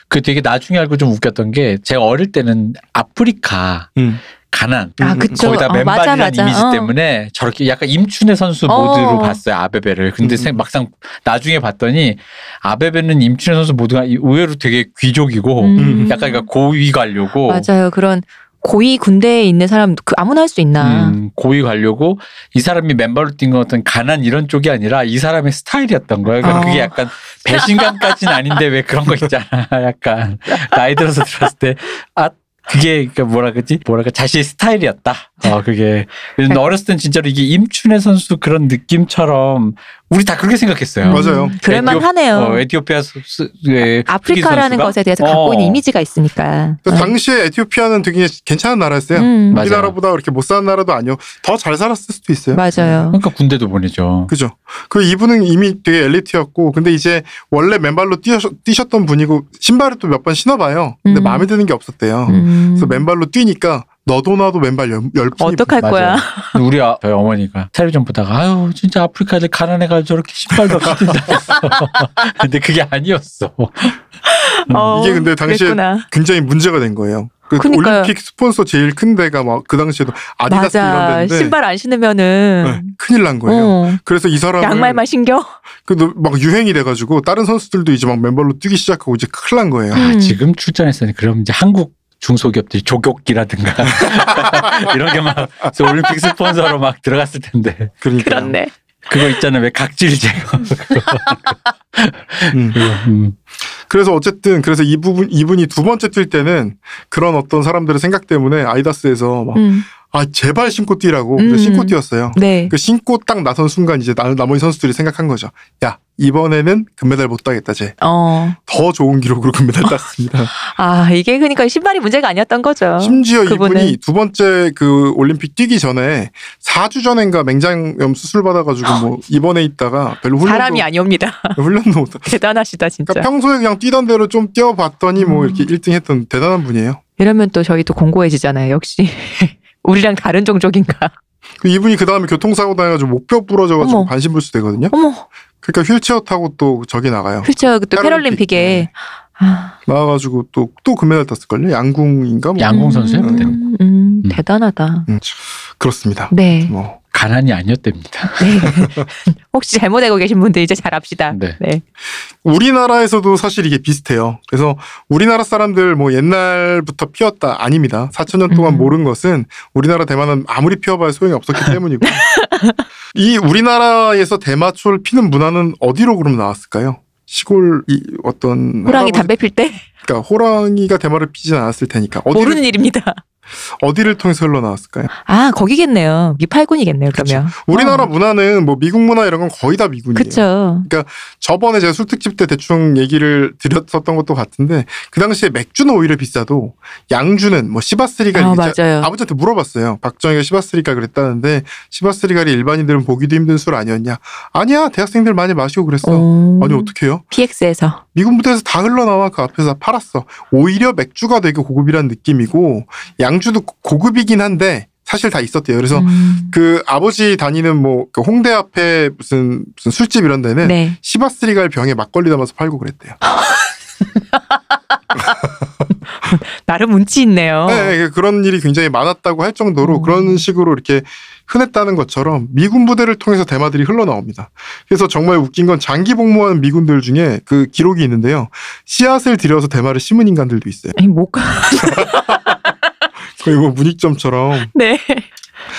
C: 그 되게 나중에 알고 좀 웃겼던 게 제가 어릴 때는 아프리카
B: 음.
C: 가난.
A: 아,
B: 음,
A: 그쵸.
C: 거기다
A: 어, 맞아,
C: 맨발이라는
A: 맞아.
C: 이미지
A: 어.
C: 때문에 저렇게 약간 임춘의 선수 모드로
A: 어.
C: 봤어요 아베베를. 근데
B: 음.
C: 생- 막상 나중에 봤더니 아베베는 임춘의 선수 모드가 이- 의외로 되게 귀족이고
A: 음.
C: 약간 그러니까 고위 가려고
A: 맞아요. 그런 고위 군대에 있는 사람 그 아무나 할 수 있나.
C: 음, 고위 가려고 이 사람이 맨발로 뛴 건 어떤 가난 이런 쪽이 아니라 이 사람의 스타일이었던 거예요. 그러니까
B: 아.
A: 어.
C: 그게 약간 배신감까지는 아닌데 왜 그런 거 있잖아. <laughs> 약간 나이 들어서 들었을 때아 그게 그러니까 뭐라 그러지 뭐랄까 자신의 스타일이었다. 어 그게 근데
B: 네.
C: 어렸을 땐 진짜로 이게 임춘의 선수 그런 느낌처럼 우리 다 그렇게 생각했어요.
B: 음. 맞아요.
A: 음, 그럴만 하네요.
C: 네. 어, 에티오피아 선수의 네,
A: 아프리카라는
C: 흑인 선수가?
A: 것에 대해서
C: 어.
A: 갖고 있는 이미지가 있으니까.
B: 그 당시에 에티오피아는 되게 괜찮은 나라였어요.
A: 음,
C: 맞아요.
B: 우리나라보다 그렇게 못 사는 나라도 아니요. 더 잘 살았을 수도 있어요.
A: 맞아요.
C: 그러니까 군대도 보내죠.
B: 그죠. 그 이분은 이미 되게 엘리트였고, 근데 이제 원래 맨발로 뛰셨, 던 분이고, 신발을 또 몇 번 신어봐요. 근데
A: 음.
B: 마음에 드는 게 없었대요.
A: 음.
B: 그래서 맨발로 뛰니까 너도 나도 맨발 열, 열 분이.
A: 어떡할 거야?
C: 근데 우리 아, 저희 어머니가 텔레비전 보다가 아유 진짜 아프리카 애들 가난해가 저렇게 신발도 없이 뛴다 <laughs> 근데 그게 아니었어 뭐 음.
A: 어,
B: 이게 근데 당시에
A: 그랬구나.
B: 굉장히 문제가 된 거예요. 그
A: 그러니까요.
B: 올림픽 스폰서 제일 큰 데가 막 그 당시에도 아디다스 이런
A: 맞아.
B: 데인데
A: 신발 안 신으면은
B: 네, 큰일 난 거예요.
A: 어,
B: 그래서 이 사람을
A: 양말만 신겨.
B: 그막 유행이 돼가지고 다른 선수들도 이제 막 맨발로 뛰기 시작하고 이제 큰일 난 거예요.
A: 음.
C: 지금 출전했으니 그럼 이제 한국 중소기업들이 조격기라든가 <laughs> 이런 게 막 올림픽 스폰서로 막 들어갔을 텐데
A: <laughs>
B: 그러니까
A: 그렇네.
C: 그거 있잖아 왜 각질 제거
B: 음.
A: 네.
C: 음.
B: 그래서 어쨌든 그래서 이 부분 이분이 두 번째 뛸 때는 그런 어떤 사람들의 생각 때문에 아디다스에서 막
A: 음.
B: 아, 제발 신고 뛰라고 그래서
A: 음.
B: 신고 뛰었어요.
A: 네.
B: 그 신고 딱 나선 순간 이제 나, 나머지 선수들이 생각한 거죠. 야 이번에는 금메달 못 따겠다 쟤.
A: 어.
B: 더 좋은 기록으로 <laughs> 금메달 땄습니다.
A: 아, 이게 그러니까 신발이 문제가 아니었던 거죠.
B: 심지어
A: 그분은.
B: 이분이 두 번째 그 올림픽 뛰기 전에 4주 전인가 맹장염 수술 받아가지고 뭐 입원해 있다가 별로 훈련도,
A: 사람이 아니옵니다.
B: <laughs>
A: <laughs>
B: 훈련도 못.
A: 대단하시다, 진짜.
B: 그러니까 평소에 그냥 뛰던 대로 좀 뛰어봤더니
A: 음.
B: 뭐 이렇게 1등했던 대단한 분이에요.
A: 이러면 또 저희 또 공고해지잖아요. 역시 <laughs> 우리랑 다른 종족인가.
B: 그 이분이 그 다음에 교통사고 당해가지고 목뼈 부러져가지고
A: 어머.
B: 반신불수 되거든요.
A: 어머,
B: 그러니까 휠체어 타고 또 저기 나가요.
A: 그렇죠. 그 또
B: 패럴림픽.
A: 패럴림픽에 아,
B: 나와가지고 또 또 금메달 땄을걸요. 양궁인가 뭐
C: 양궁 선수예요,
A: 음,
C: 그때?
A: 음,
C: 음.
A: 대단하다.
B: 음, 참, 그렇습니다.
A: 네.
B: 뭐
C: 가난이 아니었답니다
A: 네. <laughs> 혹시 잘못 알고 계신 분들 이제 잘 합시다.
C: 네.
A: 네.
B: 우리나라에서도 사실 이게 비슷해요. 그래서 우리나라 사람들 뭐 옛날부터 피웠다 아닙니다. 4천 년 동안
A: 음.
B: 모른 것은 우리나라 대만은 아무리 피워봐야 소용이
A: <laughs>
B: 없었기 때문이고 이 우리나라에서 대마초를 피는 문화는 어디로 그럼 나왔을까요? 시골 이 어떤
A: 호랑이
B: 할아버지-
A: 담배 필 때
B: 그러니까 호랑이가 대마를 피진 않았을 테니까 어디를
A: 모르는 일입니다.
B: 어디를 통해서 흘러나왔을까요?
A: 아, 거기겠네요. 미팔군이겠네요, 그러면.
B: 우리나라 뭐
A: 어.
B: 문화는 뭐 미국 문화 이런 건 거의 다 미군이에요.
A: 그쵸.
B: 저번에 제가 술특집 때 대충 얘기를 드렸었던 것도 같은데 그 당시에 맥주는 오히려 비싸도 양주는 뭐 시바스리가
A: 아, 맞아요.
B: 아버지한테 물어봤어요. 박정희가 시바스리가 그랬다는데 시바스리가리 일반인들은 보기도 힘든 술 아니었냐? 아니야 대학생들 많이 마시고 그랬어.
A: 어.
B: 아니 어떡해요?
A: PX에서.
B: 미군 부대에서 다 흘러나와 그 앞에서 다 팔았어. 오히려 맥주가 되게 고급이란 느낌이고 양주도 고- 고급이긴 한데 사실 다 있었대요. 그래서
A: 음.
B: 그 아버지 다니는 뭐그 홍대 앞에 무슨 무슨 술집 이런 데는
A: 네.
B: 시바스리갈 병에 막걸리 담아서 팔고 그랬대요.
A: 나름 운치 있네요.
B: 네, 네, 그런 일이 굉장히 많았다고 할 정도로
A: 음.
B: 그런 식으로 이렇게 흔했다는 것처럼 미군 부대를 통해서 대마들이 흘러나옵니다. 그래서 정말 웃긴 건 장기 복무하는 미군들 중에 그 기록이 있는데요. 씨앗을 들여서 대마를 심은 인간들도 있어요.
A: 아니, 못 가. <laughs>
B: 그리고 문익점처럼.
A: 네.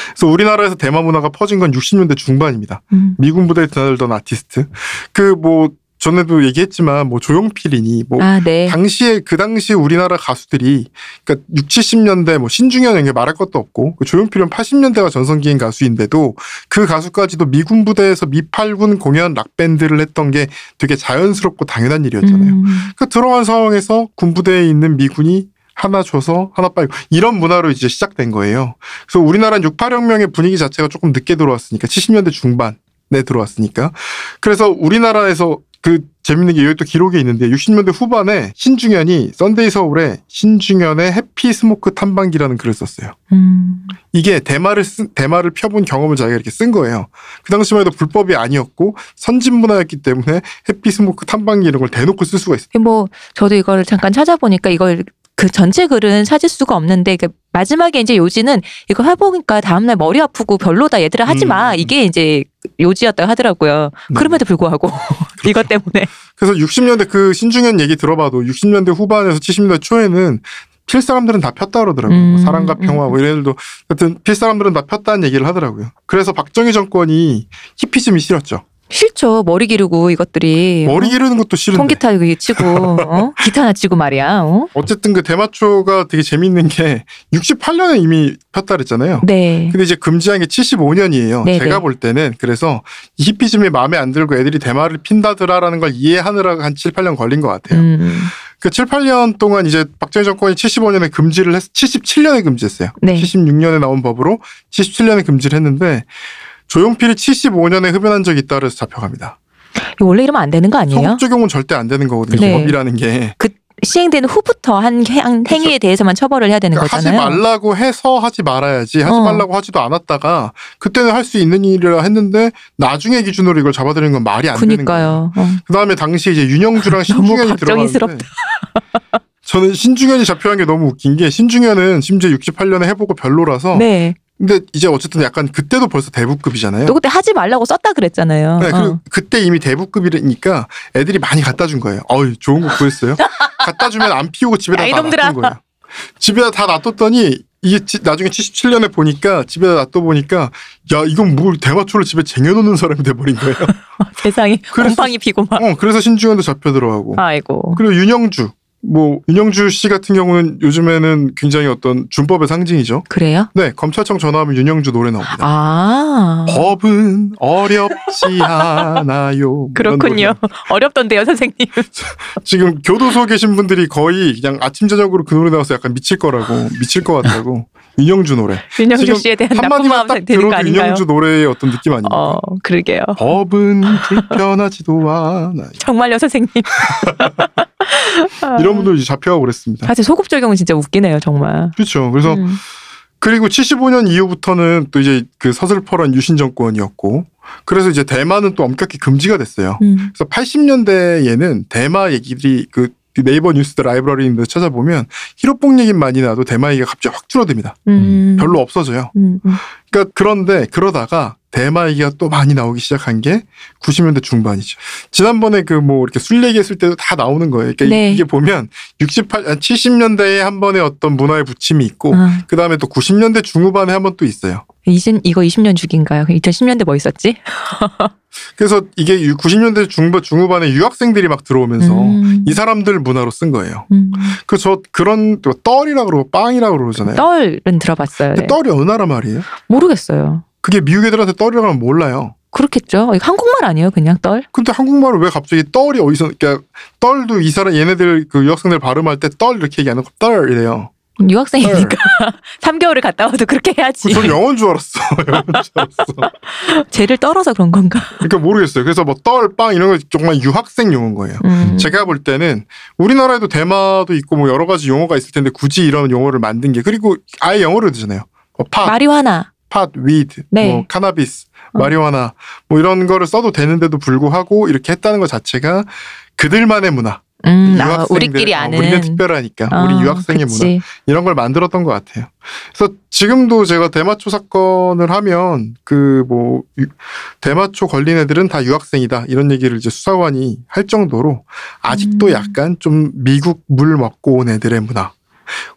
B: 그래서 우리나라에서 대마 문화가 퍼진 건 60년대 중반입니다.
A: 음.
B: 미군 부대에 드나들던 아티스트. 그 뭐 전에도 얘기했지만 뭐 조용필이니 뭐
A: 아, 네.
B: 당시에 그 당시 우리나라 가수들이 그러니까 6, 70년대 뭐 신중현에게 말할 것도 없고 그 조용필은 80년대가 전성기인 가수인데도 그 가수까지도 미군 부대에서 미팔군 공연 락 밴드를 했던 게 되게 자연스럽고 당연한 일이었잖아요.
A: 음.
B: 그 들어간 상황에서 군부대에 있는 미군이 하나 줘서 하나 빨고 이런 문화로 이제 시작된 거예요. 그래서 우리나라는 68혁명의 분위기 자체가 조금 늦게 들어왔으니까 70년대 중반에 들어왔으니까 그래서 우리나라에서 그 재밌는 게 여기 또 기록이 있는데 60년대 후반에 신중현이 썬데이 서울에 신중현의 해피 스모크 탐방기라는 글을 썼어요.
A: 음.
B: 이게 대마를 쓴, 대마를 펴본 경험을 자기가 이렇게 쓴 거예요. 그 당시만 해도 불법이 아니었고 선진 문화였기 때문에 해피 스모크 탐방기 이런 걸 대놓고 쓸 수가 있어요.
A: 뭐 저도 이걸 잠깐 찾아보니까 이걸 그 전체 글은 찾을 수가 없는데 그 마지막에 이제 요지는 이거 해보니까 다음날 머리 아프고 별로다 얘들아 하지 마
B: 음.
A: 이게 이제 요지였다고 하더라고요.
B: 네.
A: 그럼에도 불구하고 <laughs> 이것 때문에
B: 그래서 60년대 그 신중현 얘기 들어봐도 60년대 후반에서 70년대 초에는 필 사람들은 다 폈다 그러더라고요.
A: 음,
B: 뭐 사랑과
A: 음.
B: 평화 뭐 이런 일도 하여튼 필 사람들은 다 폈다는 얘기를 하더라고요. 그래서 박정희 정권이 히피즘이 싫었죠.
A: 싫죠 머리 기르고 이것들이
B: 머리
A: 어?
B: 기르는 것도 싫은데
A: 통기타 이거 치고
B: <laughs>
A: 어? 기타나 치고 말이야. 어?
B: 어쨌든 그 대마초가 되게 재미있는 게 68년에 이미 폈다 그랬잖아요.
A: 네.
B: 근데 이제 금지한 게 75년이에요.
A: 네,
B: 제가
A: 네.
B: 볼 때는 그래서 이 히피즘이 마음에 안 들고 애들이 대마를 핀다더라라는 걸 이해하느라 한 7, 8년 걸린 것 같아요.
A: 음,
B: 그 7, 8년 동안 이제 박정희 정권이 75년에 금지를 했, 77년에 금지했어요.
A: 네.
B: 76년에 나온 법으로 77년에 금지를 했는데 조용필이 75년에 흡연한 적이 있다 그래서 잡혀갑니다.
A: 이거 원래 이러면 안 되는 거 아니에요?
B: 성적용은 절대 안 되는 거거든요.
A: 네.
B: 법이라는 게.
A: 시행되는 후부터 한 행- 한 행위에 대해서만 처벌을 해야 되는
B: 그러니까 하지
A: 거잖아요.
B: 말라고 해서 하지 말아야지 하지
A: 어.
B: 말라고 하지도 않았다가 그때는 할 수 있는 일이라 했는데 나중에 기준으로 이걸 잡아들이는 건 말이 안 되는 거예요.
A: 그니까요. 어.
B: 그다음에 당시 이제
A: <laughs>
B: 윤영주랑
A: 너무
B: 신중현이 들어갔는데
A: 박정희스럽다.
B: 저는 신중현이 잡혀간 게 너무 웃긴 게 신중현은 심지어 68년에 해보고 별로라서
A: 네.
B: 근데 이제 어쨌든 약간 그때도 벌써 대부급이잖아요.
A: 또 그때 하지 말라고 썼다 그랬잖아요.
B: 어. 네, 그리고
A: 어.
B: 그때 이미 대부급이니까 애들이 많이 갖다 준 거예요. 어이 좋은 거
A: <laughs>
B: 구했어요. 갖다 주면 안 피우고 집에다
A: 야,
B: 다
A: 이놈들아.
B: 놔둔 거예요. 집에다 다 놔뒀더니 이게 지- 나중에 77년에 보니까 집에다 놔둬보니까 야 이건 뭘 대마초를 집에 쟁여놓는 사람이 돼버린
A: <laughs>
B: 거예요.
A: 세상에
B: 그래서-
A: 곰팡이 피고 막.
B: 어, 그래서 신중현도 잡혀 들어가고
A: 아이고.
B: 그리고 윤영주 뭐 윤영주 씨 같은 경우는 요즘에는 굉장히 어떤 준법의 상징이죠.
A: 그래요?
B: 네 검찰청 전화하면 윤영주 노래 나옵니다.
A: 아.
B: 법은 어렵지 않아요. 뭐
A: 그렇군요.
B: 이런
A: 어렵던데요, 선생님.
B: 노래. 지금 교도소 계신 분들이 거의 그냥 아침 저녁으로 그 노래 나와서 약간 미칠 거라고 미칠
A: <laughs>
B: 것 같다고 윤영주 노래.
A: 윤영주
B: 지금
A: 씨에 대한 나쁜
B: 한마디만
A: 마음
B: 딱
A: 드는 거
B: 들어도
A: 아닌가요?
B: 윤영주 노래의 어떤 느낌 아닙니까?
A: 어, 그러게요.
B: 법은 불편하지도 않아.
A: 정말요,
B: <laughs>
A: 선생님.
B: 이런 분들 이제 잡혀가고 그랬습니다.
A: 사실 소급 적용은 진짜 웃기네요, 정말.
B: 그렇죠. 그래서
A: 음.
B: 그리고 75년 이후부터는 또 이제 그 서슬퍼런 유신 정권이었고 그래서 이제 대만은 또 엄격히 금지가 됐어요.
A: 음.
B: 그래서 80년대에는 대마 얘기들이 그 네이버 뉴스 라이브러리 인데 찾아보면 히로뽕 얘기 많이 나도 대마 얘기가 갑자기 확 줄어듭니다.
A: 음.
B: 별로 없어져요.
A: 음, 음.
B: 그러니까 그런데 그러다가 대마 얘기가 또 많이 나오기 시작한 게 90년대 중반이죠. 지난번에 그 뭐 이렇게 술 얘기했을 때도 다 나오는 거예요. 그러니까
A: 네.
B: 이게 보면 68, 아니, 70년대에 한 번의 어떤 문화의 부침이 있고
A: 아,
B: 그 다음에 또 90년대 중후반에 한 번 또 있어요.
A: 이젠 이거 20년 주기인가요? 2010년대 뭐 있었지?
B: 그래서 이게 90년대 중반 중후반에 유학생들이 막 들어오면서
A: 음.
B: 이 사람들 문화로 쓴 거예요.
A: 음.
B: 그 저 그런 또 떨이라고 그러고 빵이라고 그러잖아요.
A: 떨은 들어봤어요.
B: 근데
A: 네.
B: 떨이 어느 나라 말이에요?
A: 모르겠어요.
B: 그게 미국 애들한테 떨이라고 하면 몰라요.
A: 그렇겠죠. 이거 한국말 아니에요, 그냥 떨?
B: 근데 한국말을 왜 갑자기 떨이 어디서 그러니까 떨도 이 사람 얘네들 그 유학생들 발음할 때 떨 이렇게 얘기하는 거떨 이래요.
A: <laughs> 유학생이니까 3개월을 갔다 와도 그렇게 해야지.
B: 그 저는 영어인 줄 알았어. <laughs> 영어인 줄 알았어.
A: 쟤를 떨어서 그런 건가?
B: 그러니까 모르겠어요. 그래서 뭐떨빵 이런 거 정말 유학생 용어인 거예요.
A: <laughs> 음.
B: 제가 볼 때는 우리나라에도 대마도 있고 뭐 여러 가지 용어가 있을 텐데 굳이 이런 용어를 만든 게 그리고 아예 영어로 되잖아요. 뭐 팟,
A: 마리화나.
B: 팟, 위드,
A: 네.
B: 뭐 카나비스, 마리화나 뭐 이런 거를 써도 되는데도 불구하고 이렇게 했다는 것 자체가 그들만의 문화,
A: 음, 아,
B: 유학생들,
A: 우리끼리
B: 어,
A: 아는.
B: 우리는 특별하니까 우리
A: 아,
B: 유학생의 문화
A: 그치.
B: 이런 걸 만들었던 것 같아요. 그래서 지금도 제가 대마초 사건을 하면 그 뭐 대마초 걸린 애들은 다 유학생이다 이런 얘기를 이제 수사관이 할 정도로 아직도
A: 음.
B: 약간 좀 미국 물 먹고 온 애들의 문화.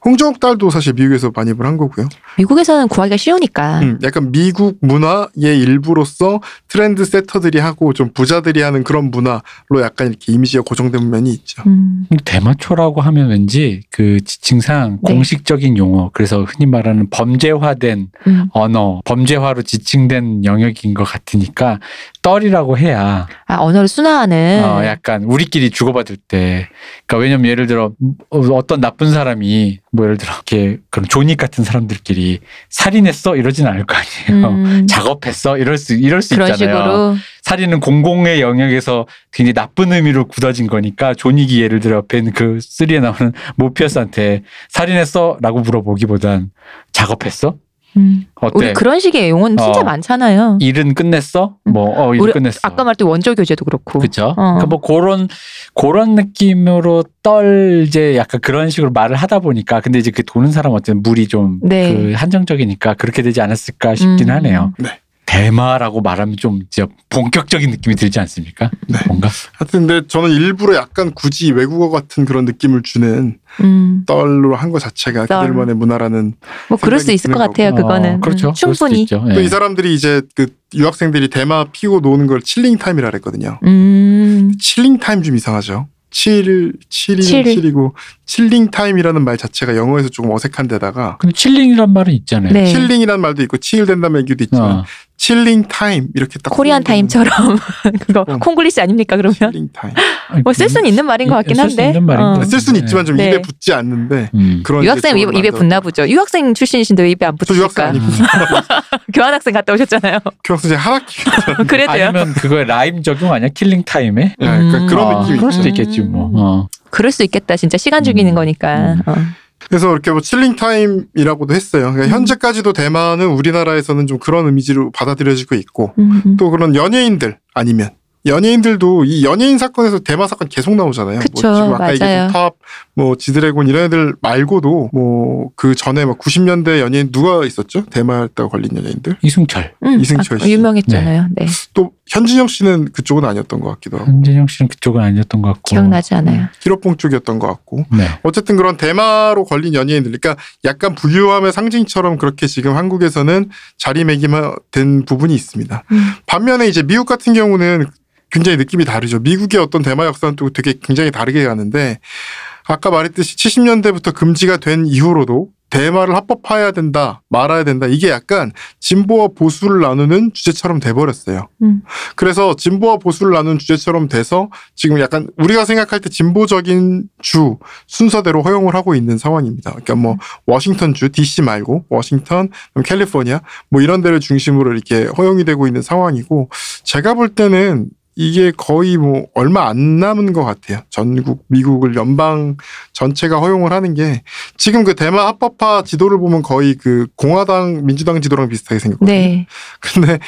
B: 홍정욱 딸도 사실 미국에서 반입을 한 거고요.
A: 미국에서는 구하기가 쉬우니까.
B: 음, 약간 미국 문화의 일부로서 트렌드 세터들이 하고 좀 부자들이 하는 그런 문화로 약간 이렇게 이미지가 고정된 면이 있죠.
A: 음.
C: 대마초라고 하면 왠지 그 지칭상
A: 네.
C: 공식적인 용어, 그래서 흔히 말하는 범죄화된
A: 음.
C: 언어, 범죄화로 지칭된 영역인 것 같으니까 떨이라고 해야
A: 아, 언어를 순화하는.
C: 어, 약간 우리끼리 주고받을 때, 그러니까 왜냐면 예를 들어 어, 어떤 나쁜 사람이 뭐 예를 들어 이렇게 그런 존닉 같은 사람들끼리 살인했어 이러진 않을 거 아니에요.
A: 음.
C: 작업했어 이럴 수 이럴 어, 수
A: 그런
C: 있잖아요.
A: 식으로.
C: 살인은 공공의 영역에서 굉장히 나쁜 의미로 굳어진 거니까 존익이 예를 들어 옆에 있는 그 쓰리에 나오는 모피어스한테 살인했어라고 물어보기보단 작업했어
A: 음. 우리
C: 어때?
A: 그런 식의 용어는 진짜
C: 네. 어.
A: 많잖아요.
C: 일은 끝냈어? 뭐, 어, 일은
A: 우리
C: 끝냈어.
A: 아까 말했던 원조 교재도 그렇고.
C: 그쵸.
A: 어.
C: 그러니까 뭐 그런, 그런 느낌으로 떨, 이제 약간 그런 식으로 말을 하다 보니까, 근데 이제 그 도는 사람 어쨌든 물이 좀,
A: 네.
C: 그 한정적이니까 그렇게 되지 않았을까 싶긴
A: 음.
C: 하네요.
B: 네.
C: 대마라고 말하면 좀 이제 본격적인 느낌이 들지 않습니까?
B: 네.
C: 뭔가?
B: 하여튼 근데 저는 일부러 약간 굳이 외국어 같은 그런 느낌을 주는
A: 음.
B: 떨로 한 것 자체가
A: 떨.
B: 그들만의 문화라는
A: 뭐 그럴 수
B: 생각이
A: 있을 것
B: 드는
A: 같아요. 그거는
C: 어, 그렇죠.
A: 음,
C: 그럴 수도
A: 충분히.
C: 있죠.
B: 또
C: 예.
B: 이 사람들이 이제 그 유학생들이 대마 피고 노는 걸 칠링 타임이라 그랬거든요.
A: 음.
B: 칠링 타임 좀 이상하죠. 칠, 칠이
A: 칠.
B: 칠이고 칠링 타임이라는 말 자체가 영어에서 조금 어색한 데다가
C: 근데 칠링이란 말은 있잖아요.
A: 네.
B: 칠링이라는 말도 있고 치일된다는 얘기도 있지만
C: 어.
B: 칠링 타임 이렇게 딱
A: 코리안
B: 쓰는 거는
A: 타임처럼 <laughs> 그거
C: 음.
B: 어.
A: 콩글리시 아닙니까 그러면?
B: 칠링 타임.
A: 뭐 쓸 수는 있는 말인 것 같긴
C: 예, 쓸수
A: 한데.
C: 있는 말인 것
A: 어.
C: 같아요.
B: 쓸 수는
C: 네.
B: 있지만 좀
A: 네.
B: 입에 붙지 않는데
C: 음.
B: 그런 이제
A: 유학생 입,
B: 조합을
A: 입에
B: 만들었-
A: 붙나 보죠. 유학생 출신이신데 왜 입에 안
B: 저 유학생
A: 붙으실까?
C: 음.
B: <laughs> 아니고
A: <laughs> 교환학생 갔다
B: <laughs>
A: 오셨잖아요.
B: 교학생 이제 한 학기
A: 그래도요.
C: 아니면 그거에 라임 적용 아니야? 킬링 타임에?
B: 예, 그러니까
A: 음.
B: 그런
C: 아,
B: 느낌이
C: 그럴
B: 있죠.
C: 수도 있겠지 뭐. 어.
A: 그럴 수 있겠다. 진짜 시간 죽이는
C: 음.
A: 거니까. 어.
B: 그래서 이렇게 뭐 칠링 타임이라고도 했어요. 그러니까
A: 음.
B: 현재까지도 대만은 우리나라에서는 좀 그런 이미지로 받아들여지고 있고
A: 음, 음.
B: 또 그런 연예인들 아니면 연예인들도 이 연예인 사건에서 대마 사건 계속 나오잖아요.
A: 그쵸,
B: 뭐 지금 아까
A: 맞아요.
B: 얘기했던 탑, 뭐 지드래곤 이런 애들 말고도 뭐 그 전에 막 90년대 연예인 누가 있었죠? 대마였다고 걸린 연예인들.
C: 이승철,
A: 음,
B: 이승철
A: 아,
B: 씨. 어.
A: 유명했잖아요. 네.
B: 또 현진영 씨는 그쪽은 아니었던 것 같기도 하고
C: 한진영 씨는 그쪽은 아니었던 것 같고.
A: 기억나지 않아요.
B: 히로뽕 쪽이었던 것 같고
C: 네.
B: 어쨌든 그런 대마로 걸린 연예인들, 그러니까 약간 부유함의 상징처럼 그렇게 지금 한국에서는 자리매김된 부분이 있습니다.
A: 음.
B: 반면에 이제 미국 같은 경우는 굉장히 느낌이 다르죠. 미국의 어떤 대마 역사는 또 되게 굉장히 다르게 가는데 아까 말했듯이 70년대부터 금지가 된 이후로도 대마를 합법화해야 된다, 말아야 된다. 이게 약간 진보와 보수를 나누는 주제처럼 돼버렸어요.
A: 음.
B: 그래서 진보와 보수를 나누는 주제처럼 돼서 지금 약간 우리가 생각할 때 진보적인 주 순서대로 허용을 하고 있는 상황입니다. 그러니까 뭐 워싱턴 주, DC 말고 워싱턴, 그다음에 캘리포니아 뭐 이런 데를 중심으로 이렇게 허용이 되고 있는 상황이고 제가 볼 때는 이게 거의 뭐 얼마 안 남은 것 같아요. 전국 미국을 연방 전체가 허용을 하는 게 지금 그 대만 합법화 지도를 보면 거의 그 공화당 민주당 지도랑 비슷하게 생겼거든요.
A: 네.
B: 근데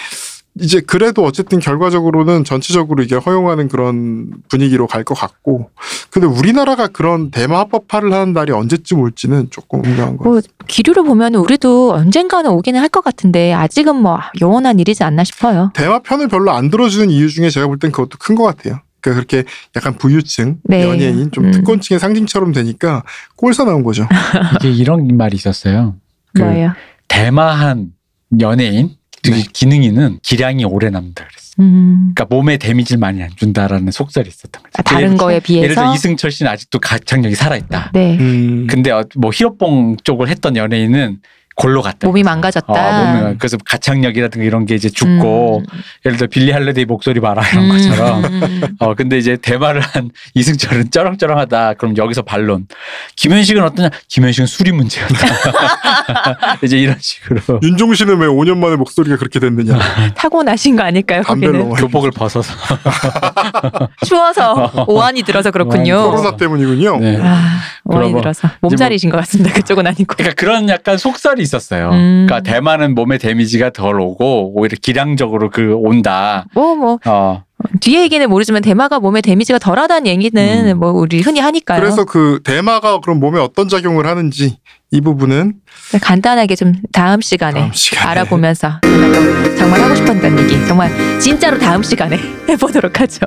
B: 이제 그래도 어쨌든 결과적으로는 전체적으로 이게 허용하는 그런 분위기로 갈 것 같고 근데 우리나라가 그런 대마 합법화를 하는 날이 언제쯤 올지는 조금 우려한 것 같아요.
A: 뭐 기류를 보면 우리도 언젠가는 오기는 할 것 같은데 아직은 뭐 영원한 일이지 않나 싶어요.
B: 대마 편을 별로 안 들어주는 이유 중에 제가 볼 땐 그것도 큰 것 같아요. 그러니까 그렇게 약간 부유층,
A: 네.
B: 연예인, 좀
A: 음.
B: 특권층의 상징처럼 되니까 꼴사 나온
A: <laughs>
B: 거죠.
C: 이게 이런 말이 있었어요. 그
A: 뭐예요?
C: 대마한 연예인 특히
B: 네.
C: 기능인은 기량이 오래 남는다 그랬어.
A: 음.
C: 그러니까 몸에 데미지를 많이 안 준다라는 속설이 있었던 거죠.
A: 아, 다른
C: 예를,
A: 거에
C: 예를
A: 비해서.
C: 들어 이승철 씨는 아직도 가창력이 살아있다.
A: 네.
B: 음.
C: 근데 어, 뭐 히로뽕 쪽을 했던 연예인은 골로 갔다.
A: 몸이
C: 그래서.
A: 망가졌다.
C: 어, 몸이 망- 그래서 가창력이라든가 이런 게 이제 죽고
A: 음.
C: 예를 들어 빌리 할리데이 목소리 봐라 이런
A: 음.
C: 것처럼
A: 음, 음, 음.
C: 어 근데 이제 대마를 한 <laughs> 이승철은 쩌렁쩌렁하다. 그럼 여기서 반론. 김현식은 어떠냐? 김현식은 술이 문제였다. <laughs> 이제 이런 식으로
B: 윤종신은 왜 5년 만에 목소리가 그렇게 됐느냐.
A: 타고 나신 거 아닐까요?
B: 담배를
A: 거기는
B: 너무
C: 교복을 벗어서
A: 추워서
B: <laughs>
A: 오한이 들어서
C: 오한이
A: 그렇군요.
C: 들어서.
B: 코로나 때문이군요.
C: 네.
A: 아, 오한이
C: 그러고
A: 들어서
B: 뭐
A: 몸살이신 것 같습니다. 그쪽은 아니고.
C: 그러니까 그런 약간 속설이 있었어요.
A: 음.
C: 그러니까 대마는 몸에 데미지가 덜 오고 오히려 기량적으로 그 온다.
A: 뭐 뭐
C: 어.
A: 뒤에 얘기는 모르지만 대마가 몸에 데미지가 덜하다는 얘기는
C: 음.
A: 뭐 우리 흔히 하니까요.
B: 그래서 그 대마가 그럼 몸에 어떤 작용을 하는지 이 부분은
A: 간단하게 좀 다음 시간에
B: 다음 시간에
A: 알아보면서 <laughs> 제가 또 정말 하고 싶었던 얘기 정말 진짜로 다음 시간에 <laughs> 해보도록 하죠.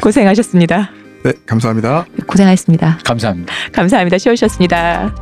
A: 고생하셨습니다.
B: 네, 감사합니다.
A: 고생하셨습니다.
C: 감사합니다.
A: 감사합니다. 쉬우셨습니다.